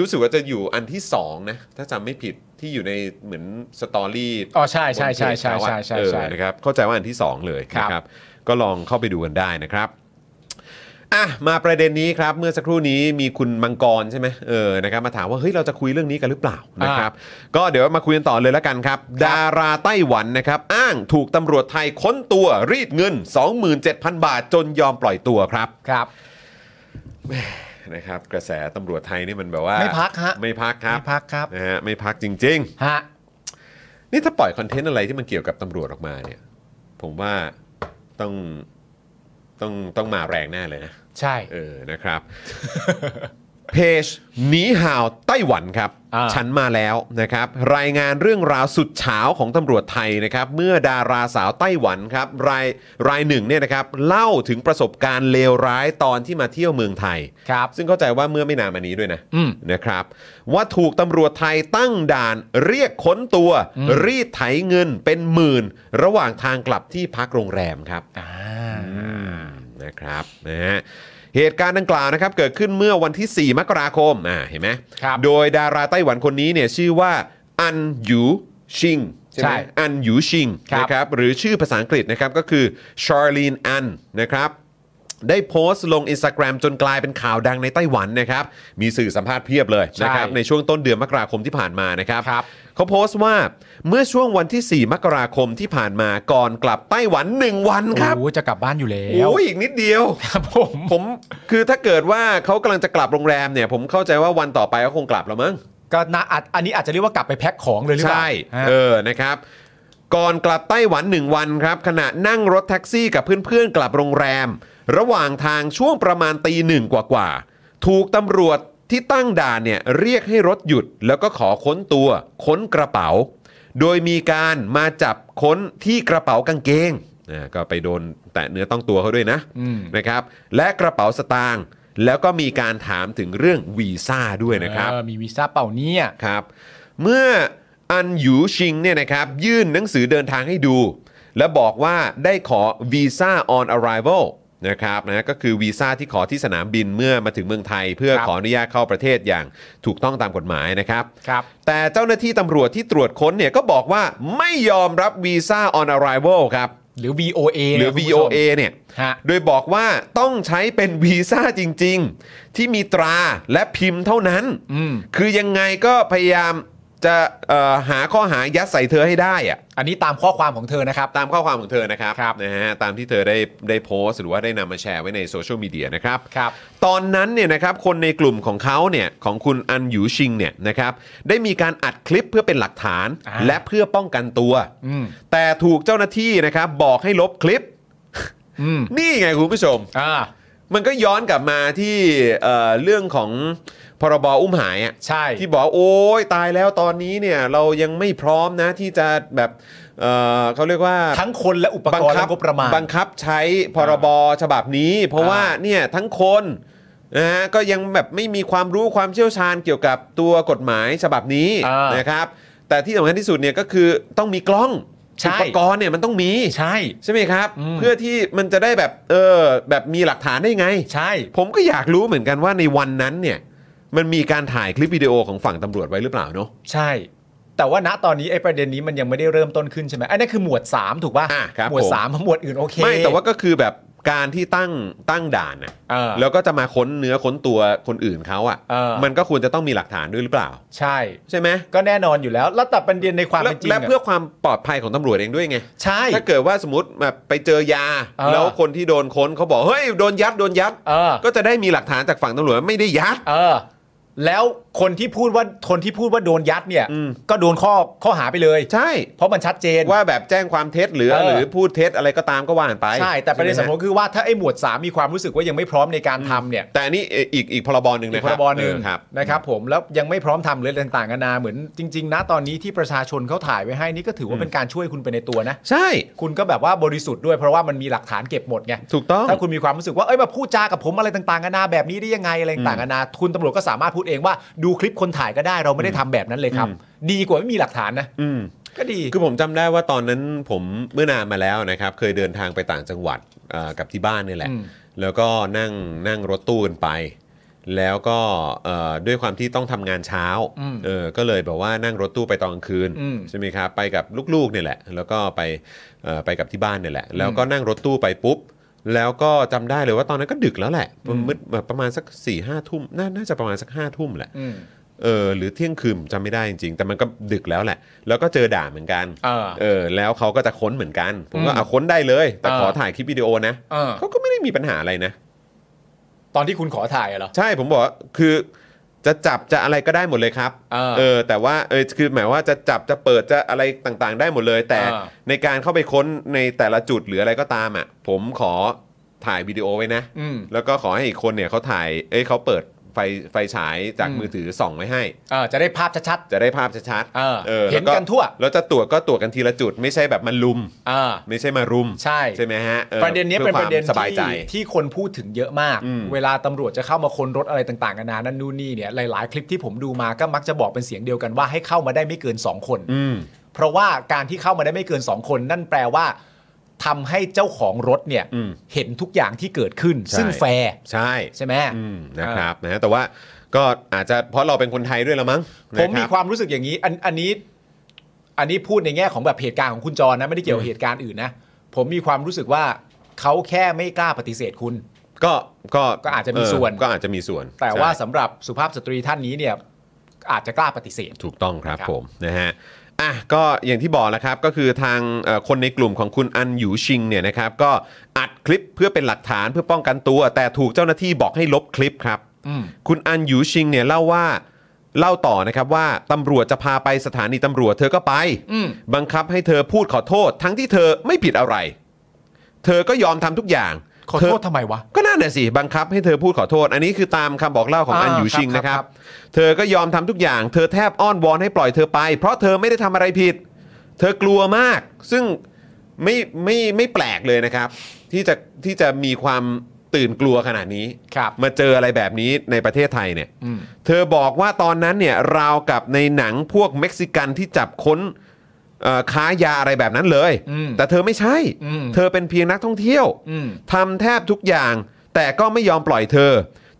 รู้สึกว่าจะอยู่อันที่ 2 นะ ถ้าจำไม่ผิดที่อยู่ในเหมือนสตอรี่
อ๋อใช่ใช่ใช่ใช่ใช่ใช่
เออ
ใช่
นะครับเข้าใจว่าอันที่ 2 เลย
ครับ
นะครับ ก็ลองเข้าไปดูกันได้นะครับอ่ะมาประเด็นนี้ครับ เมื่อสักครู่นี้มีคุณมังกรใช่ไหมเออนะครับมาถามว่าเฮ้ยเราจะคุยเรื่องนี้กันหรือเปล่านะครับ ก็เดี๋ยวมาคุยกันต่อเลยละกันครับ ดาราไต้หวันนะครับ อ้างถูกตำรวจไทยค้นตัวรีดเงิน 27,000 บาทจนยอมปล่อยตัวครับ
ครับ
นะครับ กระแสตำรวจไทยนี่มันแบบว่า
ไม่พักฮะ
ไม่พักครับ
ไม่พักครับ
นะฮะไม่พักจริง ๆ
ฮะ
นี่ถ้าปล่อยคอนเทนต์อะไรที่มันเกี่ยวกับตำรวจออกมาเนี่ย ผมว่าต้องต้องต้องมาแรงแน่เลยนะ
ใช่
เออ นะครับ เพจหนีห่าวไต้หวันครับ
อ่า
ฉันมาแล้วนะครับ รายงานเรื่องราวสุดเฉาของตำรวจไทยนะครับ เมื่อดาราสาวไต้หวันครับ รายรายหนึ่งเนี่ยนะครับ เล่าถึงประสบการณ์เลวร้ายตอนที่มาเที่ยวเมืองไทย
ครับ
ซึ่งเข้าใจว่าเมื่อไม่นานมานี้ด้วยนะ
อืม
นะครับ ว่าถูกตำรวจไทยตั้งด่านเรียกค้นตัว รีดไถเงินเป็นหมื่น ระหว่างทางกลับที่พักโรงแรมครับ
อ่า
นะครับนะฮะ เหตุการณ์ดังกล่าวนะครับเกิดขึ้นเมื่อวันที่ 4 มกราคมอ่าเห็นไหม
ครับ
โดยดาราไต้หวันคนนี้เนี่ยชื่อว่าอันหยูชิงไหม
ใช่
อันหยูชิง
ครับ
นะครับหรือชื่อภาษาอังกฤษนะครับก็คือชาร์ลีนอันนะครับ ได้โพสต์ลง Instagram จนกลายเป็นข่าวดังในไต้หวันนะครับ มีสื่อสัมภาษณ์เพียบเลยนะครับ
ใช่
ในช่วงต้นเดือนมกราคมที่ผ่านมานะครับ
ครับ
เขาโพสต์ว่าเมื่อช่วงวันที่ 4 มกราคมที่ผ่านมาก่อนกลับไต้หวัน 1 วันครับ
โอ้จะกลับบ้านอยู่แล้ว
โอ้ยอีกนิดเดียว
ครับผม
ผมคือถ้าเกิดว่าเขากำลังจะกลับโรงแรมเนี่ย ผมเข้าใจว่าวันต่อไปก็คงกลับแล้วมั้ง
ก็น่าอาจอันนี้อาจจะเรียกว่ากลับไปแพ็คของเลยหรือเปล่า
ใช่
ฮะ
เออ นะครับ ก่อนกลับไต้หวัน 1 วันครับ ขณะนั่งรถแท็กซี่กับเพื่อนๆ กลับโรงแรม ระหว่างทางช่วงประมาณตีหนึ่งกว่าๆ ถูกตำรวจที่ตั้งด่านเนี่ย เรียกให้รถหยุด แล้วก็ขอค้นตัว ค้นกระเป๋า โดยมีการมาจับค้นที่กระเป๋ากางเกงอ่าก็ไปโดนแตะเนื้อต้องตัวเขาด้วยนะ
อืม
นะครับ และกระเป๋าสตางค์แล้วก็มีการถามถึงเรื่องวีซ่าด้วยนะครับ
เออมีวีซ่าเปล่าเนี่ย
ครับเมื่ออันหยูชิงเนี่ยนะครับยื่นหนังสือเดินทางให้ดู และบอกว่าได้ขอวีซ่า on arrival นะครับนะก็คือวีซ่าที่ขอที่สนามบินเมื่อมาถึงเมืองไทย เพื่อ
ครับ
ขออนุญาตเข้าประเทศอย่างถูกต้องตามกฎหมายนะครับ
ครับ
แต่เจ้าหน้าที่ตำรวจที่ตรวจค้นเนี่ยก็บอกว่าไม่ยอมรับวีซ่า on arrival ครับ
หรือ VOA
หรือ
นะคุณผู้ชม
VOA เนี่ย
ฮะ
โดยบอกว่าต้องใช้เป็นวีซ่าจริง ๆ ที่มีตราและพิมพ์เท่านั้น
อืม
คือยังไงก็พยายามจะเอ่อหาข้อหายัดใส่เธอให้ได้อะ
อันนี้ตามข้อความของเธอนะครับ
ตามข้อความของเธอนะครับ
ครับ
นะฮะตามที่เธอได้ได้โพสต์หรือว่าได้นำมาแชร์ไว้ในโซเชียลมีเดียนะครับ
ครับ
ตอนนั้นเนี่ยนะครับคนในกลุ่มของเขาเนี่ยของคุณอันหยูชิงเนี่ยนะครับได้มีการอัดคลิปเพื่อเป็นหลักฐาน
อ่า
และเพื่อป้องกันตัว
อืม
แต่ถูกเจ้าหน้าที่นะครับบอกให้ลบคลิป
อืม
นี่ไงคุณผู้ชม
อ่า
มันก็ย้อนกลับมาที่เอ่อเรื่องของพรบอุ้มหายอะ
ใช่
ที่บอกว่าโอ้ยตายแล้วตอนนี้เนี่ยเรายังไม่พร้อมนะที่จะแบบเอ่อเขาเรียกว่า
ทั้งคนและอุป
บั
กรณ์
คั
และงบประมาณ
บังคับใช้พรบฉบับนี้ เพราะ
อ่า
ว่าเนี่ยทั้งคนนะฮะก็ยังแบบไม่มีความรู้ความเชี่ยวชาญเกี่ยวกับตัวกฎหมายฉบับนี้นะครับ แต่ที่สำคัญที่สุดเนี่ยก็คือต้องมีกล้อง
ใช่
อุปกรณ์เนี่ยมันต้องมี
ใช่
ใช่ไหมครับ
อืม
เพื่อที่มันจะได้แบบเออแบบมีหลักฐานได้ไง
ใช่
ผมก็อยากรู้เหมือนกันว่าในวันนั้นเนี่ย มันมีการถ่ายคลิปวิดีโอของฝั่งตำรวจไว้หรือเปล่าเนาะ
ใช่ แต่ว่าณตอนนี้ไอ้ประเด็นนี้มันยังไม่ได้เริ่มต้นขึ้นใช่ไหมอันนี้คือหมวด 3 ถูกป่ะ
อ่ะครับ
หมวด
ผม
3ามหมวดอื่นโอเค
ไม่แต่ว่าก็คือแบบการที่ตั้งตั้งด่านน่ะ
เออ
แล้วก็จะมาค้นเนื้อค้นตัวคนอื่นเขา
เอ
อะ่ะ
อ
มันก็ควรจะต้องมีหลักฐานด้วยหรือเปล่า
ใช่
ใช่ไหม
ก็แน่นอนอยู่แล้ว แล้วแต่ประเด็นในความ
และ
เป็นจริง
และ
อะ
เพื่อความปลอดภัยของตำรวจเองด้วยไง
ใช่
ถ้าเกิดว่าสมมติแบบไปเจอยา
เออ
แล้วคนที่โดนค้นเขาบอกเฮ้ยโดนยัดโดนยัด
เออ
ก็จะได้มีหลักฐานจากฝั่งตำรวจว่าไม่ได้ยัด
เออ แล้วคนที่พูดว่าคนที่พูดว่าโดนยัดเนี่ย
อืม
ก็โดนข้อข้อหาไปเลย
ใช่
เพราะมันชัดเจน
ว่าแบบแจ้งความเท็จหรือ
เออ
หรือพูดเท็จอะไรก็ตามก็ว่ากันไป
ใช่ แต่ประเด็น
ใช่ไหม
สำ
ฮ
คัญคือว่าถ้าไอ้หมวด 3 มีความรู้สึกว่ายังไม่พร้อมในการทำเนี่ย
แต่อันนี่อีกอีกพรบหนึ่ง
อี
นะ
ก
ค
พ
รั
ร
บบ
หนึ่ง
เออครับ
นะครับผมแล้วยังไม่พร้อมทำเลยต่างๆนานาเหมือนจริง ๆ นะตอนนี้ที่ประชาชนเขาถ่ายไว้ให้นี่ก็ถือว่าเป็นการช่วยคุณไปในตัวนะ
ใช่
คุณก็แบบว่าบริสุทธิ์ด้วยเพราะว่ามันมีหลักฐานเก็บหมดไง
ถูกต้อง
ถ้าคุณมีความรู้สึกว่าเอ้ยมาพูดจากับผมอะไรต่างๆนานาแบบนี้ได้ยังไงอะไรต่างๆนานาคุณตำรวจก็สามารถพูดเองว่าดูคลิปคนถ่ายก็ได้เราไม่ได้ทำแบบนั้นเลยครับ
อืม
ดีกว่าไม่มีหลักฐานนะ
อืม
ก็ดี
คือผมจำได้ว่าตอนนั้นผมเมื่อนานมาแล้วนะครับ เคยเดินทางไปต่างจังหวัดเอ่อกับที่บ้านเนี่ยแหละ
อืม
แล้วก็นั่งนั่งรถตู้กันไป แล้วก็เอ่อด้วยความที่ต้องทำงานเช้า
อืม
เออก็เลยแบบว่านั่งรถตู้ไปตอนกลางคืน
อืม
ใช่ไหมครับไปกับลูกๆเนี่ยแหละ แล้วก็ไปเอ่อไปกับที่บ้านเนี่ยแหละ แล้วก็นั่งรถตู้ไปปุ๊บ แล้วก็จำได้เลยว่าตอนนั้นก็ดึกแล้วแหละมันมืดประมาณสัก4ี่ห้าทุ่มน่าน่าจะประมาณสักห้าทุ่มแหละ
อืม
เออหรือเที่ยงคืนผมจำไม่ได้จริงๆ แต่มันก็ดึกแล้วแหละ แล้วก็เจอด่านเหมือนกัน
เออ
เออแล้วเขาก็จะค้นเหมือนกัน ผมก็
อืม
เอาค้นได้เลย แต่ขอ
เออ
ถ่ายคลิปวิดีโอนะ
เออ
เขาก็ไม่ได้มีปัญหาอะไรนะ
ตอนที่คุณขอถ่ายอะเหรอ
ใช่ผมบอกว่าคือจะจับจะอะไรก็ได้หมดเลยครับ
เออ
แต่ว่าเออคือหมายว่าจะจับจะเปิดจะอะไรต่างๆ ได้หมดเลย แต่
เออ
ในการเข้าไปค้นในแต่ละจุดหรืออะไรก็ตามอ่ะผมขอถ่ายวิดีโอไว้นะ
อืม
แล้วก็ขอให้อีกคนเนี่ยเขาถ่ายเอ้ยเขาเปิดไฟไฟฉายจาก
อืม
มือถือส่องไว้ให้
เออจะได้ภาพชัด
จะได้ภาพชัด
เออ
แล้ว
เห็นกันทั่ว
แล้วจะตรวจก็ตรวจกันทีละจุด ไม่ใช่แบบมันลุม
ๆเออ
ไม่ใช่มารุม
ใช่
ใช่ไหมฮะออ
ประเด็นเนี้ยเป็นประเด็น
พื่อความสบายใจ
ที่ที่คนพูดถึงเยอะมาก
อืม
เวลาตำรวจจะเข้ามาค้นรถอะไรต่างๆนานานั่นนู่นนี่เนี่ยหลายๆ คลิปที่ผมดูมาก็มักจะบอกเป็นเสียงเดียวกันว่าให้เข้ามาได้ไม่เกินสองคน
อืม
เพราะว่าการที่เข้ามาได้ไม่เกิน 2 คนนั่นแปลว่า ทำให้เจ้าของรถเนี่ย
อืม
เห็นทุกอย่างที่เกิดขึ้น
ใช่
ซึ่งแฟร์
ใช่
ใช่ไหม
อืมนะครับนะฮะแต่ว่าก็อาจจะเพราะเราเป็นคนไทยด้วยละมั้ง
ผมมี
นะ
ค
รั
วามรู้สึกอย่างนี้อันอันนี้ อันนี้พูดในแง่ของแบบเหตุการณ์ของคุณจรนะไม่ได้เกี่ยวกับเหตุการณ์อื่นนะผมมีความรู้สึกว่าเขาแค่ไม่กล้าปฏิเสธคุณ
บก็ก็
ก็อาจจะมี
เ
ส่วน
ก็อาจจะมีส่วน
แต่ว่า
ใช่
สำหรับสุภาพสตรีท่านนี้เนี่ย อาจจะกล้าปฏิเสธ
ถูกต้องครับ
ครับ
ผมนะฮะอ่ะก็อย่างที่บอกแล้วครับ ก็คือทางเอ่อคนในกลุ่มของคุณอันหยูชิงเนี่ยนะครับ ก็อัดคลิปเพื่อเป็นหลักฐานเพื่อป้องกันตัว แต่ถูกเจ้าหน้าที่บอกให้ลบคลิปครับ
อืม
คุณอันหยูชิงเนี่ยเล่าว่าเล่าต่อนะครับว่าตำรวจจะพาไปสถานีตำรวจเธอก็ไป
อืม
บังคับให้เธอพูดขอโทษ ทั้งที่เธอไม่ผิดอะไร เธอก็ยอมทำทุกอย่าง
ขอ
เธ
โทษทำไมวะ
ก็นั่นน่ะสิบังคับให้เธอพูดขอโทษ อันนี้คือตามคำบอกเล่าของ
อ่า
อันหยูชิงนะครั
ครับ บ
เธอก็ยอมทำทุกอย่าง เธอแทบอ้อนวอนให้ปล่อยเธอไป เพราะเธอไม่ได้ทำอะไรผิด เธอกลัวมาก ซึ่งไม่ไม่ไม่แปลกเลยนะครับ ที่จะที่จะมีความตื่นกลัวขนาดนี้
ครับ
มาเจออะไรแบบนี้ในประเทศไทยเนี่ย
อืม
เธอบอกว่าตอนนั้นเนี่ยราวกับในหนังพวกเม็กซิกันที่จับค้นเอ่อค้ายาอะไรแบบนั้นเลย
อืม
แต่เธอไม่ใช่
อืม
เธอเป็นเพียงนักท่องเที่ยว
อืม
ทำแทบทุกอย่าง แต่ก็ไม่ยอมปล่อยเธอ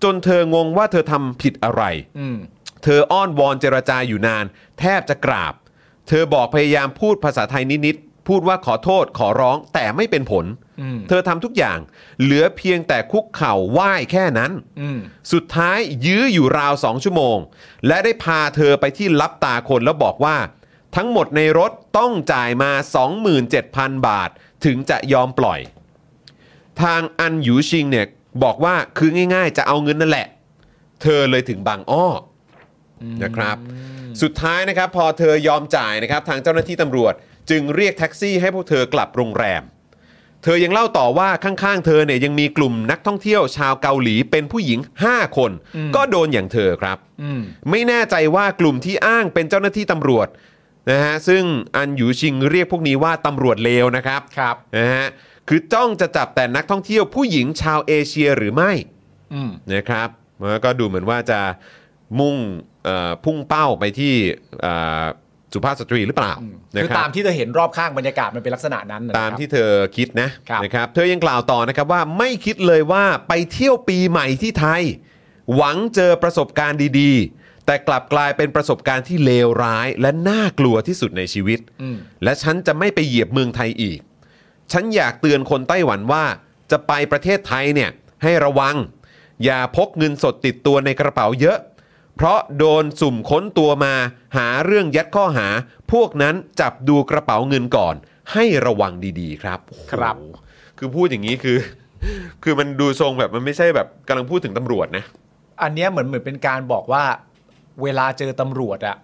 จนเธองงว่าเธอทำผิดอะไร
อืม
เธออ้อนวอนเจรจาอยู่นาน แทบจะกราบ เธอบอกพยายามพูดภาษาไทยนิดๆพูดว่าขอโทษขอร้องแต่ไม่เป็นผล
อืม
เธอทำทุกอย่าง เหลือเพียงแต่คุกเข่าไหว้แค่นั้น
อืม
สุดท้ายยื้ออยู่ราวสองชั่วโมง และได้พาเธอไปที่ลับตาคนแล้วบอกว่า ทั้งหมดในรถต้องจ่ายมา 27,000 บาท ถึงจะยอมปล่อย ทางอันหยูชิงเนี่ยบอกว่าคือง่ายๆ จะเอาเงินนั่นแหละ เธอเลยถึงบางอ้ออนะครับ สุดท้ายนะครับพอเธอยอมจ่ายนะครับ ทางเจ้าหน้าที่ตำรวจ จึงเรียกแท็กซี่ให้พวกเธอกลับโรงแรม เธอยังเล่าต่อว่าข้างๆ เธอเนี่ยยังมีกลุ่มนักท่องเที่ยวชาวเกาหลีเป็นผู้หญิง 5 คน ก็โดนอย่างเธอครับ
อืม
ไม่แน่ใจว่ากลุ่มที่อ้างเป็นเจ้าหน้าที่ตำรวจนะฮะซึ่งอันหยูชิงเรียกพวกนี้ว่าตำรวจเลวนะครับ
ครับ
นะฮะคือจ้องจะจับแต่นักท่องเที่ยวผู้หญิงชาวเอเชียหรือไม่
อืม
นะครับแล้วก็ดูเหมือนว่าจะมุ่งเอ่อพุ่งเป้าไปที่เอ่อสุภาพสตรีหรือเปล่านะ
คือ
ครับ
ตามที่เธอเห็นรอบข้างบรรยากาศมันเป็นลักษณะนั้นนะ
ตาม
ครับ
ที่เธอคิดนะครับ นะครับ เธอยังกล่าวต่อนะครับว่าไม่คิดเลยว่าไปเที่ยวปีใหม่ที่ไทย หวังเจอประสบการณ์ดีๆ แต่กลับกลายเป็นประสบการณ์ที่เลวร้าย และน่ากลัวที่สุดในชีวิต
อืม
และฉันจะไม่ไปเหยียบเมืองไทยอีก ฉันอยากเตือนคนไต้หวันว่าจะไปประเทศไทยเนี่ยให้ระวัง อย่าพกเงินสดติดตัวในกระเป๋าเยอะ เพราะโดนสุ่มค้นตัวมา หาเรื่องยัดข้อหา พวกนั้นจับดูกระเป๋าเงินก่อน ให้ระวังดีๆครับ
ครับ
โอ้โหคือพูดอย่างนี้คือ คือมันดูทรงแบบมันไม่ใช่แบบกำลังพูดถึงตำรวจนะ
อันเนี้ยเหมือนเหมือนเป็นการบอกว่า เวลาเจอตำรวจอะ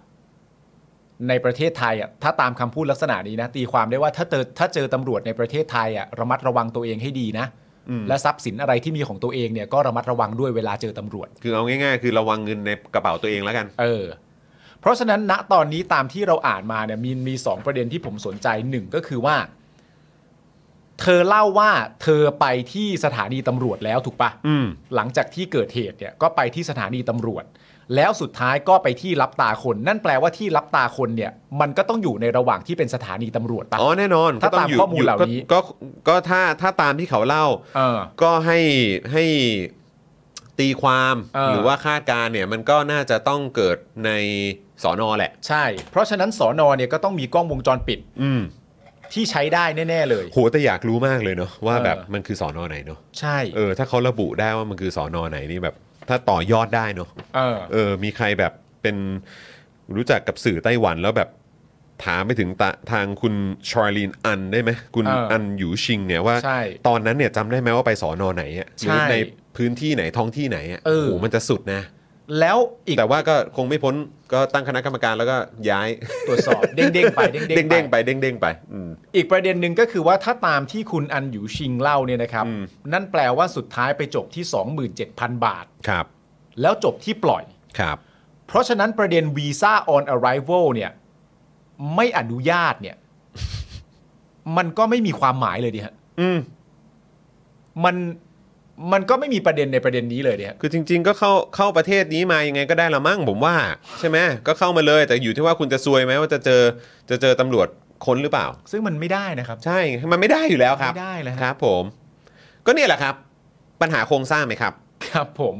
ในประเทศไทยอะถ้าตามคำพูดลักษณะนี้นะ ตีความได้ว่าถ้าเจอถ้าเจอตำรวจในประเทศไทยอะระมัดระวังตัวเองให้ดีนะ และทรัพย์สินอะไรที่มีของตัวเองเนี่ยก็ระมัดระวังด้วยเวลาเจอตำรวจ
คือเอาง่ายๆ คือระวังเงินในกระเป๋าตัวเองแล้วกัน
เออ เพราะฉะนั้นณตอนนี้ตามที่เราอ่านมาเนี่ยมีมีสองประเด็นที่ผมสนใจหนึ่งก็คือว่า เธอเล่าว่าเธอไปที่สถานีตำรวจแล้วถูกปะ
อืม
หลังจากที่เกิดเหตุเนี่ยก็ไปที่สถานีตำรวจ แล้วสุดท้ายก็ไปที่รับตาคน นั่นแปลว่าที่รับตาคนเนี่ย มันก็ต้องอยู่ในระหว่างที่เป็นสถานีตำรวจปะ
อ๋อแน่นอน
ถ้า
ก็ง
ตาม
ยู่
ข้อมูล
ยู่
เหล่านี้
ก็ก็ก็ถ้าถ้าตามที่เขาเล่า
เออ
ก็ให้ให้ตีความ
เออ
หรือว่าคาดการณ์เนี่ยมันก็น่าจะต้องเกิดในสอนอแหละ
ใช่ เพราะฉะนั้นสอนอเนี่ยก็ต้องมีกล้องวงจรปิด
อืม
ที่ใช้ได้แน่ ๆ เลย
โหแต่อยากรู้มากเลยเนาะว่า
เออ
แบบมันคือสอนอไหนเนาะ
ใช่
เออถ้าเขาระบุได้ว่ามันคือสอนอไหนนี่แบบ ถ้าต่อยอดได้เนาะ
เออ
เออ มีใครแบบเป็นรู้จักกับสื่อไต้หวันแล้วแบบถามไปถึงตะทางคุณชาร์ลีนอันได้ไหมคุณ
เอออั
อันหยูชิงเนี่ยว่า
ใช่
ตอนนั้นเนี่ยจำได้ไหมว่าไปสอนอไหนอะห
ใช่
รือในพื้นที่ไหนท้องที่ไหนอะ
เออ
โหมันจะสุดนะ
แล้วอีก
แต่ว่าก็คงไม่พ้นก็ตั้งคณะกรรมการแล้วก็ย้าย
ตรวจสอบเด้งๆไปเด้งๆ
เด้ง
ไป
เด้งๆไปเด้งเด้งๆไปอืม
อีกประเด็นหนึ่งก็คือว่าถ้าตามที่คุณอันหยูชิงเล่าเนี่ยนะครับ
อืม
นั่นแปลว่าสุดท้ายไปจบที่ 27,000 บาท
ครับ
แล้วจบที่ปล่อย
ครับ
เพราะฉะนั้นประเด็นวีซ่า on arrival เนี่ยไม่อนุญาตเนี่ย มันก็ไม่มีความหมายเลยดิฮะ
อืม
มันมันก็ไม่มีประเด็นในประเด็นนี้เลยดิฮะ
คือจริง ๆ ก็เข้าเข้าประเทศนี้มายังไงก็ได้ละมั่งผมว่า ใช่ไหมก็เข้ามาเลยแต่อยู่ที่ว่าคุณจะซวยไหมว่าจะเจอจะเจอตำรวจ ค้นหรือเปล่า
ซึ่งมันไม่ได้นะครับ
ใช่ มันไม่ได้อยู่แล้วครับ
ไม่ได้เลยฮะ
ครับ ผม ก็เนี่ยแหละครับ ปัญหาโครงสร้างไหมครับ
ครับผม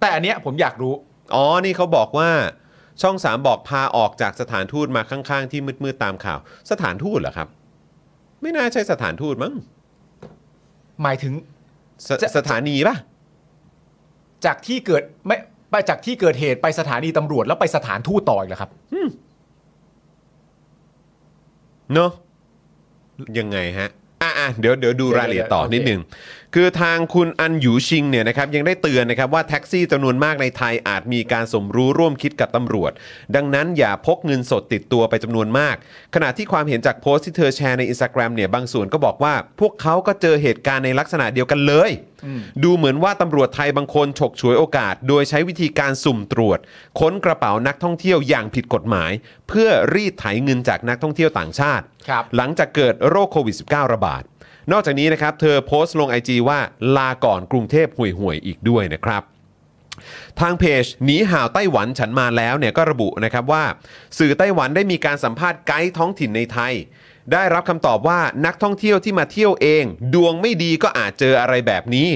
แต่อันเนี้ยผมอยากรู้
อ๋อ นี่เขาบอกว่าช่อง 3 บอกพาออกจากสถานทูตมาข้างๆ ที่มืดๆตามข่าว สถานทูตเหรอครับ ไม่น่าใช่สถานทูตมั้ง
หมายถึง
ส
จะ
สถานีป่ะ
จากที่เกิดไม่ไปจากที่เกิดเหตุไปสถานีตำรวจแล้วไปสถานทูตต่ออีกเหรอครับ
เนอะยังไงฮะ อ่ะอ่ะเดี๋ยวเดี๋ยวดู
เดี๋ยว
รายละเอียดต่อ
เดี๋ย
นิ
ว
ด
โอเค
นึง คือทางคุณอันหยูชิงเนี่ยนะครับยังได้เตือนนะครับว่าแท็กซี่จำนวนมากในไทยอาจมีการสมรู้ร่วมคิดกับตำรวจ ดังนั้นอย่าพกเงินสดติดตัวไปจำนวนมาก ขณะที่ความเห็นจากโพสต์ที่เธอแชร์ใน Instagram เนี่ยบางส่วนก็บอกว่า พวกเขาก็เจอเหตุการณ์ในลักษณะเดียวกันเลย ดูเหมือนว่าตำรวจไทยบางคนฉกฉวยโอกาส โดยใช้วิธีการสุ่มตรวจ ค้นกระเป๋านักท่องเที่ยวอย่างผิดกฎหมาย เพื่อรีดไถเงินจากนักท่องเที่ยวต่างชาติ
ครับ
หลังจากเกิดโรคโควิด -19 ระบาด นอกจากนี้นะครับ เธอโพสต์ลง IG ว่าลาก่อนกรุงเทพห่วยห่วยๆอีกด้วยนะครับ ทางเพจหนีห่าวไต้หวันฉันมาแล้วเนี่ยก็ระบุนะครับว่า สื่อไต้หวันได้มีการสัมภาษณ์ไกด์ท้องถิ่นในไทย ได้รับคำตอบว่านักท่องเที่ยวที่มาเที่ยวเอง ดวงไม่ดีก็อาจเจออะไรแบบนี้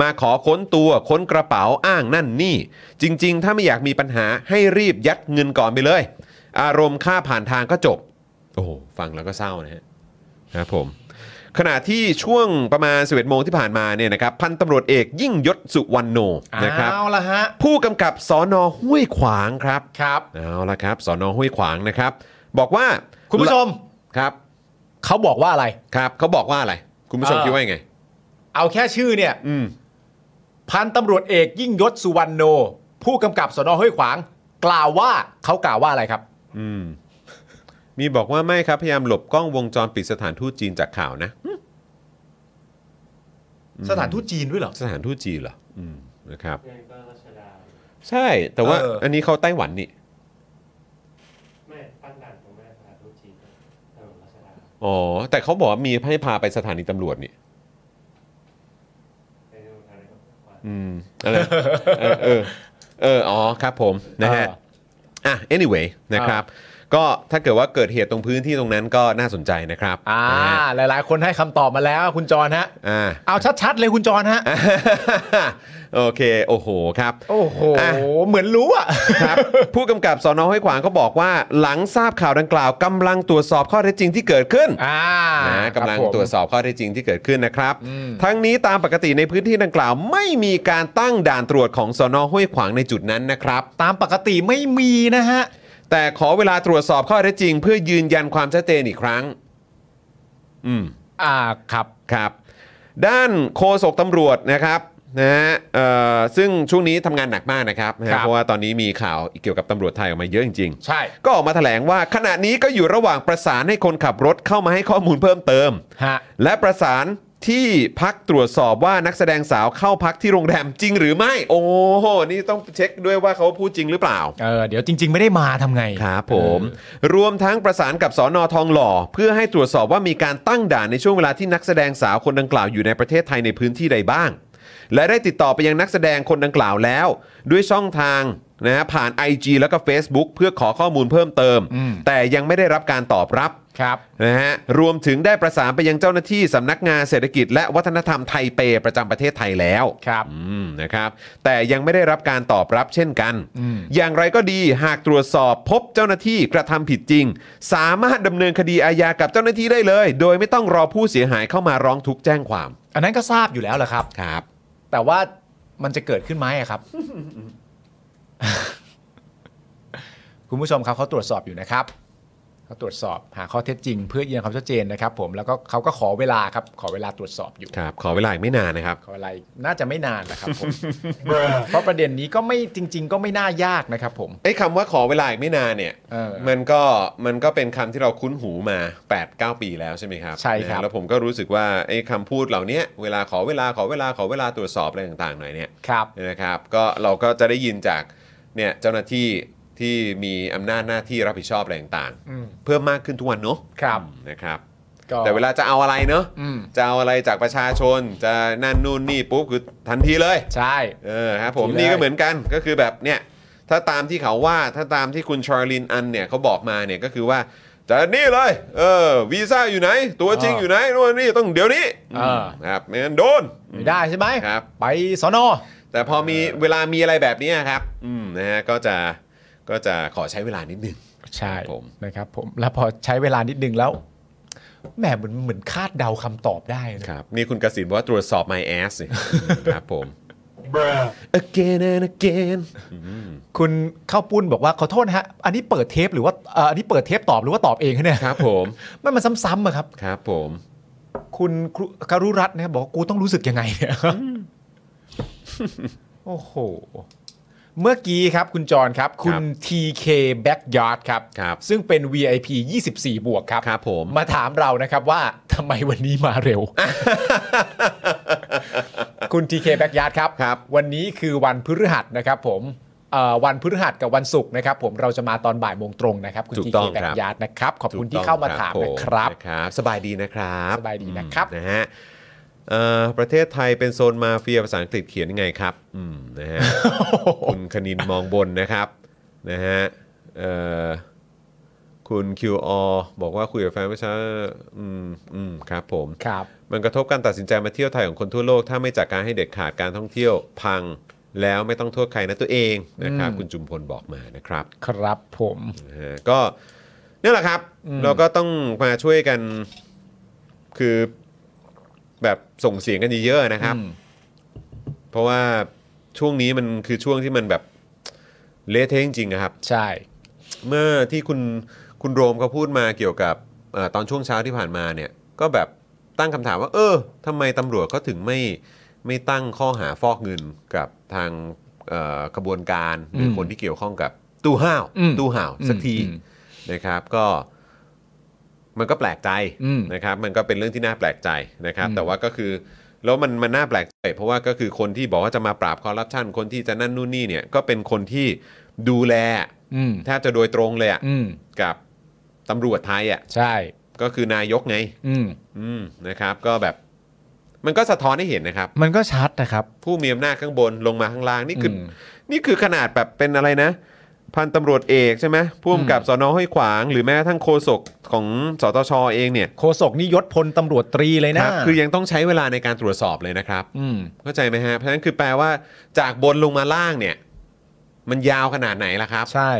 มาขอค้นตัวค้นกระเป๋าอ้างนั่นนี่ จริง ๆ ถ้าไม่อยากมีปัญหาให้รีบยัดเงินก่อนไปเลย อารมณ์ค่าผ่านทางก็จบ โอ้โหฟังแล้วก็เศร้านะฮะครับผม ขณะที่ช่วงประมาณ 11โมงที่ผ่านมาเนี่ยนะครับพันตำรวจเอกยิ่งยศสุวรรณโนนะครับ
เอาละฮะ
ผู้กำกับสอนอห้วยขวางครับ
ครับ
เอาละครับสอนอห้วยขวางนะครับ บอกว่า
คุณผู้ชม
ครับ
เขาบอกว่าอะไร
ครับเขาบอกว่าอะไร คุณผู้ชม
เออ
คิดว่ายังไง
เอาแค่ชื่อเนี่ย
อืม
พันตำรวจเอกยิ่งยศสุวรรณโน ผู้กำกับสนห้วยขวาง กล่าวว่าเขากล่าวว่าอะไรครับ
อืมมีบอกว่าไม่ครับ พยายามหลบกล้องวงจรปิดสถานทูตจีนจากข่าวนะ
สถานทูตจีนด้วยเหรอ
สถานทูตจีนเหรออืมนะครับ ใช่แต่ว่า
เอออั
อันนี้เขาไต้หวันนี่
ไม่ตั้งด่านตรงแม่สถานทูตจีนถนนรัชดา
อ๋อแต่เขาบอกว่ามีให้พาไปสถานีตำรวจนี่
ไปดูทางไหนก็ว่า
อืมอะไรเออเออเอออ๋อครับผมนะฮะ
เออ
อ่ะ anyway นะครับ ก็ถ้าเกิดว่าเกิดเหตุตรงพื้นที่ตรงนั้นก็น่าสนใจนะครับ
อ่า
นะฮะ
หลาย ๆ คนให้คำตอบมาแล้วคุณจรฮะ
อ่า
เอาชัด ๆ เลยคุณจรฮะ
โอเค โอ้โหครับ
โอ้โห
อ่ะ
เหมือนรู้อ่ะ
ครับ ผู้กำกับสอนอห้วยขวางก็บอกว่าหลังทราบข่าวดังกล่าวกำลังตรวจสอบข้อเท็จจริงที่เกิดขึ้น
อ่า
นะ
คบ
กำลัง
ผม
ตรวจสอบข้อเท็จจริงที่เกิดขึ้นนะครับ
อืม
ทั้งนี้ตามปกติในพื้นที่ดังกล่าว ไม่มีการตั้งด่านตรวจของสอนอห้วยขวางในจุดนั้นนะครับ
ตามปกติไม่มีนะฮะ
แต่ขอเวลาตรวจสอบข้อเท็จจริง เพื่อยืนยันความชัดเจนอีกครั้ง อืม
อ่าครับ
ครับด้านโฆษกตำรวจนะครับนะฮะเอ่อซึ่งช่วงนี้ทำงานหนักมากนะครับนะ
ครั
ฮะ
บ
เพราะว่าตอนนี้มีข่าวเกี่ยวกับตำรวจไทยออกมาเยอะจริง
ใช่
ๆ ก็ออกมาแถลงว่าขณะนี้ก็อยู่ระหว่างประสานให้คนขับรถเข้ามาให้ข้อมูลเพิ่มเติม
ฮะ
และประสานที่พักตรวจสอบว่านักแสดงสาวเข้าพักที่โรงแรมจริงหรือไม่ โอ้โหนี่ต้องเช็คด้วยว่าเขาพูดจริงหรือเปล่า
เออ เดี๋ยวจริง ๆ ไม่ได้มาทำไง
ครับผมรวมทั้งประสานกับสอนอทองหล่อ เพื่อให้ตรวจสอบว่ามีการตั้งด่านในช่วงเวลาที่นักแสดงสาวคนดังกล่าวอยู่ในประเทศไทยในพื้นที่ใดบ้าง และได้ติดต่อไปยังนักแสดงคนดังกล่าวแล้ว ด้วยช่องทางนะฮะผ่าน IG แล้วก็ Facebook เพื่อขอข้อมูลเพิ่มเติม
อืม
แต่ยังไม่ได้รับการตอบรับ
ครับ
นะฮะรวมถึงได้ประสานไปยังเจ้าหน้าที่สำนักงานเศรษฐกิจและวัฒนธรรมไทเปประจำประเทศไทยแล้ว
ครับ
อืมนะครับแต่ยังไม่ได้รับการตอบรับเช่นกัน
อืม
อย่างไรก็ดีหากตรวจสอบพบเจ้าหน้าที่กระทำผิดจริง สามารถดำเนินคดีอาญากับเจ้าหน้าที่ได้เลย โดยไม่ต้องรอผู้เสียหายเข้ามาร้องทุกข์แจ้งความ
อันนั้นก็ทราบอยู่แล้วแหละครับ
ครับ
แต่ว่ามันจะเกิดขึ้นไหมอะครับ คุณผู้ชมครับเขาตรวจสอบอยู่นะครับเขาตรวจสอบหาข้อเท็จจริง เพื่อยืนยันความชัดเจนนะครับ ผมแล้วก็เขาก็ขอเวลาครับ ขอเวลาตรวจสอบอยู่
ครับขอเวลาอีกไม่นานนะครับ
ขออะไรน่าจะไม่นานนะครับ ผม เพราะประเด็นนี้ก็ไม่จริง ๆ ก็ไม่น่ายากนะครับ ผม
ไอ้คำว่าขอเวลาอีกไม่นานเนี่ย
เออ
มันก็มันก็เป็นคำที่เราคุ้นหูมา 8 9 ปีแล้วใช่ไหมครับ
ใช่ครับ
นะแล้วผมก็รู้สึกว่าไอ้คำพูดเหล่าเนี้ยเวลาขอเวลาขอเวลาขอเวลาตรวจสอบอะไรต่างๆหน่อยเนี่ย
ครับ
นะครับ ก็เราก็จะได้ยินจากเนี่ยเจ้าหน้าที่ที่มีอำนาจหน้าที่รับผิดชอบอะไรต่าง
อืม
ๆ เพิ่มมากขึ้นทุกวันเนาะ
ครับ
นะครับ
ก็
แต่เวลาจะเอาอะไรเนาะ
อืม
จะเอาอะไรจากประชาชนจะนั่นนู่นนี่ปุ๊บคือทันทีเลย
ใช่
เออครับผม
ทีแรก
นี่ก็เหมือนกันก็คือแบบเนี่ย ถ้าตามที่เขาว่าถ้าตามที่คุณชาร์ลินอันเนี่ยเขาบอกมาเนี่ยก็คือว่าจะนี่เลยเออวีซ่าอยู่ไหน ตัวจริงอยู่ไหนนู่นนี่ต้องเดี๋ยวนี้
เออ
ครับไม่งั้นโดน
ไม่ได้ใช่ไหม
ครับ
ไปสอนอ
แต่พอมีเวลามีอะไรแบบนี้ครับอืมนะฮะก็จะก็จะขอใช้เวลานิดนึง
ใช่
ครับผม
นะครับผมแล้วพอใช้เวลานิดนึงแล้วแหมเหมือนเหมือนคาดเดาคำตอบได้นะ
ครับนี่คุณกสินบอกว่าตรวจสอบ my ass สิ ครับผม
Bruh.
again and again
คุณข้าวปุ้นบอกว่าขอโทษนะฮะ อันนี้เปิดเทปหรือว่าเอ่ออันนี้เปิดเทปตอบหรือว่าตอบเองคะเนี่ย
ครับผม
ไม่มันซ้ำๆอะครับ
ครับผม
คุณครุคารุรัตน์นะครับบอกว่ากูต้องรู้สึกยังไงเนี่ยโอ้โห เมื่อกี้ครับคุณจรครับ คุณ TK Backyard ครับ
ครับ
ซึ่งเป็น VIP 24 บวกครับ
ครับผม
มาถามเรานะครับว่าทำไมวันนี้มา เร็ว คุณ TK Backyard ครับ
ครับ
วันนี้คือวันพฤหัสนะครับผมเอ่อวันพฤหัสกับวันศุกร์นะครับ ผมเราจะมาตอนบ่ายโมงตรงนะครับ คุณ
ถูก
TK
ต้องครับ
Backyard นะครับ ขอบคุณที่
ถูกต้ง
เข้ามาถาม
ผ
นะครับ
นะครับ สบายดีนะครับ
สบายดีนะครับ
อืมนะฮะเอ่อประเทศไทยเป็นโซนมาเฟียภาษาอังกฤษเขียนยังไงครับอืมนะฮะ คุณคณินมองบนนะครับนะฮะเอ่อคุณ QR บอกว่าคุยกับแฟนว่าช้าอืมอืมครับผม
ครับ
มันกระทบการตัดสินใจมาเที่ยวไทยของคนทั่วโลก ถ้าไม่จัดการให้เด็ดขาดการท่องเที่ยวพังแล้วไม่ต้องโทษใครนะตัวเองนะครับคุณจุมพลบอกมานะครับ
ครับผม
นะฮะก็เนี่ยแหละครับเราก็ต้องมาช่วยกันคือแบบส่งเสียงกันเยอะๆนะครับ
อืม
เพราะว่าช่วงนี้มันคือช่วงที่มันแบบเละเทะจริงๆอะครับ
ใช่
เมื่อที่คุณคุณโรมเขาพูดมาเกี่ยวกับเออตอนช่วงเช้าที่ผ่านมาเนี่ย ก็แบบตั้งคำถามว่า เออทำไมตำรวจเขาถึงไม่ไม่ตั้งข้อหาฟอกเงินกับทางเอ่อขบวนการหรืออ
ม
คนที่เกี่ยวข้องกับตู้ห่าว
อืม
ตู้ห่าวสักที
อืม
นะครับ ก็มันก็แปลกใจ
อืม
นะครับ มันก็เป็นเรื่องที่น่าแปลกใจนะครับ
อืม
แต่ว่าก็คือแล้วมันมันน่าแปลกใจ เพราะว่าก็คือคนที่บอกว่าจะมาปราบคอร์รัปชันคนที่จะนั่นนู่นนี่เนี่ยก็เป็นคนที่ดูแล
อืม
แทบจะโดยตรงเลยอะ
อืม
กับตำรวจไทยอะ
ใช่
ก็คือนายกไง
อืม
อืมนะครับ ก็แบบ มันก็สะท้อนให้เห็นนะครับ
มันก็ชัดนะครับ
ผู้มีอำนาจข้างบนลงมาข้างล่าง นี่คืออ
ม
นี่คือขนาดแบบเป็นอะไรนะ พันตำรวจเอกใช่ไหมพ่วงกับสอนอห้วยขวาง หรือแม้กระทั่งโฆษกของสตชเองเนี่ย
โคศกนี่ยศพลตำรวจตรีเลย
ค
นะ
รับคือยังต้องใช้เวลาในการตรวจสอบเลยนะครับ
อืม
เข้าใจไหมฮะเพราะฉะนั้นคือแปลว่าจากบนลงมาล่างเนี่ย มันยาวขนาดไหนล่ะครับ
ใช่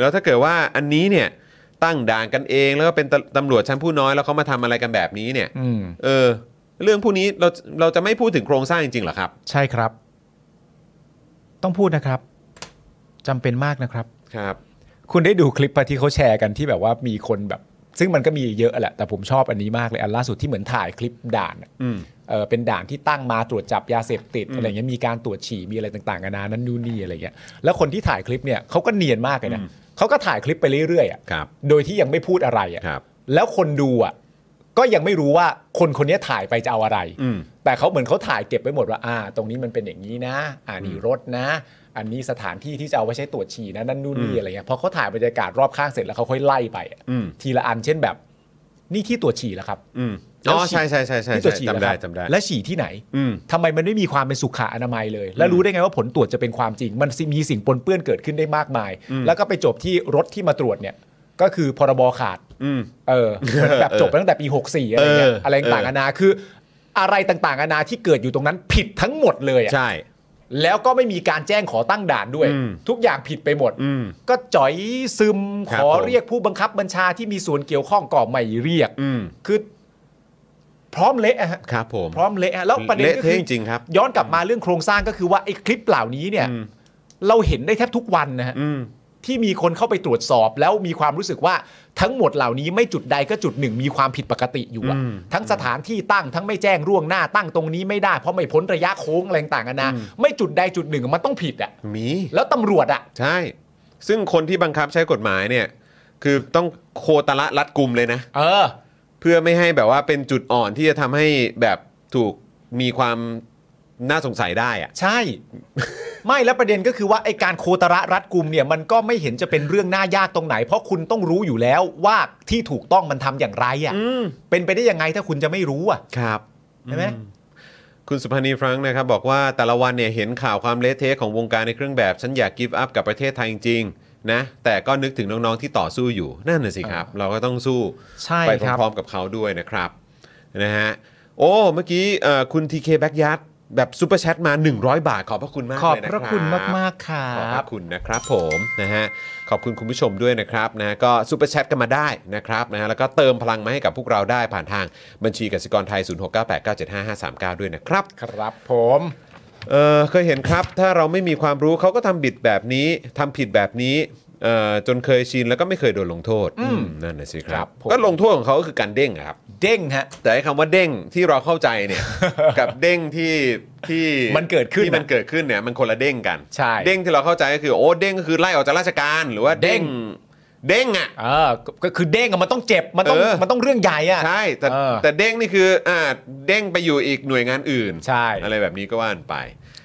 แล้วถ้าเกิดว่าอันนี้เนี่ยตั้งด่านกันเองแล้วก็เป็นตำตำรวจชั้นผู้น้อยแล้วเขามาทำอะไรกันแบบนี้เนี่ย
อืม
เออ เรื่องผู้นี้เราเราจะไม่พูดถึงโครงสร้างจริงๆเหรอครับ
ใช่ครับ ต้องพูดนะครับจำเป็นมากนะครับ
ครับ
คุณได้ดูคลิปปะที่เขาแชร์กันที่แบบว่ามีคนแบบ ซึ่งมันก็มีเยอะแหละ แต่ผมชอบอันนี้มากเลย อันล่าสุดที่เหมือนถ่ายคลิปด่านอะ
อืม
เออเป็นด่านที่ตั้งมาตรวจจับยาเสพติดอะไรเงี้ยมีการตรวจฉี่มีอะไรต่างๆนานานั่นนู่นนี่อะไรเงี้ยแล้วคนที่ถ่ายคลิปเนี่ยเขาก็เนียนมากเลยนะเขาก็ถ่ายคลิปไปเรื่อยๆอะ
ครับ
โดยที่ยังไม่พูดอะไรอะ
ครับ
แล้วคนดูอ่ะก็ยังไม่รู้ว่าคนคนนี้ถ่ายไปจะเอาอะไร
อืม
แต่เขาเหมือนเขาถ่ายเก็บไว้หมดว่า อ่า ตรงนี้มันเป็นอย่างนี้นะ อ่านี่รถนะ อันนี้สถานที่ที่จะเอาไว้ใช้ตรวจฉี่นะนั่นนู่นนี่อะไรเงี้ยพอเขาถ่ายบรรยากาศรอบข้างเสร็จแล้วเขาค่อยไล่ไปอะ
อืม
ทีละอันเช่นแบบ นี่ที่ตรวจฉี่แล้วครับ
อืม
แล้
อ๋
ว
อ
ฉีด
ใช่ใช่ใช่ใช่
ที่ตรวจ
ใช่
ฉี่
จำ
แล้วค
ได้
รับ
จำได้
และฉี่ที่ไหน
อืม
ทำไมมันไม่มีความเป็นสุขอนามัยเลย แล้วรู้ได้ไงว่าผลตรวจจะเป็นความจริง มันมีสิ่งปนเปื้อนเกิดขึ้นได้มากมาย แล้วก็ไปจบที่รถที่มาตรวจเนี่ย ก็คือพรบขาด
อืม
เออเหมือนแบบจบตั้งแต่ปี 64 อะไรเงี้ย
เอออ
อะไรต่างๆนานาคือ อะไรต่างๆนานาที่เกิดอยู่ตรงนั้นผิดทั้งหมดเลยอะ
ใช่
แล้วก็ไม่มีการแจ้งขอตั้งด่านด้วย
อืม
ทุกอย่างผิดไปหมด
อืม
ก็จ่อยซึม
ครั
ข
บ
อ
ผม
เรียกผู้บังคับบัญชาที่มีส่วนเกี่ยวข้องก่อไม่เรียก
อืม
คือ พร้อมเละอะฮะ
ครับผม
พร้อมเละอะแล้วประเด็น
เละ
ก็
เทะ
คือ
จริงๆครับ
ย้อนกลับมาเรื่องโครงสร้างก็คือว่าไอ้คลิปเหล่านี้เนี่ย
อืม
เราเห็นได้แทบทุกวันนะฮะ
อืม
ที่มีคนเข้าไปตรวจสอบแล้วมีความรู้สึกว่าทั้งหมดเหล่านี้ไม่จุดใดก็จุดหนึ่งมีความผิดปกติอยู่อะ
อืม
ทั้งสถานที่ตั้งทั้งไม่แจ้งร่วงหน้าตั้งตรงนี้ไม่ได้เพราะไม่พ้นระยะโค้งอะไรต่างกันานะ
อืม
ไม่จุดใดจุดหนึ่งมันต้องผิดอะ
มี
แล้วตำรวจอะ
ใช่ ซึ่งคนที่บังคับใช้กฎหมายเนี่ย คือต้องโคตรละรัดกลุ่มเลยนะ
เออ
เพื่อไม่ให้แบบว่าเป็นจุดอ่อนที่จะทำให้แบบถูกมีความน่าสงสัยได้อะ
ใช่ ไม่แล้วประเด็นก็คือว่าไอการโคตระรัดกุมเนี่ยมันก็ไม่เห็นจะเป็นเรื่องน่ายากตรงไหน เพราะคุณต้องรู้อยู่แล้วว่าที่ถูกต้องมันทำอย่างไรอะเป็นไปได้ยังไงถ้าคุณจะไม่รู้อะ
ครับ
ใช่ไหม
คุณสุพนีฟรังก์นะครับบอกว่าแต่ละวันเนี่ยเห็นข่าวความเละเทะของวงการในเครื่องแบบ ฉันอยากกิฟต์อัพกับประเทศไทยจริงๆนะแต่ก็นึกถึงน้องๆที่ต่อสู้อยู่นั่นน่ะสิครับ เราก็ต้องสู้
ใช่
ไป
ครับ
พร้อมๆกับเขาด้วยนะครับนะฮะโอ้เมื่อกี้เอ่อคุณทีเคแบ็กยัดแบบซูเปอร์แชทมา 100 บาท ขอบพระคุณมาก
ขอบ
เลยน
พระคุณ
รับ
มากๆครั
ขอบพ
บ
ระคุณนะครับผมนะฮะขอบคุณคุณผู้ชมด้วยนะครับนะฮะก็ซูเปอร์แชทกันมาได้นะครับนะฮะแล้วก็เติมพลังมาให้กับพวกเราได้ผ่านทางบัญชีกสิกรไทย 0698975539 ด้วยนะครับ
ครับผม
เออเคยเห็นครับถ้าเราไม่มีความรู้เขาก็ทำบิดแบบนี้ทำผิดแบบนี้เอ่อจนเคยชินแล้วก็ไม่เคยโดนลงโทษอืมนั่นนะสิค
ครั
รับบ
ผม
ก็ลงโทษของเขาก็คือการเด้งอะครับ
เด้งฮะ
แต่ไอ้คำว่าเด้งที่เราเข้าใจเนี่ย กับเด้งที่ที่
มันเกิดขึ้น
ที่มันเกิดขึ้นเนี่ยมันคนละเด้งกัน
ใช่
เด้งที่เราเข้าใจก็คือโอ้เด้งก็คือไล่ออกจากราชการหรือว่าเด้ง
เด้
เด้งอ่ะ
เออก็ก็คือเด้งอะมันต้องเจ็บมันต้อง
เออ
มันต้องเรื่องใหญ่อะ
ใช่แต่
เออ
แต่เด้งนี่คืออ่าเด้งไปอยู่อีกหน่วยงานอื่น
ใช่
อะไรแบบนี้ก็ว่ากันไป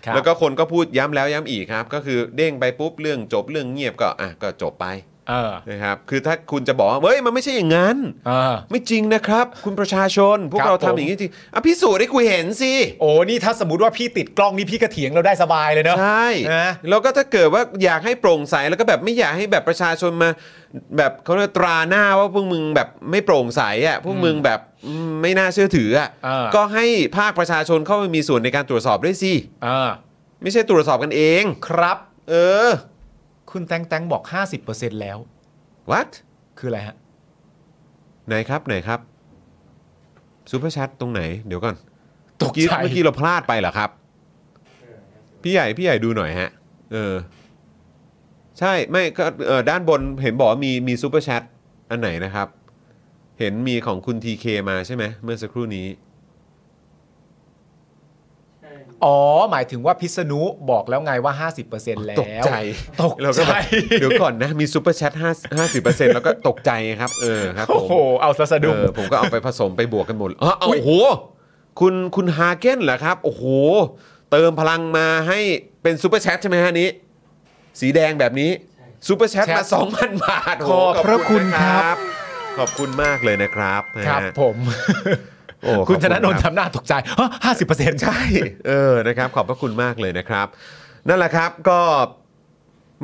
ครับ
แล้วก็คนก็พูดย้ำแล้วย้ำอีกครับ ก็คือเด้งไปปุ๊บเรื่องจบเรื่องเงียบก็อ่ะก็จบไป
เออ
นะครับคือถ้าคุณจะบอกว่าเฮ้ยมันไม่ใช่อย่างนั้น
เออ
ไม่จริงนะครับ คุณประชาชนพวก
ครับ
เรา
ผ
ทำ
ม
อย่างนี้จริงอ่ะพิสูจน์ให้กูเห็นสิ
โอ้นี่ถ้าสมมติว่าพี่ติดกล้องนี่พี่กระเถียงเราได้สบายเลยเนอะ
ใช่
นะ
แล้วก็ถ้าเกิดว่าอยากให้โปร่งใสแล้วก็แบบไม่อยากให้แบบประชาชนมา แบบเขาเรียกตราหน้าว่าพวกมึงแบบไม่โปร่งใสอ่ะพวกมึงแบบอืมไม่น่าเชื่อถืออ่ะ
เออ
ก็ให้ภาคประชาชนเข้าไปมีส่วนในการตรวจสอบด้วยสิ
เออ
ไม่ใช่ตรวจสอบกันเอง
ครับ
เออ
คุณแตงแตงบอก 50%แล้ว
what
คืออะไรฮะ
ไหนครับไหนครับซูเปอร์แชทตรงไหนเดี๋ยวก่อน
ตก
เมื่อกี้
ใจ
เมื่อกี้เราพลาดไปเหรอครับ พี่ใหญ่พี่ใหญ่ดูหน่อยฮะ เออ ใช่ไม่ก็เออด้านบนเห็นบอกว่ามีมีซูเปอร์แชทอันไหนนะครับ เห็นมีของคุณทีเคมาใช่ไหมเมื่อสักครู่นี้
ใช่
อ๋อ หมายถึงว่าพิษณุบอกแล้วไงว่า 50%แล้ว
ตกใจ
ตก
เราก็แบ
ใจ
บเดี๋ยวก่อนนะ มีซูเปอร์แชทห้าห้าสิบเปอร์เซ็นต์แล้วก็ตกใจครับ เออครับ
โอ้
ผม
โห เอาซะสะดุ้ง
เออผมก็เอาไปผสมไปบวก กันหมดอ๋อเอา
อุ๊ย
โอ้โห คุณคุณฮาเก้นเหรอครับ โอ้โห เติมพลังมาให้เป็นซูเปอร์แชทใช่ไหมฮะนี้ สีแดงแบบนี้
ใช่
ซูเปอร์แชทมา 2,000 บาทโโห
ขอบพระคุณครับ
ขอณนะขอบคุณมากเลยนะครับ
ครับ
นะฮะ
ผม
โอ้ขอบ
คุณธนาโนน
รับ
ทำหน้าตกใจห้าสิบเปอร์เซ็นต์ใช่
เออนะครับ ขอบพระคุณมากเลยนะครับ นั่นแหละครับก็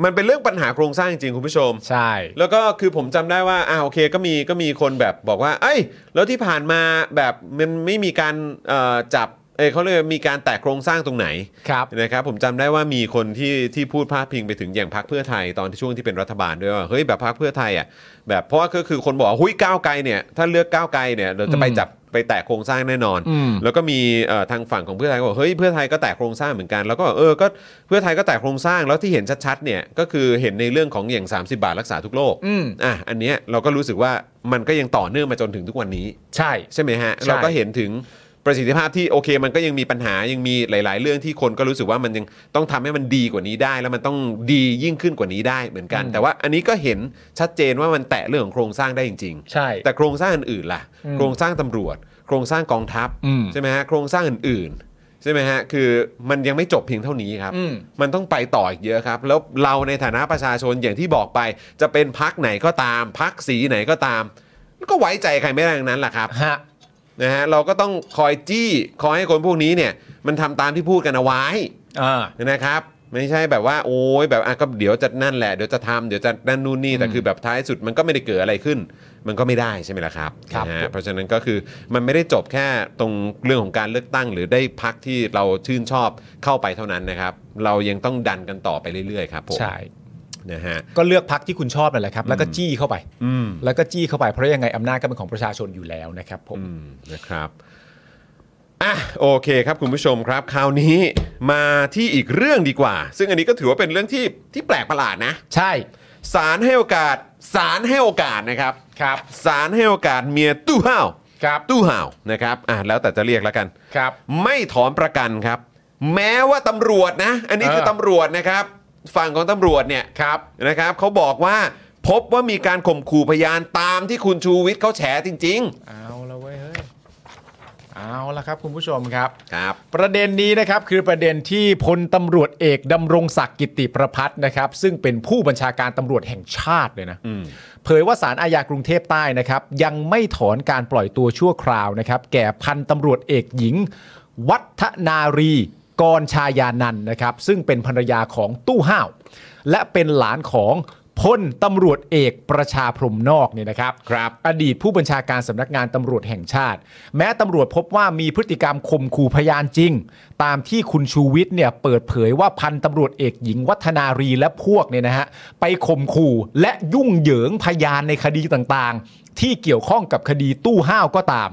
มันเป็นเรื่องปัญหาโครงสร้างจริงๆคุณผู้ชม
ใช่
แล้วก็คือผมจำได้ว่าอ่าโอเคก็มีก็มีคนแบบบอกว่า เอ้ย แล้วที่ผ่านมาแบบมันไม่มีการเอ่อจับเอยเขาเลยกว่ามีการแตกโครงสร้างตรงไหน
ครับ
นะครับผมจำได้ว่ามีคนที่ที่พูดพาดพิงไปถึงอย่างพักเพื่อไทยตอนที่ช่วงที่เป็นรัฐบาลด้วยว่าเฮ้ยแบบพักเพื่อไทยอ่ะแบบเพราะว่าก็คือคนบอกว่าหุ้ยก้าวไกลเนี่ยถ้าเลือกก้าวไกลเนี่ยเราจะไป
อืม
จับไปแตะโครงสร้างแน่นอน
อืม
แล้วก็มีเอ่อทางฝั่งของเพื่อไทยก็บอกเฮ้ยเพื่อไทยก็แตะโครงสร้างเหมือนกันแล้วก็เออก็เพื่อไทยก็แตะโครงสร้างแล้วที่เห็นชัดๆเนี่ยก็คือเห็นในเรื่องของอย่าง 30 บาทรักษาทุกโรค
อืม
อ่ะอันเนี้ยเราก็รู้สึกว่ามันก็ยังต่อเนื่องมาจนถึงทุกวันนี้
ใช่
ใช่ไหมฮะ
ใช่
เราก็เห็นถึงประสิทธิภาพที่โอเค มันก็ยังมีปัญหายังมีหลาย ๆ เรื่องที่คนก็รู้สึกว่ามันยังต้องทำให้มันดีกว่านี้ได้ แล้วมันต้องดียิ่งขึ้นกว่านี้ได้เหมือนกัน
อืม
แต่ว่าอันนี้ก็เห็นชัดเจนว่ามันแตะเรื่องของโครงสร้างได้จริง
ใช่
ๆ แต่โครงสร้างอื่นๆล่ะ
อืม
โครงสร้างตำรวจ โครงสร้างกองทัพ
อืม
ใช่ไหมฮะโครงสร้างอื่นๆใช่ไหมฮะคือมันยังไม่จบเพียงเท่านี้ครับ
อืม
มันต้องไปต่ออีกเยอะครับ แล้วเราในฐานะประชาชนอย่างที่บอกไป จะเป็นพักไหนก็ตามพักสีไหนก็ตาม ก็ไว้ใจใครไม่ได้ทั้งนั้นแหละครับ
ฮะ
นะฮะเราก็ต้องคอยจี้คอยให้คนพวกนี้เนี่ยมันทำตามที่พูดกันเอาไว้
อ่า
นะครับ ไม่ใช่แบบว่า โอ้ยแบบอ่ะก็เดี๋ยวจะนั่นแหละเดี๋ยวจะทำเดี๋ยวจะนั่นนู่นนี่แต่คือแบบท้ายสุดมันก็ไม่ได้เกิดอะไรขึ้น มันก็ไม่ได้ใช่ไหมล่ะครับ
ครับ
นะฮะ
ผม
เพราะฉะนั้นก็คือมันไม่ได้จบแค่ตรงเรื่องของการเลือกตั้ง หรือได้พักที่เราชื่นชอบเข้าไปเท่านั้นนะครับ เรายังต้องดันกันต่อไปเรื่อยๆครับผม
ใช่
นะฮะ
ก็เลือกพักที่คุณชอบนั่นแหละครับ แล้วก็จี้เข้าไป
อืม
แล้วก็จี้เข้าไปเพราะยังไงอำนาจก็เป็นของประชาชนอยู่แล้วนะครับผม
อืมนะครับ อ่ะโอเคครับคุณผู้ชมครับ คราวนี้มาที่อีกเรื่องดีกว่า ซึ่งอันนี้ก็ถือว่าเป็นเรื่องที่ที่แปลกประหลาดนะ
ใช่
ศาลให้โอกาสศาลให้โอกาสนะครับ
ครับ
ศาลให้โอกาสเมียตู้ห่าว
ครับ
ตู้ห่าวนะครับอ่ะแล้วแต่จะเรียกแล้วกัน
ครับ
ไม่ถอนประกันครับ แม้ว่าตำรวจนะ อันนี้
เออ
คือตำรวจนะครับ ฝั่งของตำรวจเนี่ย
ครับ
นะครับเขาบอกว่าพบว่ามีการข่มขู่พยานตามที่คุณชูวิทย์เขาแฉจริง
เอาละเว้ยเฮ้ย เอาละครับคุณผู้ชมครับ
ๆ ครับ
ประเด็นนี้นะครับคือประเด็นที่พลตำรวจเอกดำรงศักดิ์กิติประพัฒน์นะครับ ซึ่งเป็นผู้บัญชาการตำรวจแห่งชาติเลยนะเผยว่าสารอาญากรุงเทพใต้นะครับ ยังไม่ถอนการปล่อยตัวชั่วคราวนะครับ แก่พันตำรวจเอกหญิง วัฒนารีกรชายานันท์นะครับ ซึ่งเป็นภรรยาของตู้ห้าว และเป็นหลานของพลตำรวจเอกประชาพรหมนอกเนี่ยนะครับ
ครับ
อดีตผู้บัญชาการสำนักงานตำรวจแห่งชาติ แม้ตำรวจพบว่ามีพฤติกรรมข่มขู่พยานจริง ตามที่คุณชูวิทย์เนี่ยเปิดเผยว่าพันตำรวจเอกหญิงวัฒนารีและพวกเนี่ยนะฮะไปข่มขู่และยุ่งเหยิงพยานในคดีต่างๆ ที่เกี่ยวข้องกับคดีตู้ห้าวก็ตาม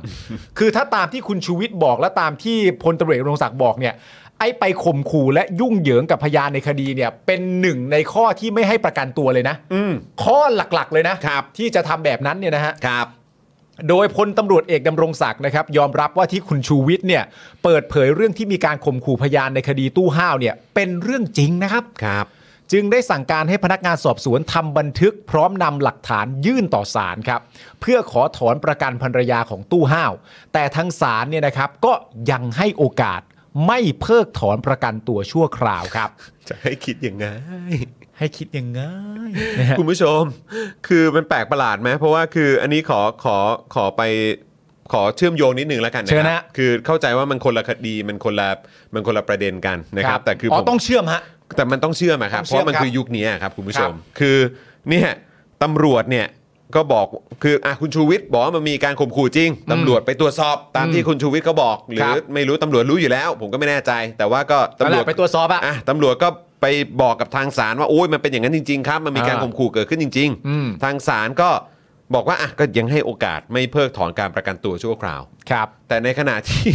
คือถ้าตามที่คุณชูวิทย์บอกและตามที่พลตำรวจเอกรงศักดิ์บอกเนี่ยไอ้ไปข่มขู่และยุ่งเหยิงกับพยานในคดีเนี่ยเป็นหนึ่งในข้อที่ไม่ให้ประกันตัวเลยนะข้อหลักๆเลยนะครับ ที่จะทำแบบนั้นเนี่ยนะฮะ
ครับ
โดยพลตำรวจเอกดำรงศักดิ์นะครับ ยอมรับว่าที่คุณชูวิทย์เนี่ยเปิดเผยเรื่องที่มีการข่มขู่พยานในคดีตู้ห้าวเนี่ยเป็นเรื่องจริงนะครับ
ครับ
จึงได้สั่งการให้พนักงานสอบสวนทำบันทึกพร้อมนำหลักฐานยื่นต่อศาลครับ เพื่อขอถอนประกันภรรยาของตู้ห้าว แต่ทางศาลเนี่ยนะครับก็ยังให้โอกาสไม่เพิกถอนประกันตัวชั่วคราวครับ
จะให้คิดอย่างไง
ให้คิดยังไง
คุณผู้ชม คือมันแปลกประหลาดไหมเพราะว่าคืออันนี้ขอขอขอไปขอเชื่อมโยงนิดนึงแล้วกันนะ
เชิ
ค
ญ
รั
ฮะ
คือเข้าใจว่ามันคนละคดีมันคนละมันคนละประเด็นกันนะครับ แต่คืออ
อ๋
ผ
อ
ม
ต้องเชื่อมฮะ
แต่มันต้องเชื่อมอะครับเพ
ต้องเชื่อม
ราะมัน
ครับ
คือยุคนี้อะครับคุณผู้ชม
ครับ
คือเนี่ยตำรวจเนี่ยก็บอกคืออ่ะคุณชูวิทย์บอกว่ามันมีการข่มขู่จริงตำรวจไปตรวจสอบตามที่คุณชูวิทย์ก็บอก หรื
ค
อ
รับ
ไม่รู้ตำรวจรู้อยู่แล้ว ผมก็ไม่แน่ใจ แต่ว่าก็ตำรวจ
นั่นแหละไปตรวจสอบอะ
อ่ะตำรวจก็ไปบอกกับทางศาลว่าโอ้ยมันเป็นอย่างนั้นจริง ๆ ครับมันมีการ
อ่า
ข่มขู่เกิดขึ้นจริง
อืม
ๆ ทางศาลก็บอกว่าอ่ะก็ยังให้โอกาสไม่เพิกถอนการประกันตัวชั่วคราว
ครับ
แต่ในขณะที่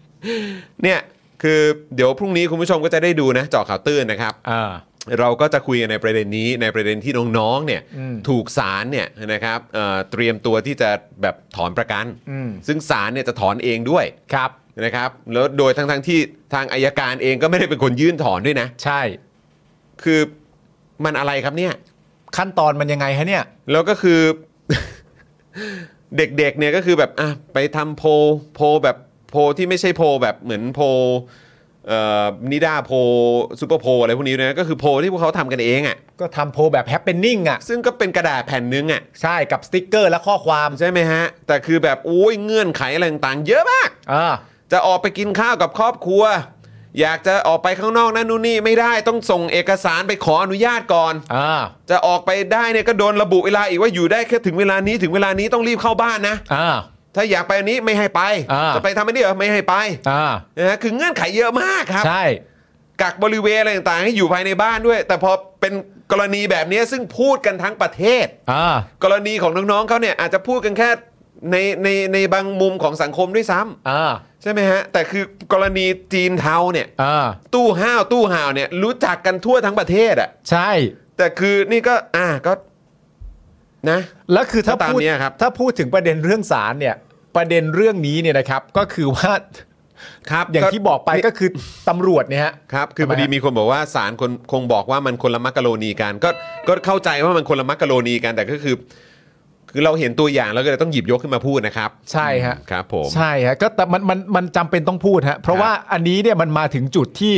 เนี่ยคือเดี๋ยวพรุ่งนี้คุณผู้ชมก็จะได้ดูนะเจาะข่าวตื้นนะครับ
อ่า
เราก็จะคุยกันในประเด็นนี้ในประเด็นที่น้องๆเนี่ย
อืม
ถูกศาลเนี่ยนะครับเอ่อเตรียมตัวที่จะแบบถอนประกัน
อืม
ซึ่งศาลเนี่ยจะถอนเองด้วย
ครับ
นะครับแล้วโดยทั้งๆที่ทางอายการเองก็ไม่ได้เป็นคนยื่นถอนด้วยนะ
ใช่
คือมันอะไรครับเนี่ย
ขั้นตอนมันยังไงฮะเนี่ย
แล้วก็คือ เด็กๆเนี่ยก็คือแบบอ่ะไปทำโพลโพลแบบโพลที่ไม่ใช่โพลแบบเหมือนโพลเอ่อนิดาโพลซูเปอร์โพลอะไรพวกนี้นะก็คือโพลที่พวกเขาทำกันเองอะ่ะ
ก็ทำโพลแบบแฮปเปนนิ่งอ่ะ
ซึ่งก็เป็นกระดาษแผ่นนึงอ่ะ
ใช่กับสติ๊กเกอร์และข้อความ
ใช่ไหมฮะ แต่คือแบบโอ้ยเงื่อนไขอะไรต่างๆ เยอะมาก
อ่า
จะออกไปกินข้าวกับครอบครัว อยากจะออกไปข้างนอกนั่นนู่นนี่ไม่ได้ต้องส่งเอกสารไปขออนุญาตก่อน
อ่า
จะออกไปได้เนี่ยก็โดนระบุเวลาอีกว่าอยู่ได้แค่ถึงเวลานี้ถึงเวลานี้ต้องรีบเข้าบ้านนะ
อ่า
ถ้าอยากไปอันนี้ไม่ให้ไป
อ่า
จะไปทำอันนี้เหรอไม่ให้ไป
อ่า
นะฮะคือเงื่อนไขเยอะมากครับ
ใช่
กักบริเวณอะไรต่างๆ ให้อยู่ภายในบ้านด้วย แต่พอเป็นกรณีแบบนี้ซึ่งพูดกันทั้งประเทศ
อ่า
กรณีของน้องๆเขาเนี่ยอาจจะพูดกันแค่ในในในบางมุมของสังคมด้วยซ้ำ
อ่า
ใช่ไหมฮะ แต่คือกรณีจีนเทาเนี่ย
อ่า
ตู้ห้าวตู้ห่าวเนี่ยรู้จักกันทั่วทั้งประเทศอะ
ใช่
แต่คือนี่ก็อ่าก็นะ
แล้วคือถ้า
ก็ตาม
พูด
เนี้ยครับ
ถ้าพูดถึงประเด็นเรื่องศาลเนี่ย ประเด็นเรื่องนี้เนี่ยนะครับ ก็คือว่า
ครับ
อย่างที่บอกไปก็คือตำรวจเนี่ยฮะ
ครับ คือพ
ทำ
อ
ไม
ดี
ฮะ
มีคนบอกว่าสารคนคงบอกว่ามันคนละมักกะโรนีกันก็ก็เข้าใจว่ามันคนละมักกะโรนีกันแต่ก็คือ คือเราเห็นตัวอย่างแล้วก็เลยต้องหยิบยกขึ้นมาพูดนะครับ
ใช่ฮะ
ครับผม
ใช่ฮะก็แต่มันมันมันจำเป็นต้องพูดฮะเพราะ
ครับ
ว่าอันนี้เนี่ยมันมาถึงจุดที่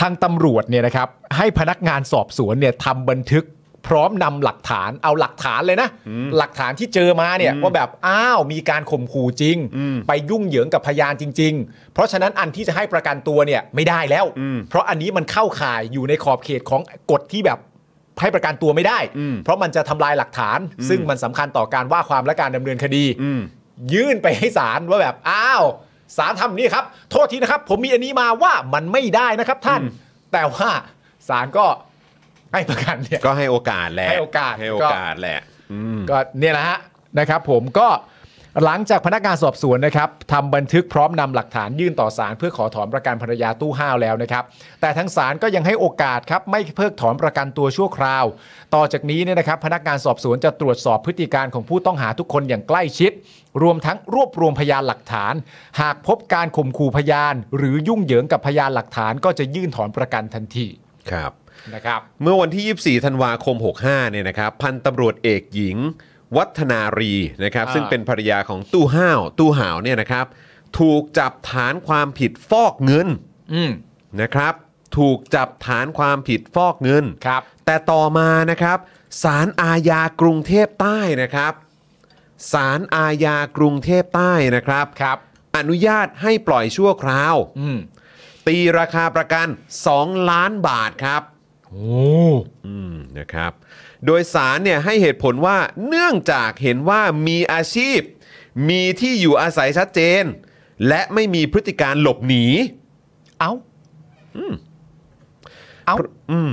ทางตำรวจเนี่ยนะครับ ให้พนักงานสอบสวนเนี่ยทำบันทึกพร้อมนำหลักฐานเอาหลักฐานเลยนะ หลักฐานที่เจอมาเนี่ยว่าแบบอ้าวมีการข่มขู่จริง ไปยุ่งเหยิงกับพยานจริง ๆ เพราะฉะนั้นอันที่จะให้ประกันตัวเนี่ยไม่ได้แล้ว เพราะอันนี้มันเข้าข่ายอยู่ในขอบเขตของกฎที่แบบให้ประกันตัวไม่ได้ เพราะมันจะทำลายหลักฐาน ซึ่งมันสำคัญต่อการว่าความและการดำเนินคดี ยื่นไปให้ศาลว่าแบบอ้าวศาลทำนี่ครับ โทษทีนะครับ ผมมีอันนี้มาว่ามันไม่ได้นะครับท่าน แต่ว่าศาลก็ให้ประกันเนี่ย
ก็ให้โอกาสแหละ
ให้โอกาส
ให้โอกาสแหละ
ก็เนี่ยแหละฮะนะครับ ผมก็หลังจากพนักงานสอบสวนนะครับทำบันทึกพร้อมนำหลักฐานยื่นต่อศาลเพื่อขอถอนประกันภรรยาตู้ห้าวแล้วนะครับ แต่ทั้งศาลก็ยังให้โอกาสครับไม่เพิกถอนประกันตัวชั่วคราว ต่อจากนี้เนี่ยนะครับ พนักงานสอบสวนจะตรวจสอบพฤติการของผู้ต้องหาทุกคนอย่างใกล้ชิด รวมทั้งรวบรวมพยานหลักฐาน หากพบการข่มขู่พยาน หรือยุ่งเหยิงกับพยานหลักฐาน ก็จะยื่นถอนประกันทันที
ครับ
นะครับ
เมื่อวันที่ 24 ธันวาคม 65 เนี่ยนะครับ พันตำรวจเอกหญิง วัฒนารีนะครับ
อ่า
ซึ่งเป็นภรรยาของตู้ห้าว ตู้ห่าวเนี่ยนะครับ ถูกจับฐานความผิดฟอกเงิน
อืม
นะครับ ถูกจับฐานความผิดฟอกเงิน
ครับ
แต่ต่อมานะครับศาลอาญากรุงเทพใต้นะครับศาลอาญากรุงเทพใต้นะครับ
ครับ
อนุญาตให้ปล่อยชั่วคราว
อืม
ตีราคาประกัน 2 ล้านบาทครับ
โอ้
อืมนะครับ โดยสารเนี่ยให้เหตุผลว่าเนื่องจากเห็นว่ามีอาชีพ มีที่อยู่อาศัยชัดเจน และไม่มีพฤติการหลบหนี
เอ้าเอ้า
อืม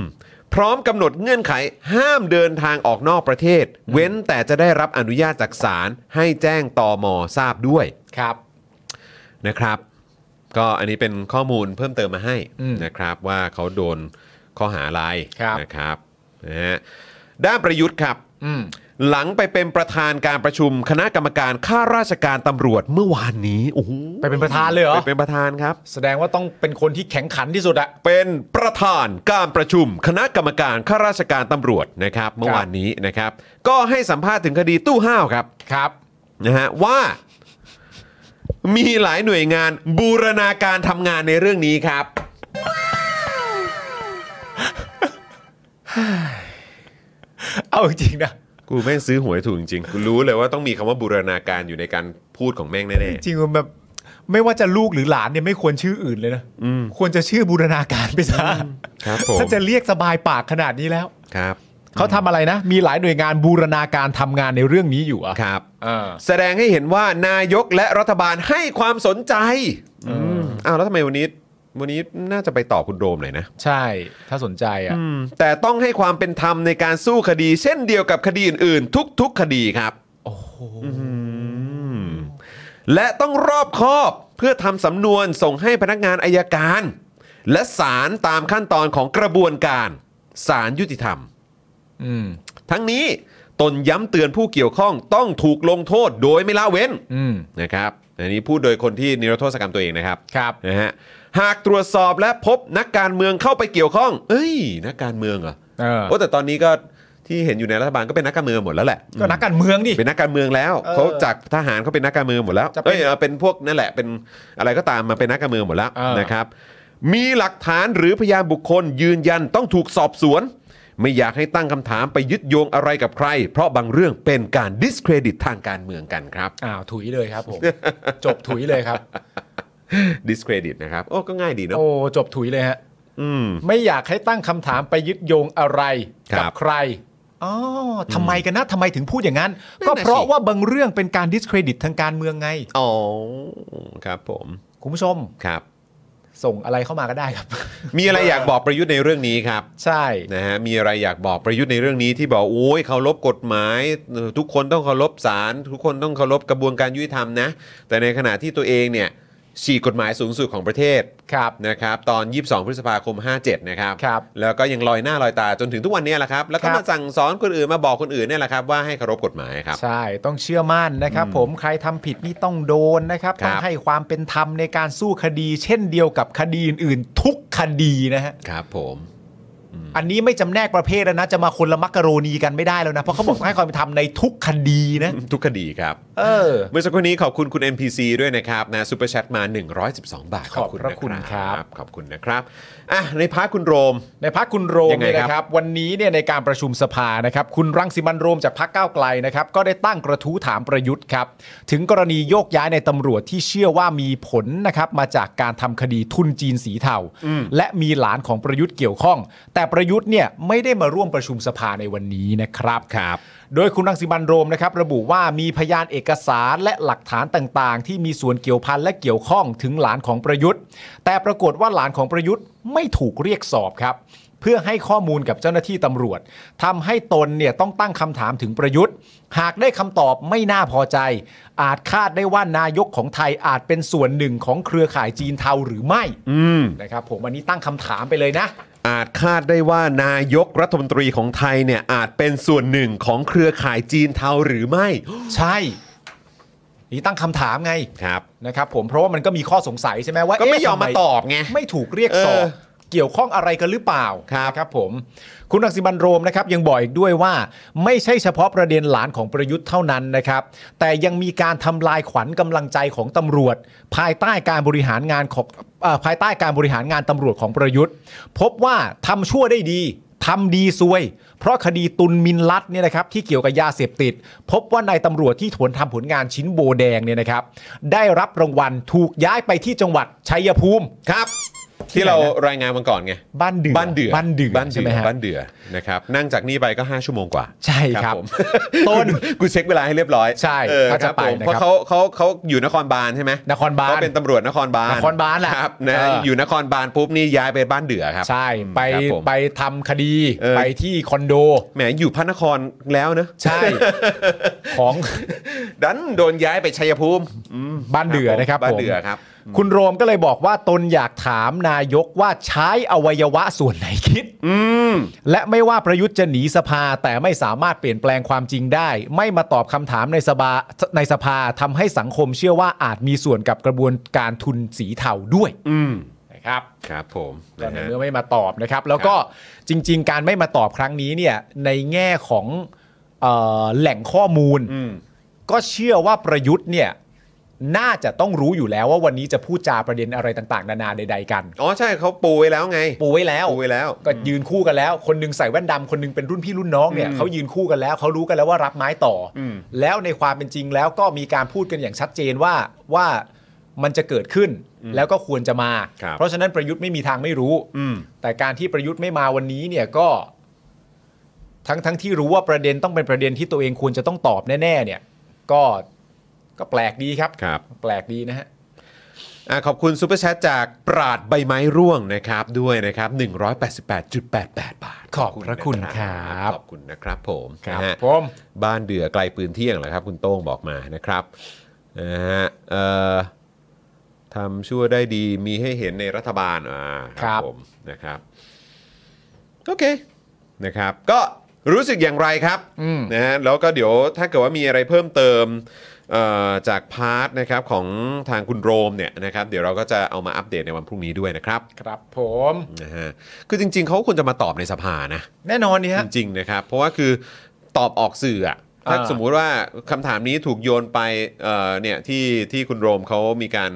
พร้อมกำหนดเงื่อนไขห้ามเดินทางออกนอกประเทศ เว้นแต่จะได้รับอนุญาตจากศาลให้แจ้งตอมอทราบด้วย
ครับ
นะครับ ก็อันนี้เป็นข้อมูลเพิ่มเติมมาให้
อืม
นะครับว่าเขาโดนข้อหาอะไร
ครับ
นะครับนะฮะด้านประยุทธ์ครับ
อืม
หลังไปเป็นประธานการประชุมคณะกรรมการข้าราชการตำรวจเมื่อวานนี้โอ้โห
ไปเป็นประธานเลยเหรอ
ไปเป็นประธานครับ
แสดงว่าต้องเป็นคนที่แข็งขันที่สุดอะ
เป็นประธานการประชุมคณะกรรมการข้าราชการตำรวจนะครับ เมื่อวานนี้นะครับ ก็ให้สัมภาษณ์ถึงคดีตู้ห้าวครับ
ครับ
นะฮะว่า มีหลายหน่วยงานบูรณาการทำงานในเรื่องนี้ครับ
เอาจริงๆนะ
กูแม่งซื้อหวยถูกจริงๆกูรู้เลยว่าต้องมีคำว่าบูรณาการอยู่ในการพูดของแม่งแน่
จริงๆมันแบบไม่ว่าจะลูกหรือหลานเนี่ยไม่ควรชื่ออื่นเลยนะควรจะชื่อบูรณาการไปซะ
ๆครับผม
ถ้าจะเรียกสบายปากขนาดนี้แล้ว
ครับ
เขาทำอะไรนะ มีหลายหน่วยงานบูรณาการทำงานในเรื่องนี้อยู่อะ
ครับ
เออ
แสดงให้เห็นว่านายกและรัฐบาลให้ความสนใจมอ้าวแล้วทำไมวันนี้ วันนี้น่าจะไปต่อคุณโดมหน่อยนะ
ใช่ ถ้าสนใจอะ
อืมแต่ต้องให้ความเป็นธรรมในการสู้คดี เช่นเดียวกับคดีอื่น ๆ ทุก ๆ คดีครับ
โอ้โห
และต้องรอบคอบเพื่อทำสำนวนส่งให้พนักงานอายการ และศาลตามขั้นตอนของกระบวนการศาลยุติธรรม
อืม
ทั้งนี้ตนย้ำเตือนผู้เกี่ยวข้องต้องถูกลงโทษโดยไม่ละเว้น
อืม
นะครับอันนี้พูดโดยคนที่นิรโทษกรรมตัวเองนะครับ
ครับ
นะฮะหากตรวจสอบและพบนักการเมืองเข้าไปเกี่ยวข้อง เอ้ย นักการเมืองเหรอ
เออ
โอ้แต่ตอนนี้ก็ที่เห็นอยู่ในรัฐบาลก็เป็นนักการเมืองหมดแล้วแหละ
ก็นักการเมืองดิ
เป็นนักการเมืองแล้ว
เออ
เขาจากทหารเขาเป็นนักการเมืองหมดแล้ว
จะเป็น
เอ้ยเออเป็นพวกนั่นแหละเป็นอะไรก็ตามมาเป็นนักการเมืองหมดแล้ว
เออ
นะครับ มีหลักฐานหรือพยานบุคคลยืนยันต้องถูกสอบสวน ไม่อยากให้ตั้งคำถามไปยึดโยงอะไรกับใคร เพราะบางเรื่องเป็นการ discredit ทางการเมืองกันครับ
อ้าวถุยเลยครับผม จบถุยเลยครับ
ดิสเครดิตนะครับ โอ้ ก็ง่ายดีเนอะ
โอ้จบถุยเลยฮะ
อืม
ไม่อยากให้ตั้งคำถามไปยึดโยงอะไร
ครั
กับ ใคร อ๋อทำไมกันนะทำไมถึงพูดอย่างนั้น
นั่นน่ะสิ
ก็เพราะว่าบางเรื่องเป็นการดิสเครดิตทางการเมืองไง
อ๋อ ครับผม
คุณผู้ชม
ครับ
ส่งอะไรเข้ามาก็ได้ครับ
มีอะไรอยากบอกประยุทธ์ในเรื่องนี้ครับ
ใช่
นะฮะมีอะไรอยากบอกประยุทธ์ในเรื่องนี้ที่บอกโอ้ยเคารพกฎหมายเอ่อทุกคนต้องเคารพศาลทุกคนต้องเคารพกระบวนการยุติธรรมนะ แต่ในขณะที่ตัวเองเนี่ยฉีกกฎหมายสูงสุดของประเทศ
ครับ
นะครับ ตอน 22 พฤษภาคม 57 นะครับ
ครับ
แล้วก็ยังลอยหน้าลอยตาจนถึงทุกวันเนี้แหละครับแล้วก็
ครับ
มาสั่งสอนคนอื่นมาบอกคนอื่นเนี่ยแหละครับว่าให้เคารพกฎหมายครับ
ใช่ ต้องเชื่อมั่นนะครับ ผม ใครทำผิดนี่ต้องโดนนะครับ
ครับ
ต้องให้ความเป็นธรรมในการสู้คดี เช่นเดียวกับคดีอื่นๆ ทุกคดีนะฮะ
ครับผม
อันนี้ไม่จำแนกประเภทแล้วนะ จะมาคนละมักกะโรนีกันไม่ได้แล้วนะ เพราะเขาบอกต้องให้ความเป็นธรรมในทุกคดีนะ
ทุกคดีครับ
เออ
เมื่อสักครู่นี้ขอบคุณคุณ NPC ด้วยนะครับนะซูเปอร์แชทมา 112 บาท ขอบคุณ
ขอบพระคุณ
นะครับ ขอบคุณนะครับอ่ะในพาร์ทคุณโรม
ในพักคุณโร
ยัง
ม
ไงค
เนี่ย
รับ
นะครับ วันนี้เนี่ยในการประชุมสภานะครับ คุณรังสิมันต์โรมจากพักก้าวไกลนะครับ ก็ได้ตั้งกระทู้ถามประยุทธ์ครับ ถึงกรณีโยกย้ายในตำรวจที่เชื่อว่ามีผลนะครับ มาจากการทำคดีทุนจีนสีเทาและมีหลานของประยุทธ์เกี่ยวข้อง แต่ประยุทธ์เนี่ยไม่ได้มาร่วมประชุมสภาในวันนี้นะครับ
ครับ
โดยคุณรังสิมันต์โรมนะครับระบุว่ามีพยานเอกสารและหลักฐานต่างๆ ที่มีส่วนเกี่ยวพันและเกี่ยวข้องถึงหลานของประยุทธ์ แต่ปรากฏว่าหลานของประยุทธ์ไม่ถูกเรียกสอบครับ เพื่อให้ข้อมูลกับเจ้าหน้าที่ตำรวจทำให้ตนเนี่ยต้องตั้งคำถามถึงประยุทธ์ หากได้คำตอบไม่น่าพอใจ อาจคาดได้ว่านายกของไทยอาจเป็นส่วนหนึ่งของเครือข่ายจีนเทาหรือไม่
อืม
นะครับผมวันนี้ตั้งคำถามไปเลยนะ
อาจคาดได้ว่านายกรัฐมนตรีของไทยเนี่ย อาจเป็นส่วนหนึ่งของเครือข่ายจีนเทาหรือไม่
ใช่นี่ตั้งคำถามไง
ครับ
นะครับผมเพราะว่ามันก็มีข้อสงสัยใช่ไหมว่า
ก็ไม่
เะ
ยอมมา
ทำ
ตอบไง
ไม่ถูกเรียกสอบ
เออ
เกี่ยวข้องอะไรกันหรือเปล่า
ครับ
นะครับผมคุณรังสิมันต์โรมนะครับยังบอกอีกด้วยว่า ไม่ใช่เฉพาะประเด็นหลานของประยุทธ์เท่านั้นนะครับ แต่ยังมีการทำลายขวัญกำลังใจของตำรวจ ภายใต้การบริหารงานของเอ่อภายใต้การบริหารงานตำรวจของประยุทธ์ พบว่าทำชั่วได้ดี ทำดีซวย เพราะคดีตุนมินลัดเนี่ยนะครับที่เกี่ยวกับยาเสพติด พบว่านายตำรวจที่ถวนทำผลงานชิ้นโบแดงเนี่ยนะครับ ได้รับรางวัลถูกย้ายไปที่จังหวัดชัยภูมิ
ครับ
ที่
ที่เรา
ไหนนะ
รายงานวันก่อนไง
บ้านเดือ
บ้านเดือ
บ้านเดือ
บ้านเดื
ใช่ไหม
อ
ฮะ
บ้านเดือนะครับ นั่งจากนี่ไปก็ 5 ชั่วโมงกว่า
ใช่ครับ
ผม
ต้น
กูเช็คเวลาให้เรียบร้อย
ใช่
เออ
ถ้า
ค
จะ
รับ
ไป
ผม
นะครับ
เพราะเขาเขาเขาอยู่นครบาลใช่ไหม
นครบาล
เขาเป็นตำรวจนครบาล
นครบาลแหละ
ครับนะ
เอออ
อยู่นครบาลปุ๊บนี่ย้ายไปบ้านเดือครับ
ใช่ไป
ครับผม
ไปทำคดี
เออ
ไปที่คอนโด
แหมอยู่พระนครแล้วนะ
ใช่ ของ
ดันโดนย้ายไปชัยภูมิอืม
บ้านเดือนะครับ
บ้าน
ผม
เดือครับ
คุณโรมก็เลยบอกว่าตนอยากถามนายกว่าใช้อวัยวะส่วนไหนคิด
อืม
และไม่ว่าประยุทธ์จะหนีสภาแต่ไม่สามารถเปลี่ยนแปลงความจริงได้ ไม่มาตอบคำถามในสภาในสภาทำให้สังคมเชื่อว่าอาจมีส่วนกับกระบวนการทุนสีเทาด้วย
อืม
นะครับ
ครับผม
ก็ใน
นะฮะ
เมื่อไม่มาตอบนะครับ แล้วก็จริง ๆ การไม่มาตอบครั้งนี้เนี่ยในแง่ของเออแหล่งข้อมูล
อืม
ก็เชื่อว่าประยุทธ์เนี่ยน่าจะต้องรู้อยู่แล้วว่าวันนี้จะพูดจาประเด็นอะไรต่างๆ นานาใด ๆ กัน
อ๋อใช่เขาปูไว้แล้วไง
ปูไว้แล้ว
ปูไว้แล้ว
ก็ยืนคู่กันแล้ว คนหนึงใส่แว่นดำคนหนึงเป็นรุ่นพี่รุ่นน้องเนี่ยเขายืนคู่กันแล้วเขารู้กันแล้วว่ารับไม้ต่ออ
ม
แล้วในความเป็นจริงแล้วก็มีการพูดกันอย่างชัดเจนว่าว่ามันจะเกิดขึ้นแล้วก็ควรจะมา
ครับ
เพราะฉะนั้นประยุทธ์ไม่มีทางไม่รู้
อืม
แต่การที่ประยุทธ์ไม่มาวันนี้เนี่ยก็ ทั้งทั้งที่รู้ว่าประเด็นต้องเป็นประเด็นที่ตัวเองควรจะต้องตอบแน่ๆเนี่ย ก็ก็แปลกดีครับ
ครับ
แปลกดีนะฮะ
อ่ะขอบคุณซูเปอร์แชทจากปราดใบไม้ร่วงนะครับด้วยนะครับ 188.88 บาท
ขอบพระคุณครับ
ขอบคุณนะครับผม
ครับ
นะฮะ
ผม
บ้านเดือไกลปืนเที่ยงเหรอครับ คุณโต้งบอกมานะครับนะฮะเอ่อทำชั่วได้ดีมีให้เห็นในรัฐบาลอ่า
ครับ
ผมนะครับ โอเคนะครับ ก็รู้สึกอย่างไรครับนะฮะแล้วก็เดี๋ยวถ้าเกิดว่ามีอะไรเพิ่มเติมเอ่อจากพาร์ทนะครับของทางคุณโรมเนี่ยนะครับ เดี๋ยวเราก็จะเอามาอัปเดตในวันพรุ่งนี้ด้วยนะครับ
ครับ ผม
นะฮะคือจริง ๆเขาควรจะมาตอบในสภานะ
แน่นอนนี่ฮะ
จริงๆนะครับ เพราะว่าคือตอบออกสื่ออะถ้า
อ่า
สมมุติว่าคำถามนี้ถูกโยนไปเอ่อเนี่ยที่ที่คุณโรมเขามีการ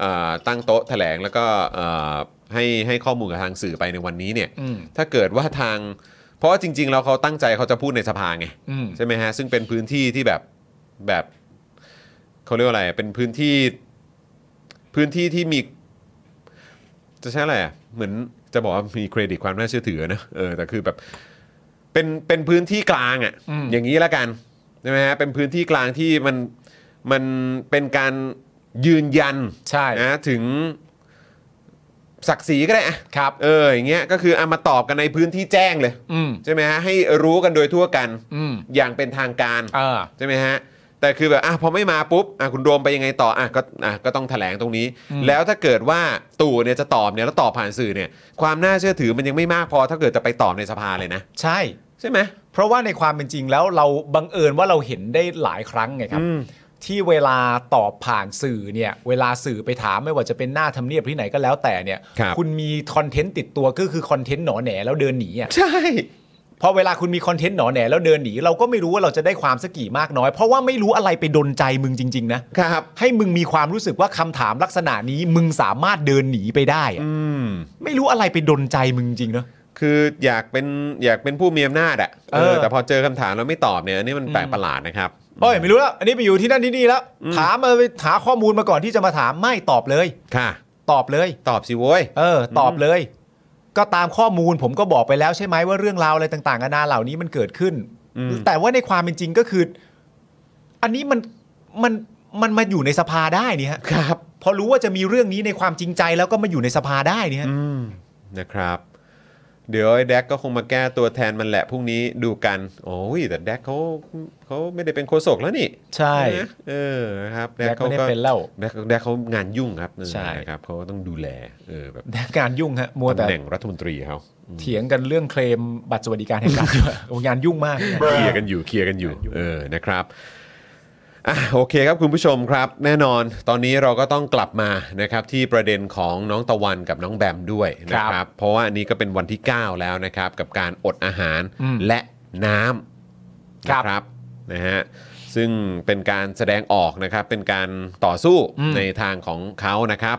เอ่อตั้งโต๊ะแถลงแล้วก็เอ่อให้ให้ข้อมูลกับทางสื่อไปในวันนี้เนี่ย
อืม
ถ้าเกิดว่าทาง เพราะว่าจริง ๆ แล้วเขาตั้งใจเขาจะพูดในสภาไง
อืม
ใช่ไหมฮะซึ่งเป็นพื้นที่ที่แบบแบบเขาเรียกว่าอะไรเป็นพื้นที่พื้นที่ที่มี จะใช้อะไรอ่ะเหมือนจะบอกว่ามีเครดิตความน่าเชื่อถือนะเออแต่คือแบบเป็นเป็นพื้นที่กลางอ่ะ
อืม
อย่างนี้ละกันใช่ไหมฮะเป็นพื้นที่กลางที่มันมันเป็นการยืนยัน
ใช่
นะถึงศักดิ์ศรีก็ได้อะ
ครับ
เอออย่างเงี้ยก็คือเอามาตอบกันในพื้นที่แจ้งเลย
อืม
ใช่ไหมฮะให้รู้กันโดยทั่วกัน
อืม
อย่างเป็นทางการ
เออ
ใช่ไหมฮะ แต่คือแบบอ่ะพอไม่มาปุ๊บอ่ะคุณโรวมไปยังไงต่ออ่ะก็อ่ะก็ต้องแถลงตรงนี้ แล้วถ้าเกิดว่าตู่เนี่ยจะตอบเนี่ยแล้วตอบผ่านสื่อเนี่ย ความน่าเชื่อถือมันยังไม่มากพอ ถ้าเกิดจะไปตอบในสภาเลยนะ
ใช่
ใช่ไหม
เพราะว่าในความเป็นจริงแล้วเราบังเอิญว่าเราเห็นได้หลายครั้งไงครับ
อืม
ที่เวลาตอบผ่านสื่อเนี่ย เวลาสื่อไปถามไม่ว่าจะเป็นหน้าทำเนียบที่ไหนก็แล้วแต่เนี่ย
ครับ
ณมีคอนเทนต์ติดตัวก็คือคอนเทนต์หนอแหนแล้วเดินหนีอ่ะ
ใช่
พอเวลาคุณมีคอนเทนต์หนอแหนแล้วเดินหนีเราก็ไม่รู้ว่าเราจะได้ความสักกี่มากน้อย เพราะว่าไม่รู้อะไรไปดนใจมึงจริง ๆ นะ
ครับ
ให้มึงมีความรู้สึกว่าคำถามลักษณะนี้มึงสามารถเดินหนีไปได้อะ
อืม
ไม่รู้อะไรไปดนใจมึงจริงๆเนอะ
คืออยากเป็นอยากเป็นผู้มีอำนาจอะ
เออ
แต่พอเจอคำถามแล้วไม่ตอบเนี่ยอันนี้มันแปลกประหลาดนะครับ
เอ้ยไม่รู้แล้ว อันนี้ไปอยู่ที่นั่นที่นี่แล้ว ถามมาไปหาข้อมูลมาก่อนที่จะมาถามไม่ตอบเลย
ค่ะ
ตอบเลย
ตอบสิโว้ย
เออ ตอบเลย ก็ตามข้อมูลผมก็บอกไปแล้วใช่ไหมว่าเรื่องราวอะไรต่างๆนานาเหล่านี้มันเกิดขึ้น
อืม
แต่ว่าในความเป็นจริงก็คือ อันนี้มันมันมันมาอยู่ในสภาได้นี่ฮะ
ครับ
พอรู้ว่าจะมีเรื่องนี้ในความจริงใจแล้วก็มาอยู่ในสภาได้นี่ฮะ
อืมนะครับ เดี๋ยวไอ้แดกก็คงมาแก้ตัวแทนมันแหละพรุ่งนี้ดูกัน โอ้ยแต่แดกเขาเขาไม่ได้เป็นโคศกแล้วนี่
ใช่
ไหมเออครับ
แดกไม่ได้เป็นแล้ว
แดกแดกเขางานยุ่งครับ
ใช่
นะครับเขาก็ต้องดูแลเออแบบ
งานยุ่งฮะมัว
ตำ
แต่
แหน่งรัฐมนตรีเขา
เถียงกันเรื่องเคลมบัตรสวัสดิการแห่ง รัฐด้วยโอ้งานยุ่งมากเนี่ย
เคลียร์กันอยู่เคลียร์กันอยู่เออนะครับอ่ะโอเคครับคุณผู้ชมครับ แน่นอนตอนนี้เราก็ต้องกลับมานะครับที่ประเด็นของน้องตะวันกับน้องแบมด้วยนะค
ครั
รับ
บ
เพราะว่าอันนี้ก็เป็นวันที่ 9 แล้วนะครับ กับการอดอาหาร
อืม
และน้ำ
ครับ
นะครับนะฮะซึ่งเป็นการแสดงออกนะครับเป็นการต่อสู้
อืม
ในทางของเขานะครับ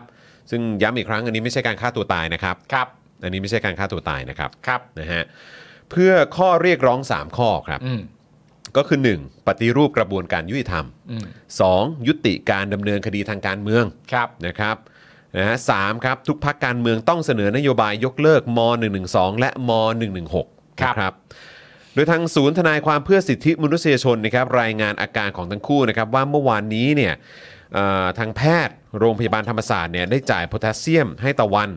ซึ่งย้ำอีกครั้งอันนี้ไม่ใช่การฆ่าตัวตายนะครับ
ครับ
อันนี้ไม่ใช่การฆ่าตัวตายนะครับ
ครับ
นะฮะเพื่อข้อเรียกร้อง 3 ข้อครับ
อืม
ก็คือ 1. ปฏิรูปกระบวนการยุติธรรม
อืม
2. ยุติการดำเนินคดีทางการเมือง
ครับ
นะครับนะฮะสามครับทุกพักการเมืองต้องเสนอนโยบายยกเลิกม .112 และม .116
ครับ
นะครับ โดยทางศูนย์ทนายความเพื่อสิทธิมนุษยชนนะครับรายงานอาการของทั้งคู่นะครับว่าเมื่อวานนี้เนี่ยเอ่อทางแพทย์โรงพยาบาลธรรมศาสตร์เนี่ยได้จ่ายโพแทสเซียมให้ตะวัน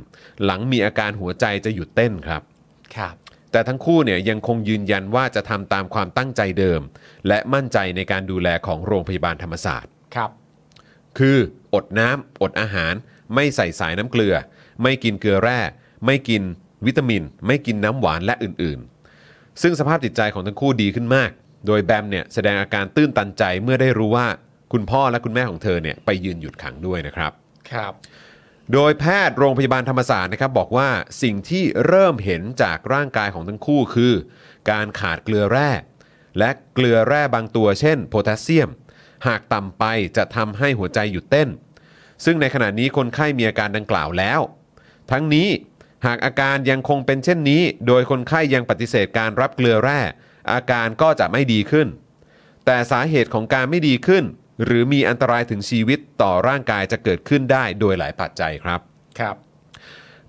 หลังมีอาการหัวใจจะหยุดเต้นครับ
ครับ
แต่ทั้งคู่เนี่ยยังคงยืนยันว่าจะทำตามความตั้งใจเดิม และมั่นใจในการดูแลของโรงพยาบาลธรรมศาสตร์
ครับ
คืออดน้ำอดอาหาร ไม่ใส่สายน้ำเกลือ ไม่กินเกลือแร่ ไม่กินวิตามิน ไม่กินน้ำหวานและอื่นๆ ซึ่งสภาพจิตใจของทั้งคู่ดีขึ้นมาก โดยแบมเนี่ยแสดงอาการตื้นตันใจเมื่อได้รู้ว่าคุณพ่อและคุณแม่ของเธอเนี่ยไปยืนหยุดขังด้วยนะครับ
ครับ
โดยแพทย์โรงพยาบาลธรรมศาสตร์นะครับบอกว่าสิ่งที่เริ่มเห็นจากร่างกายของทั้งคู่คือ การขาดเกลือแร่ และเกลือแร่บางตัวเช่นโพแทสเซียม หากต่ำไปจะทำให้หัวใจหยุดเต้น ซึ่งในขณะนี้คนไข้มีอาการดังกล่าวแล้ว ทั้งนี้หากอาการยังคงเป็นเช่นนี้ โดยคนไข้ยังปฏิเสธการรับเกลือแร่ อาการก็จะไม่ดีขึ้น แต่สาเหตุของการไม่ดีขึ้น หรือมีอันตรายถึงชีวิตต่อร่างกายจะเกิดขึ้นได้โดยหลายปัจจัยครับ
ครับ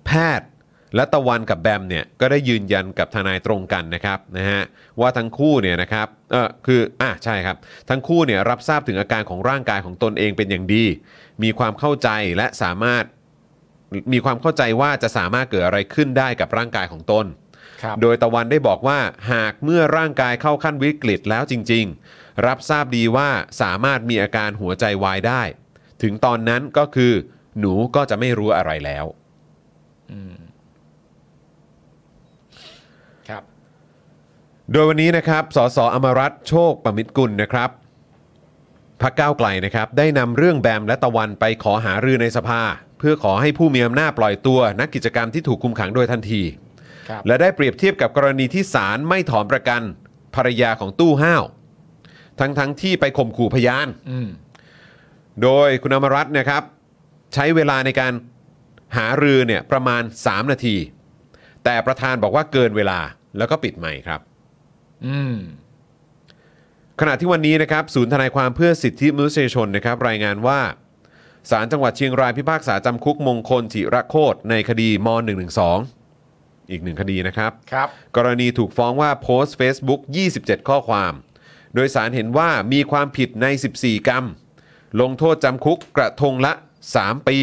แพทย์และตะวันกับแบมเนี่ยก็ได้ยืนยันกับทนายตรงกันนะครับนะฮะว่าทั้งคู่เนี่ยนะครับเออคืออ่ะใช่ครับ ทั้งคู่เนี่ยรับทราบถึงอาการของร่างกายของตนเองเป็นอย่างดี มีความเข้าใจและสามารถมีความเข้าใจว่าจะสามารถเกิดอะไรขึ้นได้กับร่างกายของตน
ครับ
โดยตะวันได้บอกว่าหากเมื่อร่างกายเข้าขั้นวิกฤตแล้วจริง ๆ รับทราบดีว่าสามารถมีอาการหัวใจวายได้ ถึงตอนนั้นก็คือหนูก็จะไม่รู้อะไรแล้ว
ครับ
โดยวันนี้นะครับ สสอมรัตน์โชคประมิตรกุลนะครับพักก้าวไกลนะครับ ได้นำเรื่องแบมและตะวันไปขอหารือในสภา เพื่อขอให้ผู้มีอำนาจปล่อยตัว นักกิจกรรมที่ถูกคุมขังโดยทันที
ครับ
และได้เปรียบเทียบกับกรณีที่ศาลไม่ถอนประกันภรรยาของตู้ห้าว ทั้งๆทที่ไปข่มขู่พยาน
อืม
โดยคุณอมรัตน์นะครับ ใช้เวลาในการหารือเนี่ยประมาณ 3 นาที แต่ประธานบอกว่าเกินเวลาแล้วก็ปิดใหม่ครับ
อืม
ขณะที่วันนี้นะครับศูนย์ทนายความเพื่อสิทธิมนุษยชนนะครับรายงานว่าศาลจังหวัดเชียงรายพิพากษาจำคุกมงคลจิระโคตรในคดีม .112 อีกหนึ่งคดีนะครับ
ครับ
กรณีถูกฟ้องว่าโพสต์ Facebook 27 ข้อความ โดยสารเห็นว่ามีความผิดใน 14 กรรม ลงโทษจำคุกกระทงละ 3 ปี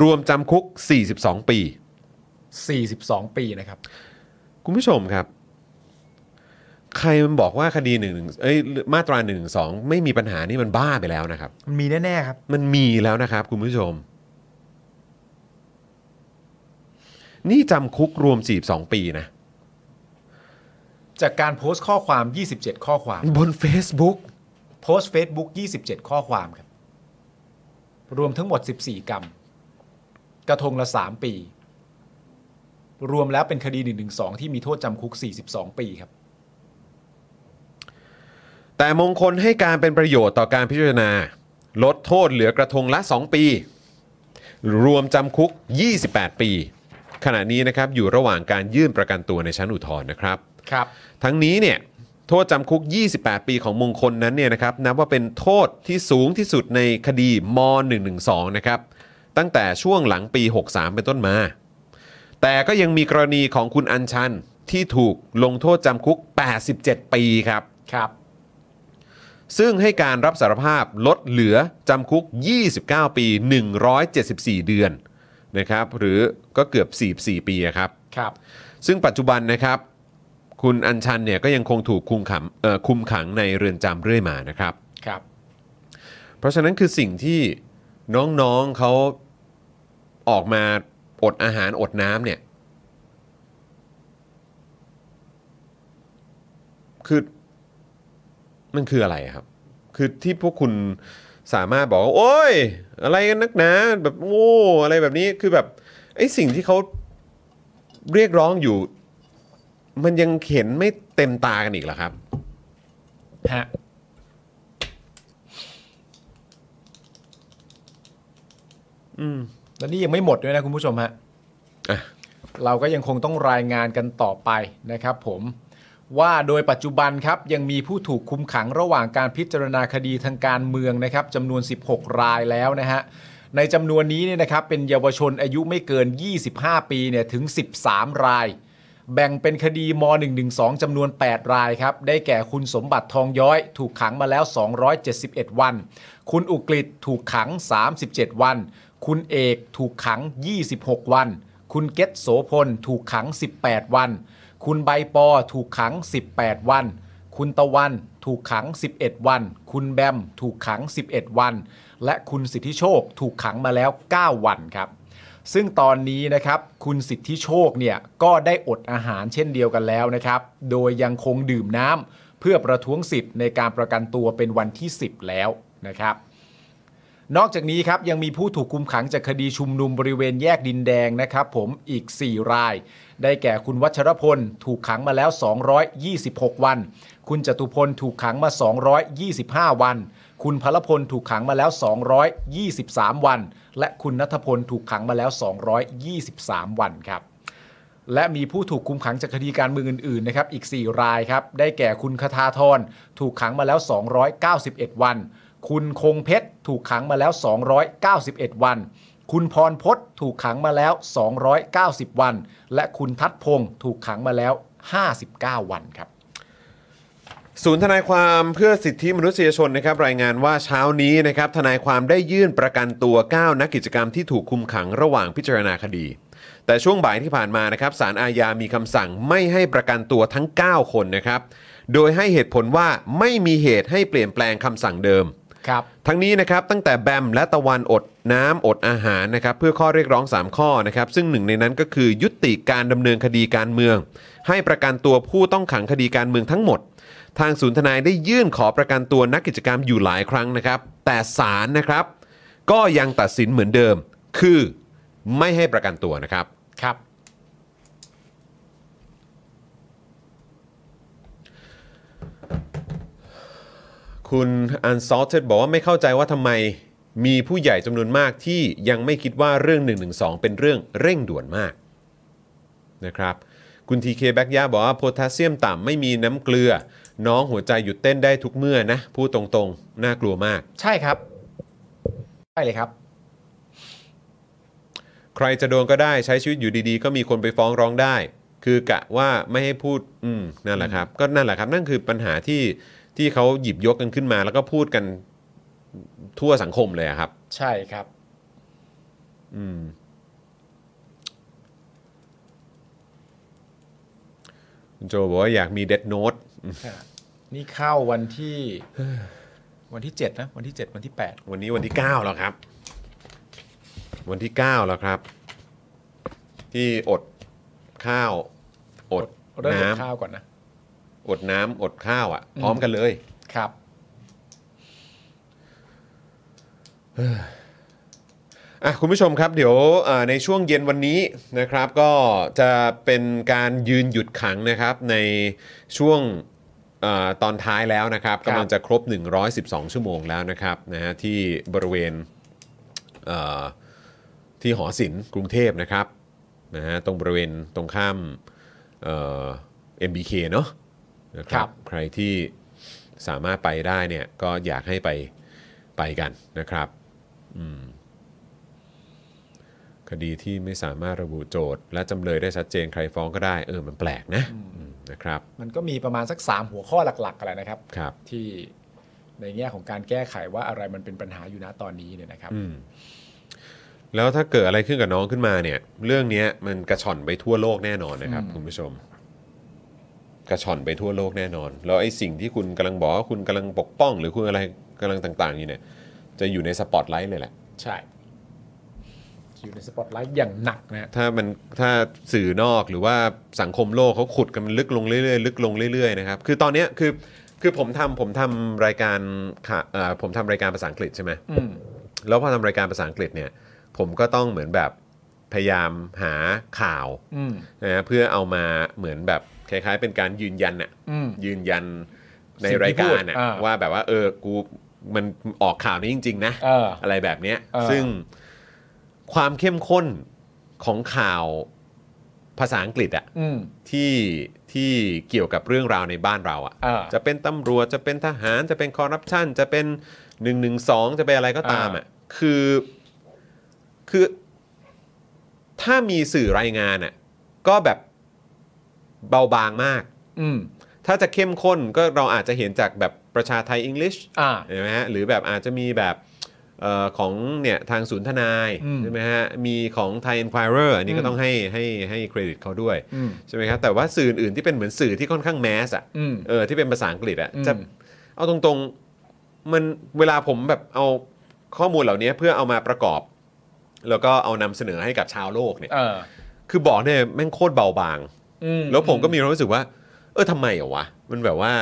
รวมจำคุก 42 ปี
42 ปีนะครับ
คุณผู้ชมครับ ใครมันบอกว่าคดีหนึ่งเอ้ยมาตราหนึ่งสองไม่มีปัญหานี่มันบ้าไปแล้วนะครับ
มันมีแน่ ๆ ครับ
มันมีแล้วนะครับ คุณผู้ชม นี่จำคุกรวม42ปีนะ
จากการโพสต์ข้อความ 27 ข้อความ
บน Facebook
โพสต์ Facebook 27 ข้อความครับ รวมทั้งหมด 14 กรรม กระทงละ 3 ปี รวมแล้วเป็นคดี 112 ที่มีโทษจำคุก 42 ปีครับ
แต่มงคลให้การเป็นประโยชน์ต่อการพิจารณา ลดโทษเหลือกระทงละ 2 ปี รวมจำคุก 28 ปี ขณะนี้นะครับอยู่ระหว่างการยื่นประกันตัวในชั้นอุทธรณ์นะครับ
ครับ
ทั้งนี้เนี่ยโทษจำคุก 28 ปีของมงคลนั้นเนี่ยนะครับนับว่าเป็นโทษที่สูงที่สุดในคดีม .112 นะครับตั้งแต่ช่วงหลังปี 63 เป็นต้นมา แต่ก็ยังมีกรณีของคุณอัญชันที่ถูกลงโทษจำคุก 87 ปีครับ
ครับ
ซึ่งให้การรับสารภาพลดเหลือจำคุก 29 ปี 174 เดือนนะครับหรือก็เกือบ 44 ปีอะครับ
ครับ
ซึ่งปัจจุบันนะครับ คุณอัญชันเนี่ยก็ยังคงถูกคุมขังเอ่อคุมขังในเรือนจำเรื่อยมานะครับ
ครับ
เพราะฉะนั้นคือสิ่งที่น้องๆเขาออกมาอดอาหารอดน้ำเนี่ย คือมันคืออะไรอะครับ คือที่พวกคุณสามารถบอกว่าโอ้ย อะไรกันนักหนาแบบโง่อะไรแบบนี้คือแบบไอ้สิ่งที่เขาเรียกร้องอยู่ มันยังเห็นไม่เต็มตากันอีกเหรอครับ
ฮะ
ผ
และนี่ยังไม่หมดด้วยนะคุณผู้ชมฮะ
อ่ะ
เราก็ยังคงต้องรายงานกันต่อไปนะครับผม ว่าโดยปัจจุบันครับยังมีผู้ถูกคุมขังระหว่างการพิจารณาคดีทางการเมืองนะครับจำนวน 16 รายแล้วนะฮะ ในจำนวนนี้เนี่ยนะครับเป็นเยาวชนอายุไม่เกิน 25 ปีเนี่ยถึง 13 ราย แบ่งเป็นคดีม .112 จำนวน 8 รายครับ ได้แก่คุณสมบัติทองย้อย ถูกขังมาแล้ว 271 วัน คุณอุกฤษถูกขัง 37 วัน คุณเอกถูกขัง 26 วัน คุณเกตโสพลถูกขัง 18 วัน คุณใบปอถูกขัง 18 วัน คุณตะวันถูกขัง 11 วัน คุณแบมถูกขัง 11 วัน และคุณสิทธิโชคถูกขังมาแล้ว 9 วันครับ ซึ่งตอนนี้นะครับคุณสิทธิโชคเนี่ยก็ได้อดอาหารเช่นเดียวกันแล้วนะครับ โดยยังคงดื่มน้ำเพื่อประท้วงสิทธิ์ในการประกันตัวเป็นวันที่ 10 แล้วนะครับ นอกจากนี้ครับยังมีผู้ถูกคุมขังจากคดีชุมนุมบริเวณแยกดินแดงนะครับผมอีก 4 ราย ได้แก่คุณวัชรพล ถูกขังมาแล้ว 226 วัน คุณจตุพลถูกขังมา 225 วัน คุณพลพลถูกขังมาแล้ว 223 วัน และคุณนัทพลถูกขังมาแล้ว 223 วันครับ และมีผู้ถูกคุมขังจากคดีการเมืองอื่นๆนะครับอีก 4 รายครับ ได้แก่คุณคทาธรถูกขังมาแล้ว 291 วัน คุณคงเพชรถูกขังมาแล้ว 291 วัน คุณพรพศถูกขังมาแล้ว 290 วัน และคุณทัดพงศ์ถูกขังมาแล้ว 59 วันครับ
ศูนย์ทนายความเพื่อสิทธิมนุษยชนนะครับรายงานว่าเช้านี้นะครับทนายความได้ยื่นประกันตัว 9 นักกิจกรรมที่ถูกคุมขังระหว่างพิจารณาคดี แต่ช่วงบ่ายที่ผ่านมานะครับสารอาญามีคำสั่งไม่ให้ประกันตัวทั้ง 9 คนนะครับ โดยให้เหตุผลว่าไม่มีเหตุให้เปลี่ยนแปลงคำสั่งเดิม
ครับ
ทั้งนี้นะครับตั้งแต่แบมและตะวันอดน้ำอดอาหารนะครับเพื่อข้อเรียกร้อง 3 ข้อนะครับซึ่งหนึ่งในนั้นก็คือยุติการดำเนินคดีการเมือง ให้ประกันตัวผู้ต้องขังคดีการเมืองทั้งหมด ทางศูนย์ทนายได้ยื่นขอประกันตัวนักกิจกรรมอยู่หลายครั้งนะครับ แต่ศาลนะครับ ก็ยังตัดสินเหมือนเดิม คือไม่ให้ประกันตัวนะครับ
ครับ
คุณ Unsalted บอกว่าไม่เข้าใจว่าทำไมมีผู้ใหญ่จำนวนมากที่ยังไม่คิดว่าเรื่อง 112 เป็นเรื่องเร่งด่วนมากนะครับคุณทีเคแบ็กยาบอกว่าโพแทสเซียมต่ำไม่มีน้ำเกลือ น้องหัวใจหยุดเต้นได้ทุกเมื่อนะ พูดตรงๆ น่ากลัวมาก
ใช่ครับ ใช่เลยครับ
ใครจะโดนก็ได้ใช้ชีวิตอยู่ดีๆ ก็มีคนไปฟ้องร้องได้ คือกะว่าไม่ให้พูดอืมนั่นแหละครับ ก็นั่นแหละครับ นั่นคือปัญหาที่ที่เขาหยิบยกกันขึ้นมา แล้วก็พูดกันทั่วสังคมเลยอะครับ
ใช่ครับ
อืมคุณโจบอกว่าอยากมีเด็ดโน้ต
นี่เข้าวันที่ วันที่ 7 นะ วันที่ 7 วันที่
วันนี้วันที่ 9 แล้วครับ วันที่ 9 แล้วครับ ที่อดข้าว อด
8เริ่ม
น้
กับข้าวก่อนนะ
ำอดน้ำอดข้าวอะ่ะ พร้อมกันเลย
ครับ
อ่ะคุณผู้ชมครับเดี๋ยวเอ่อในช่วงเย็นวันนี้นะครับก็จะเป็นการยืนหยุดขังนะครับในช่วงเออตอนท้ายแล้วนะครับ
ครับ
กำลังจะครบ 112 ชั่วโมงแล้วนะครับนะฮะที่บริเวณเอ่อที่หอศิลป์กรุงเทพนะครับนะฮะตรงบริเวณตรงข้ามเอ่อ MBK เนอะนะค
ครั
รับ
บ
ใครที่สามารถไปได้เนี่ยก็อยากให้ไปไปกันนะครับ คดีที่ไม่สามารถระบุโจทย์ และจำเลยได้ชัดเจนใครฟ้องก็ได้ เออมันแปลกนะอืมนะครับ
มันก็มีประมาณสัก 3 หัวข้อหลักๆกันแหละนะครับ
ครับ
ที่ในแง่ของการแก้ไขว่าอะไรมันเป็นปัญหาอยู่นะตอนนี้เนี่ยนะครับ
อืมแล้วถ้าเกิดอะไรขึ้นกับน้องขึ้นมาเนี่ย เรื่องเนี้ยมันกระช่อนไปทั่วโลกแน่นอนนะครับ
อืม
คุณผู้ชม กระช่อนไปทั่วโลกแน่นอน แล้วไอ้สิ่งที่คุณกำลังบอกว่าคุณกำลังปกป้อง หรือคุณอะไรกำลังต่าง ๆ อยู่เนี่ย จะอยู่ในสปอตไลท์เลยแหละ
ใช่อยู่ในสปอตไลท์อย่างหนักนะฮะ
ถ้ามันถ้าสื่อนอกหรือว่าสังคมโลกเขาขุดกันลึกลงเรื่อยๆลึกลงเรื่อยๆนะครับคือตอนเนี้ยคือคือผมทำผมทำรายการค่ะเอ่อผมทำรายการภาษาอังกฤษใช่ไหม
อืม
แล้วพอทำรายการภาษาอังกฤษเนี่ยผมก็ต้องเหมือนแบบพยายามหาข่าว
อืม
นะฮะเพื่อเอามาเหมือนแบบคล้ายๆ เป็นการยืนยันน่ะ
อืม
ยืนยันใน
สิ่งที่
รายการน่ะ
พูดอ่า
ว่าแบบว่าเออกูมันออกข่าวนี้จริง ๆ นะ
เออ
อะไรแบบเนี้ย
เออ
ซึ่ง ความเข้มข้นของข่าวภาษาอังกฤษอะ
อืม
ที่ที่เกี่ยวกับเรื่องราวในบ้านเราอะ
อ่า
จะเป็นตำรวจจะเป็นทหารจะเป็นคอร์รัปชันจะเป็น1นึจะเป็นอะไรก็ตามอะคือคือถ้ามีสื่อรายงานอะก็แบบเบาบางมาก
อืม
ถ้าจะเข้มข้นก็เราอาจจะเห็นจากแบบประชาไทยอังกฤษ
อ่า
เห็นไหมฮะหรือแบบอาจจะมีแบบเออของเนี่ยทางศูนย์ทนาย
อืม
ใช่ไหมฮะมีของ Thai Enquirer อันนี้ก็
อืม
ต้องให้ให้ให้เครดิตเขาด้วย
อืม
ใช่ไหมครับแต่ว่าสื่ออื่นที่เป็นเหมือนสื่อที่ค่อนข้างแมสอะ
อืม
เออที่เป็นภาษาอังกฤษอะ
อืม
จะเอาตรงๆมันเวลาผมแบบเอาข้อมูลเหล่านี้เพื่อเอามาประกอบ แล้วก็เอานำเสนอให้กับชาวโลกเนี่ย
เออ
คือบอกเนี่ยแม่งโคตรเบาบาง
อืม
แล้วผมก็มีความรู้สึกว่า เออทำไมอะวะ มันแบบว่า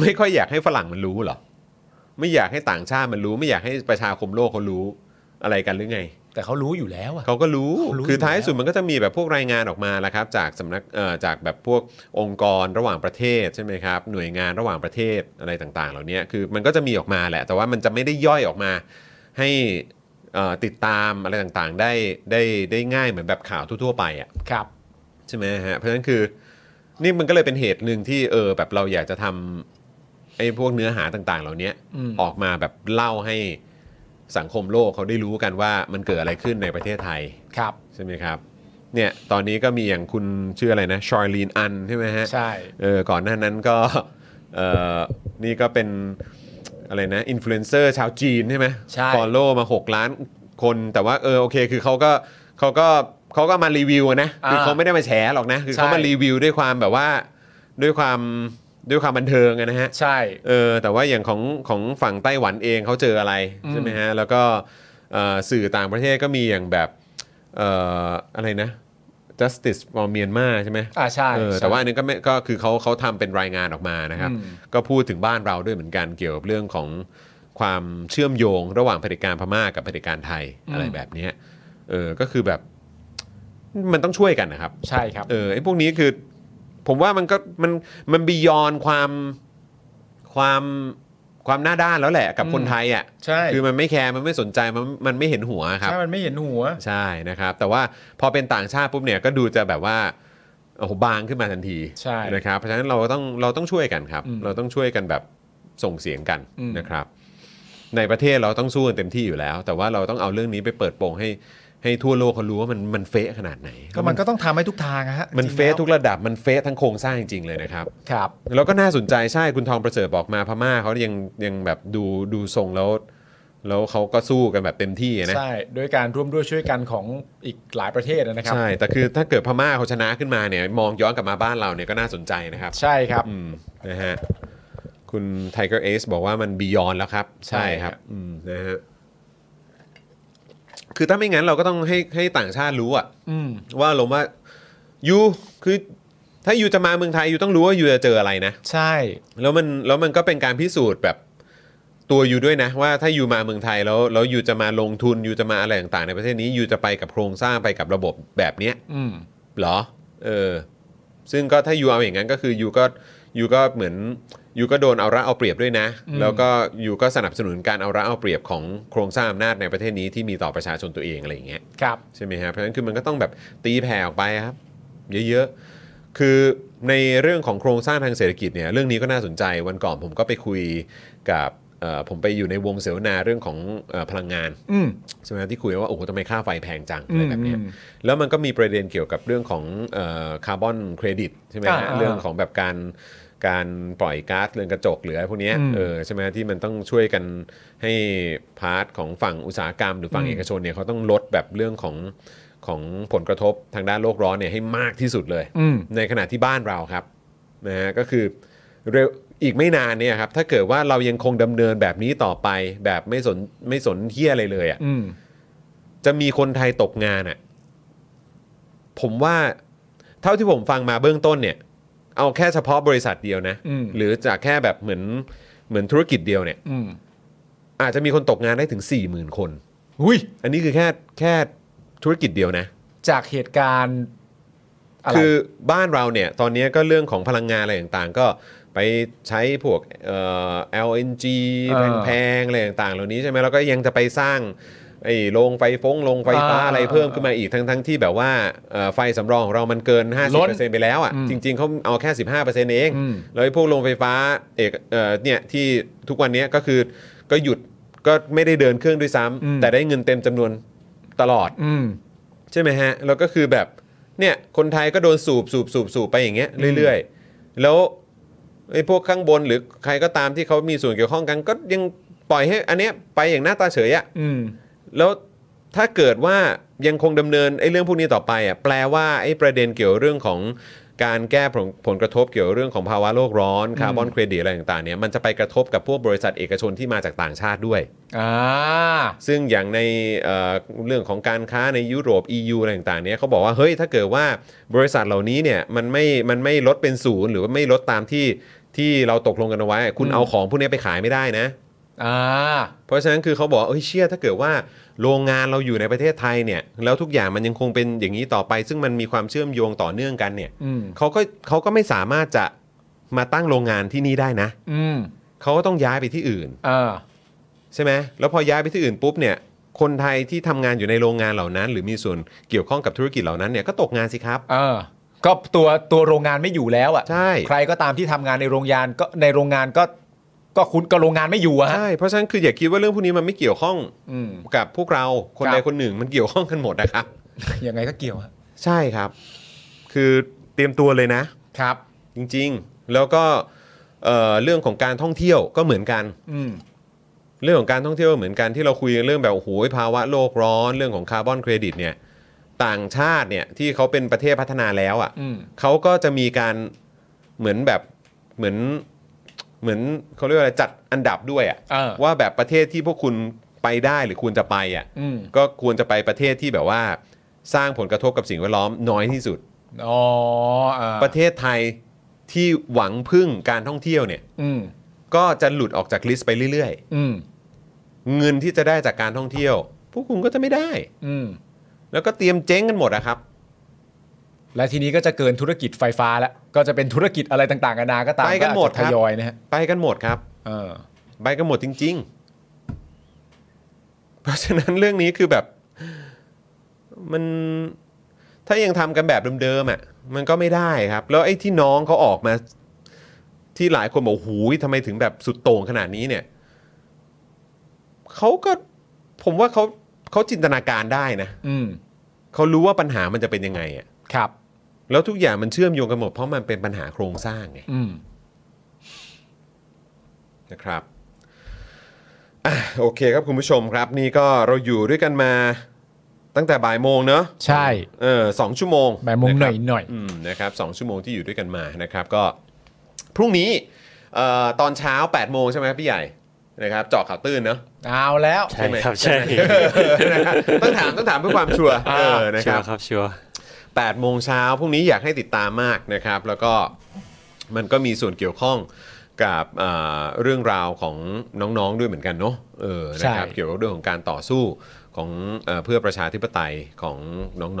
ไม่ค่อยอยากให้ฝรั่งมันรู้เหรอ ไม่อยากให้ต่างชาติมันรู้ ไม่อยากให้ประชาคมโลกเขารู้อะไรกันหรือไง
แต่เขารู้อยู่แล้วอะ
เขาก็รู้
เขารู้
คือท้าย
อยู่แล้ว
สุดมันก็จะมีแบบพวกรายงานออกมาแหละครับ จากสำนักเอ่อจากแบบพวกองค์กรระหว่างประเทศใช่ไหมครับ หน่วยงานระหว่างประเทศอะไรต่างๆ เหล่านี้คือมันก็จะมีออกมาแหละ แต่ว่ามันจะไม่ได้ย่อยออกมาให้เอ่อติดตามอะไรต่างๆ ได้ได้ได้ง่ายเหมือนแบบข่าวทั่วๆไปอ่ะ
ครับ
ใช่ไหมฮะ เพราะฉะนั้นคือนี่มันก็เลยเป็นเหตุหนึ่งที่เออแบบเราอยากจะทำไอ้พวกเนื้อหาต่างๆ เหล่านี้
อืม
ออกมาแบบเล่าให้สังคมโลกเขาได้รู้กันว่ามันเกิดอะไรขึ้นในประเทศไทย
ครับ
ใช่ไหมครับ เนี่ยตอนนี้ก็มีอย่างคุณชื่ออะไรนะชอยลีนอันใช่ไหมฮะ
ใช่
เออก่อนหน้านั้นก็เออนี่ก็เป็นอะไรนะอินฟลูเอนเซอร์ชาวจีนใช่ไหม
ใช่
ฟอลโล่มา 6 ล้านคนแต่ว่าเออโอเคคือเขาก็เขาก็เขาก็มารีวิวอะนะคืออา เขาไม่ได้มาแฉหรอกนะ คือ
ใช่
เขามารีวิวด้วยความแบบว่าด้วยความด้วยความบันเทิงอะนะฮะ
ใช่
เออแต่ว่าอย่างของของฝั่งไต้หวันเองเขาเจออะไรใช่ไหมฮะแล้วก็เอ่อสื่อต่างประเทศก็มีอย่างแบบเอ่ออะไรนะ justice for Myanmar ใช่ไหม
อ่าใช่
เออ
ใช่
แต่ว่าอันนี้ก็ไม่ก็คือเขาเขาทำเป็นรายงานออกมานะครับ
อืม
ก็พูดถึงบ้านเราด้วยเหมือนกันเกี่ยวกับเรื่องของความเชื่อมโยงระหว่างเผด็จการพม่ากับเผด็จการไทยอะไรแบบเนี้ยเออก็คือแบบมันต้องช่วยกันนะครับ
ใช่ครับ
เออไอ้พวกนี้คือ ผมว่ามันก็มันมันบียอนความความความหน้าด้านแล้วแหละกับคนไทยอ่ะ
ใช่
คือมันไม่แคร์มันไม่สนใจมันมันไม่เห็นหัวครับ
ใช่มันไม่เห็นหัว
ใช่นะครับ แต่ว่าพอเป็นต่างชาติปุ๊บเนี่ยก็ดูจะแบบว่าโอ้โหบางขึ้นมาทันที
ใช่
นะครับเพราะฉะนั้นเราต้องเราต้องช่วยกันครับ
อืม
เราต้องช่วยกันแบบส่งเสียงกัน
อืม
นะครับ ในประเทศเราต้องสู้กันเต็มที่อยู่แล้ว แต่ว่าเราต้องเอาเรื่องนี้ไปเปิดโปงให้ให้ทั่วโลกเขารู้ว่ามันมันเฟะขนาดไหน
ก็มันก็ต้องทำให้ทุกทางอะฮะ
มัน
จริง
เฟ
แล้ว
ซทุกระดับมันเฟซทั้งโครงสร้างจริง ๆ เลยนะครับ
ครับ
แล้วก็น่าสนใจใช่คุณทองประเสริฐบอกมาพม่าเขายังยังแบบดูดูทรงแล้ว แล้วเขาก็สู้กันแบบเต็มที่นะ
ใช่ด้วยการร่วมด้วยช่วยกันของอีกหลายประเทศนะครับ
ใช่แต่คือถ้าเกิดพม่าเขาชนะขึ้นมาเนี่ยมองย้อนกลับมาบ้านเราเนี่ยก็น่าสนใจนะครับ
ใช่ครับ
อืมนะฮะคุณ Tiger Ace บอกว่ามันบียอนแล้วครับ
ใช่
ใช่ค
ครั
รับบ อืมนะฮะคือถ้าไม่งั้นเราก็ต้องให้ให้ต่างชาติรู้อะ
อืม
ว่าลมณ์ว่ายูคือถ้ายูจะมาเมืองไทยยูต้องรู้ว่ายูจะเจออะไรนะ
ใช่
แล้วมันแล้วมันก็เป็นการพิสูจน์แบบตัวยูด้วยนะ ว่าถ้ายูมาเมืองไทยแล้วแล้วยูจะมาลงทุนยูจะมาอะไรต่างๆ ในประเทศนี้ยูจะไปกับโครงสร้างไปกับระบบแบบเนี้ย
อืม
เหรอเออซึ่งก็ถ้ายูเอาอย่างนั้นก็คือยูก็ยูก็เหมือนยูก็โดนเอาระเอาเปรียบด้วยนะ
อืม
แล้วก็ยูก็สนับสนุนการเอาระเอาเปรียบของโครงสร้างอำนาจในประเทศนี้ที่มีต่อประชาชนตัวเองอะไรอย่างเงี้ย
ครับ
ใช่ไหมฮะเพราะฉะนั้นคือมันก็ต้องแบบตีแผ่ออกไปครับ เยอะๆ คือในเรื่องของโครงสร้างทางเศรษฐกิจเนี่ยเรื่องนี้ก็น่าสนใจวันก่อนผมก็ไปคุยกับเอ่อผมไปอยู่ในวงเสวนาเรื่องของเออพลังงาน
อืม
ใช่ไหมที่คุยว่าโอ้โหทำไมค่าไฟแพงจังอะไรแบบเนี้ย
อืม
แล้วมันก็มีประเด็นเกี่ยวกับเรื่องของคาร์บอนเครดิตใช่ไหมฮะ
อ่าๆ
เรื่องของแบบการการปล่อยก๊าซเรือนกระจกหรืออะไรพวกเนี้ย
อืม
เออใช่ไหมที่มันต้องช่วยกันให้พาร์ทของฝั่งอุตสาหกรรม หรือฝั่งเอกชนเนี่ยเขาต้องลดแบบเรื่องของ ของผลกระทบทางด้านโลกร้อนเนี่ยให้มากที่สุดเลย
อืม
ในขณะที่บ้านเราครับนะฮะก็คือเร็วอีกไม่นานเนี่ยครับถ้าเกิดว่าเรายังคงดำเนินแบบนี้ต่อไปแบบไม่สนไม่สนเที่ยอะไรเลยอะ่ะ
อืม
จะมีคนไทยตกงานอะ่ะผมว่าเท่าที่ผมฟังมาเบื้องต้นเนี่ย เอาแค่เฉพาะบริษัทเดียวนะ
อืม
หรือจากแค่แบบเหมือนเหมือนธุรกิจเดียวเนี่ย
อืม
อาจจะมีคนตกงานได้ถึง 4 0,000 คน
อุ้ย
อันนี้คือแค่แค่ธุรกิจเดียวนะ
จากเหตุการณ์อะไร
คือบ้านเราเนี่ยตอนนี้ก็เรื่องของพลังงานอะไรต่างๆ ก็ไปใช้พวกเอ่อ LNG แพงๆอะไรต่างๆ เหล่านี้ใช่ไหมแล้วก็ยังจะไปสร้าง ไอ้โรงไฟฟงโรงไฟฟ้า
อ่า
อะไรเพิ่มขึ้นมาอีกทั้งทั้งที่แบบว่าเอ่อไฟสำรองของเรามันเกิน
ล้
50%
น
ไปแล้วอ่ะ
อืม
จริง ๆเขาเอาแค่ 15%เอง
อืม
แล้วไอ้พวกโรงไฟฟ้าเอกเอ่อเนี่ยที่ทุกวันเนี้ยก็คือก็หยุดก็ไม่ได้เดินเครื่องด้วยซ้ำแต่ได้เงินเต็มจำนวนตลอด
อืม
ใช่ไหมฮะ แล้วก็คือแบบเนี่ยคนไทยก็โดนสูบสูบสูบสูบไปอย่างเงี้ยเรื่อยๆ แล้วไอ้พวกข้างบนหรือใครก็ตามที่เขามีส่วนเกี่ยวข้องกัน ก็ยังปล่อยให้อันเนี้ยไปอย่างหน้าตาเฉยอะ
อืม
แล้วถ้าเกิดว่ายังคงดำเนินไอ้เรื่องพวกนี้ต่อไปอะแปลว่าไอ้ประเด็นเกี่ยวเรื่องของการแก้ผลผลกระทบเกี่ยวเรื่องของภาวะโลกร้อนคาร์บอนเครดิตอะไรต่างๆเนี่ยมันจะไปกระทบกับพวกบริษัทเอกชนที่มาจากต่างชาติด้วย
อ่า
ซึ่งอย่างในเอ่อเรื่องของการค้าในยุโรป EU อะไรต่างๆเนี่ยเขาบอกว่าเฮ้ยถ้าเกิดว่าบริษัทเหล่านี้เนี่ยมันไม่มันไม่ลดเป็นศูนย์หรือว่าไม่ลดตามที่ที่เราตกลงกันเอาไว้ คุณเอาของพวกนี้ไปขายไม่ได้นะ
อ่า
เพราะฉะนั้นคือเขาบอกว่าเอ้ยเชื่อถ้าเกิดว่าโรงงานเราอยู่ในประเทศไทยเนี่ยแล้วทุกอย่างมันยังคงเป็นอย่างนี้ต่อไป ซึ่งมันมีความเชื่อมโยงต่อเนื่องกันเนี่ย
อืม
เขาก็เขาก็ไม่สามารถจะมาตั้งโรงงานที่นี่ได้นะ
อืม
เขาก็ต้องย้ายไปที่อื่น
อ่า
ใช่ไหมแล้วพอย้ายไปที่อื่นปุ๊บเนี่ย คนไทยที่ทำงานอยู่ในโรงงานเหล่านั้น หรือมีส่วนเกี่ยวข้องกับธุรกิจเหล่านั้นเนี่ยก็ตกงานสิครับ
เออก็ตัวตัวโรงงานไม่อยู่แล้วอ่ะ
ใช่
ใครก็ตามที่ทำงานในโรงงานก็ในโรงงานก็ก็คุณก็โรงงานไม่อยู่อะฮะ
ใช่ เพราะฉะนั้นคืออย่าคิดว่าเรื่องพวกนี้มันไม่เกี่ยวข้อง
อืม
กับพวกเราคน
ครับ
ใดคนหนึ่งมันเกี่ยวข้องกันหมดนะครับ
ยังไงก็เกี่ยวฮะ
ใช่ครับ คือเตรียมตัวเลยนะ
ครับ
จริงๆ แล้วก็เอ่อเรื่องของการท่องเที่ยวก็เหมือนกัน
อืม
เรื่องของการท่องเที่ยวเหมือนกันที่เราคุยกันเรื่องแบบโอ้โหภาวะโลกร้อนเรื่องของคาร์บอนเครดิตเนี่ยต่างชาติเนี่ยที่เขาเป็นประเทศพัฒนาแล้วอ่ะ
อืม
เขาก็จะมีการเหมือนแบบเหมือนเหมือนเขาเรียกว่าอะไรจัดอันดับด้วยอ่ะ
เออ
ว่าแบบประเทศที่พวกคุณไปได้หรือควรจะไปอ่ะ
อืม
ก็ควรจะไปประเทศที่แบบว่าสร้างผลกระทบกับสิ่งแวดล้อมน้อยที่สุด
อ๋ออ่า
ประเทศไทยที่หวังพึ่งการท่องเที่ยวเนี่ย
อืม
ก็จะหลุดออกจากลิสต์ไปเรื่อยๆ
อืม
เงินที่จะได้จากการท่องเที่ยว พวกคุณก็จะไม่ได้
อืม
แล้วก็เตรียมเจ๊งกันหมดอะครับ
และทีนี้ก็จะเกินธุรกิจไฟฟ้าแล้วก็จะเป็นธุรกิจอะไรต่างๆกันานาก็ตาม
ไปกันหมด
อาจ
ครั
จะ
บ
ทยอยนะฮะ
ไปกันหมดครับ
เออ
ไปกันหมดจริง ๆ เพราะฉะนั้นเรื่องนี้คือแบบ มันถ้ายังทำกันแบบเดิมๆอะ่ะ มันก็ไม่ได้ครับ แล้วไอ้ที่น้องเขาออกมา ที่หลายคนบอกหูยทำไมถึงแบบสุดโต่งขนาดนี้เนี่ยเขาก็ผมว่าเขาเขาจินตนาการได้นะ
อืม
เขารู้ว่าปัญหามันจะเป็นยังไงอ่ะ
ครับ
แล้วทุกอย่างมันเชื่อมโยงกันหมดเพราะมันเป็นปัญหาโครงสร้างไง
อืม
นะครับอ่ะโอเคครับคุณผู้ชมครับ นี่ก็เราอยู่ด้วยกันมาตั้งแต่บ่ายโมงเนอะ
ใช่
เออสองชั่วโมง
บ่ายโมง
ะ
ห
ค
น่
รั
อยหน่อย
อืมนะครับสองชั่วโมงที่อยู่ด้วยกันมานะครับ ก็พรุ่งนี้เอ่อตอนเช้า8ปดโมงใช่ไหมครับพี่ใหญ่นะครับเจาะข่าวตื้นเนอะ
เอาแล้ว
ใช่ครับใช่
เออนะครับต้องถามต้องถามเพื่อความชัวร์เออนะค
ชัว
รับ
ร์ครับชัวร์
8โมงเช้าพรุ่งนี้อยากให้ติดตามมากนะครับ แล้วก็มันก็มีส่วนเกี่ยวข้องกับเอ่อเรื่องราวของน้องๆด้วยเหมือนกันเนาะเออนะครับ
ใช่
เกี่ยวกับเรื่องของการต่อสู้ของเออเพื่อประชาธิปไตยของ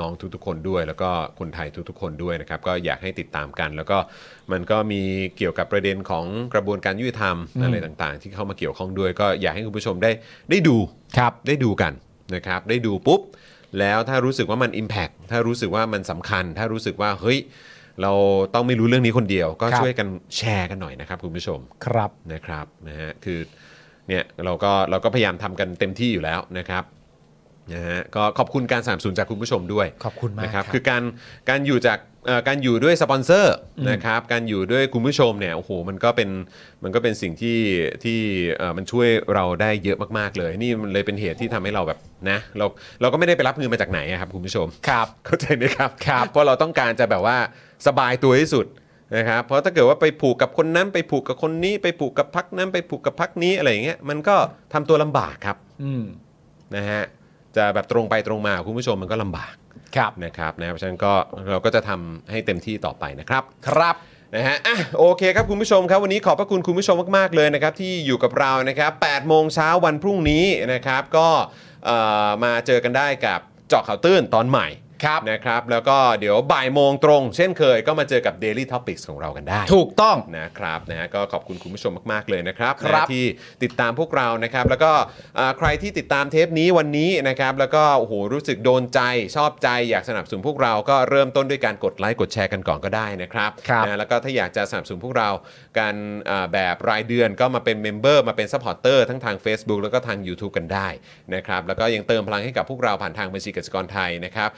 น้องๆทุกๆคนด้วย แล้วก็คนไทยทุกๆคนด้วยนะครับก็อยากให้ติดตามกัน แล้วก็มันก็มีเกี่ยวกับประเด็นของกระบวนการยุติธรรมอะไรต่างๆ ที่เข้ามาเกี่ยวข้องด้วย ก็อยากให้คุณผู้ชมได้ได้ดู
ครับ
ได้ดูกันนะครับ ได้ดูปุ๊บ แล้วถ้ารู้สึกว่ามัน Impact ถ้ารู้สึกว่ามันสำคัญ ถ้ารู้สึกว่าเฮ้ย เราต้องไม่รู้เรื่องนี้คนเดียว ก็
ครับ
ช่วยกันแชร์กันหน่อยนะครับคุณผู้ชม
ครับ
นะครับนะฮะคือเนี่ยเราก็เราก็พยายามทำกันเต็มที่อยู่แล้วนะครับนะฮะก็ขอบคุณการสนับสนุนจากคุณผู้ชมด้วย
ขอบคุณมาก
นะครับ
ครับ
คือการการอยู่จากเอ่อการอยู่ด้วยสปอนเซอร์นะครับการอยู่ด้วยคุณผู้ชมเนี่ยโอ้โหมันก็เป็นมันก็เป็นสิ่งที่ที่เอ่อมันช่วยเราได้เยอะมากๆเลย นี่มันเลยเป็นเหตุที่ทำให้เราแบบนะเราเราก็ไม่ได้ไปรับเงินมาจากไหนอะครับคุณผู้ชม
ครับ
เข้าใจไหมครับครับเพราะเราต้องการจะแบบว่าสบายตัวที่สุดนะครับเพราะถ้าเกิดว่าไปผูกกับคนนั้นไปผูกกับคนนี้ไปผูกกับพักนั้นไปผูกกับพักนี้อะไรอย่างเงี้ยมันก็ทำตัวลำบากครับ
อืม
นะฮะจะแบบตรงไปตรงมากับคุณผู้ชมมันก็ลำบาก
ครับ
นะครับนะเพราะฉะนั้นก็เราก็จะทำให้เต็มที่ต่อไปนะครับ
ครับ
นะฮะอ่ะโอเคครับคุณผู้ชมครับ วันนี้ขอบพระคุณคุณผู้ชมมาก ๆ เลยนะครับ ที่อยู่กับเรานะครับ8โมงเช้าวันพรุ่งนี้นะครับ ก็เอ่อมาเจอกันได้กับเจาะข่าวตื้นตอนใหม่
ครับ
นะครับแล้วก็เดี๋ยวบ่ายโมงตรง เช่นเคยก็มาเจอกับ Daily Topics ของเรากันได้
ถูกต้อง
นะครับนะฮะก็ขอบคุณคุณผู้ชมมาก ๆ เลยนะครับ
ครับ
นะที่ติดตามพวกเรานะครับ แล้วก็อ่าใครที่ติดตามเทปนี้วันนี้นะครับแล้วก็โอ้โหรู้สึกโดนใจชอบใจอยากสนับสนุนพวกเราก็เริ่มต้นด้วยการกดไลค์กดแชร์กันก่อนก็ได้นะครับ
ครับ
นะแล้วก็ถ้าอยากจะสนับสนุนพวกเรากันอ่าแบบรายเดือนก็มาเป็นเมมเบอร์มาเป็นซัพพอร์เตอร์ทั้งทาง Facebook แล้วก็ทาง YouTube กันได้นะครับแล้วก็ยังเติมพลังให้กับพวกเราผ่านทางบัญชีกสิกรไทยนะครับ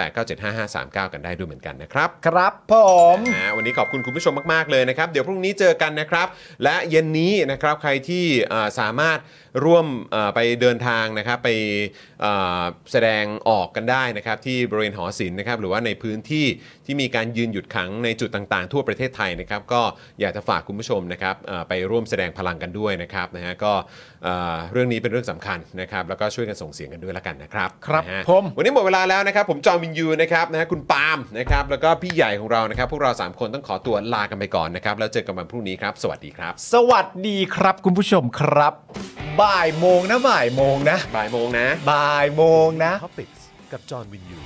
0698975539 กันได้ด้วยเหมือนกันนะครับ
ครับผม
นะฮะวันนี้ขอบคุณคุณผู้ชมมาก ๆ เลยนะครับ เดี๋ยวพรุ่งนี้เจอกันนะครับ และเย็นนี้นะครับใครที่เอ่อสามารถร่วมเอ่อไปเดินทางนะครับไปเอ่อแสดงออกกันได้นะครับ ที่บริเวณหอศิลป์นะครับ หรือว่าในพื้นที่ที่มีการยืนหยุดขังในจุดต่าง ๆ ทั่วประเทศไทยนะครับ ก็อยากจะฝากคุณผู้ชมนะครับเอ่อไปร่วมแสดงพลังกันด้วยนะครับนะฮะก็เอ่อเรื่องนี้เป็นเรื่องสำคัญนะครับ แล้วก็ช่วยกันส่งเสียงกันด้วยละกันนะครับ
ครับ
นะฮะ
ผม
วันนี้หมดเวลาแล้วนะครับ ผมจอมินยูนะครับนะฮะคุณปาล์มนะครับ แล้วก็พี่ใหญ่ของเรานะครับ พวกเรา 3 คนต้องขอตัวลากันไปก่อนนะครับ แล้วเจอกันวันพรุ่งนี้ครับ สวัสดีครับ
สวัสดีครับคุณผู้ชมครับ บ่ายโมงนะบ่ายโมงนะ
บ่ายโมงนะ
บ่ายโมงนะ
ท็อปิกส์กับจอห์นวินยู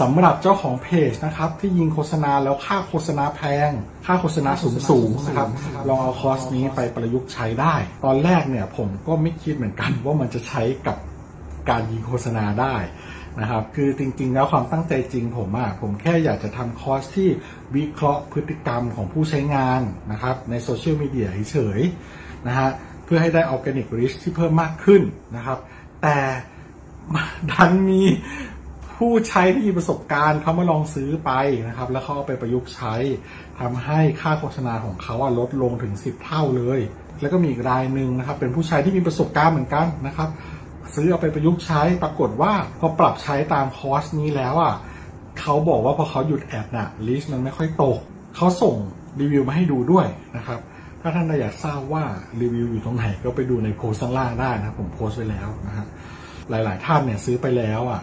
สำหรับเจ้าของเพจนะครับ ที่ยิงโฆษณาแล้วค่าโฆษณาแพง ค่าโฆษณาสูงสูงๆนะครับลองเอาคอร์สนี้ไปประยุกต์ใช้ได้ ตอนแรกเนี่ยผมก็ไม่คิดเหมือนกัน ว่ามันจะใช้กับการยิงโฆษณาได้นะครับ คือจริงๆ แล้วความตั้งใจจริงผมอะผมแค่อยากจะทำคอร์สที่วิเคราะห์พฤติกรรมของผู้ใช้งานนะครับในโซเชียลมีเดียเฉยๆนะฮะเพื่อให้ได้ออร์แกนิกริชที่เพิ่มมากขึ้นนะครับ แต่ ดันมีผู้ใช้ที่มีประสบการณ์เขามาลองซื้อไปนะครับ แล้วเขาเอาไปประยุกต์ใช้ทำให้ค่าโฆษณาของเขาอะลดลงถึง 10 เท่าเลย แล้วก็มีอีกรายหนึ่งนะครับ เป็นผู้ใช้ที่มีประสบการณ์เหมือนกันนะครับ ซื้อเอาไปประยุกต์ใช้ปรากฏว่าพอปรับใช้ตามคอร์สนี้แล้วอ่ะเขาบอกว่าพอเขาหยุดแอดน่ะลิสต์มันไม่ค่อยตกเขาส่งรีวิวมาให้ดูด้วยนะครับ ถ้าท่านอยากทราบว่ารีวิวอยู่ตรงไหนก็ไปดูในโพสต์ข้างล่างได้นะครับผมโพสต์ไว้แล้วนะครับ หลาย ๆ ท่านเนี่ยซื้อไปแล้วอ่ะ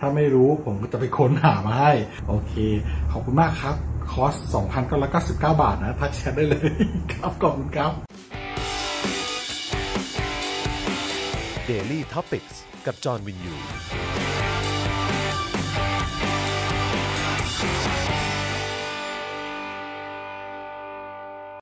ถ้าไม่รู้ผมก็จะไปค้นหามาให้ โอเค ขอบคุณมากครับ คอร์ส 2,999 บาทนะทักแชทได้เลย ครับขอบคุณครับ
เดลี่ท็อปิกส์กับจอห์นวินยู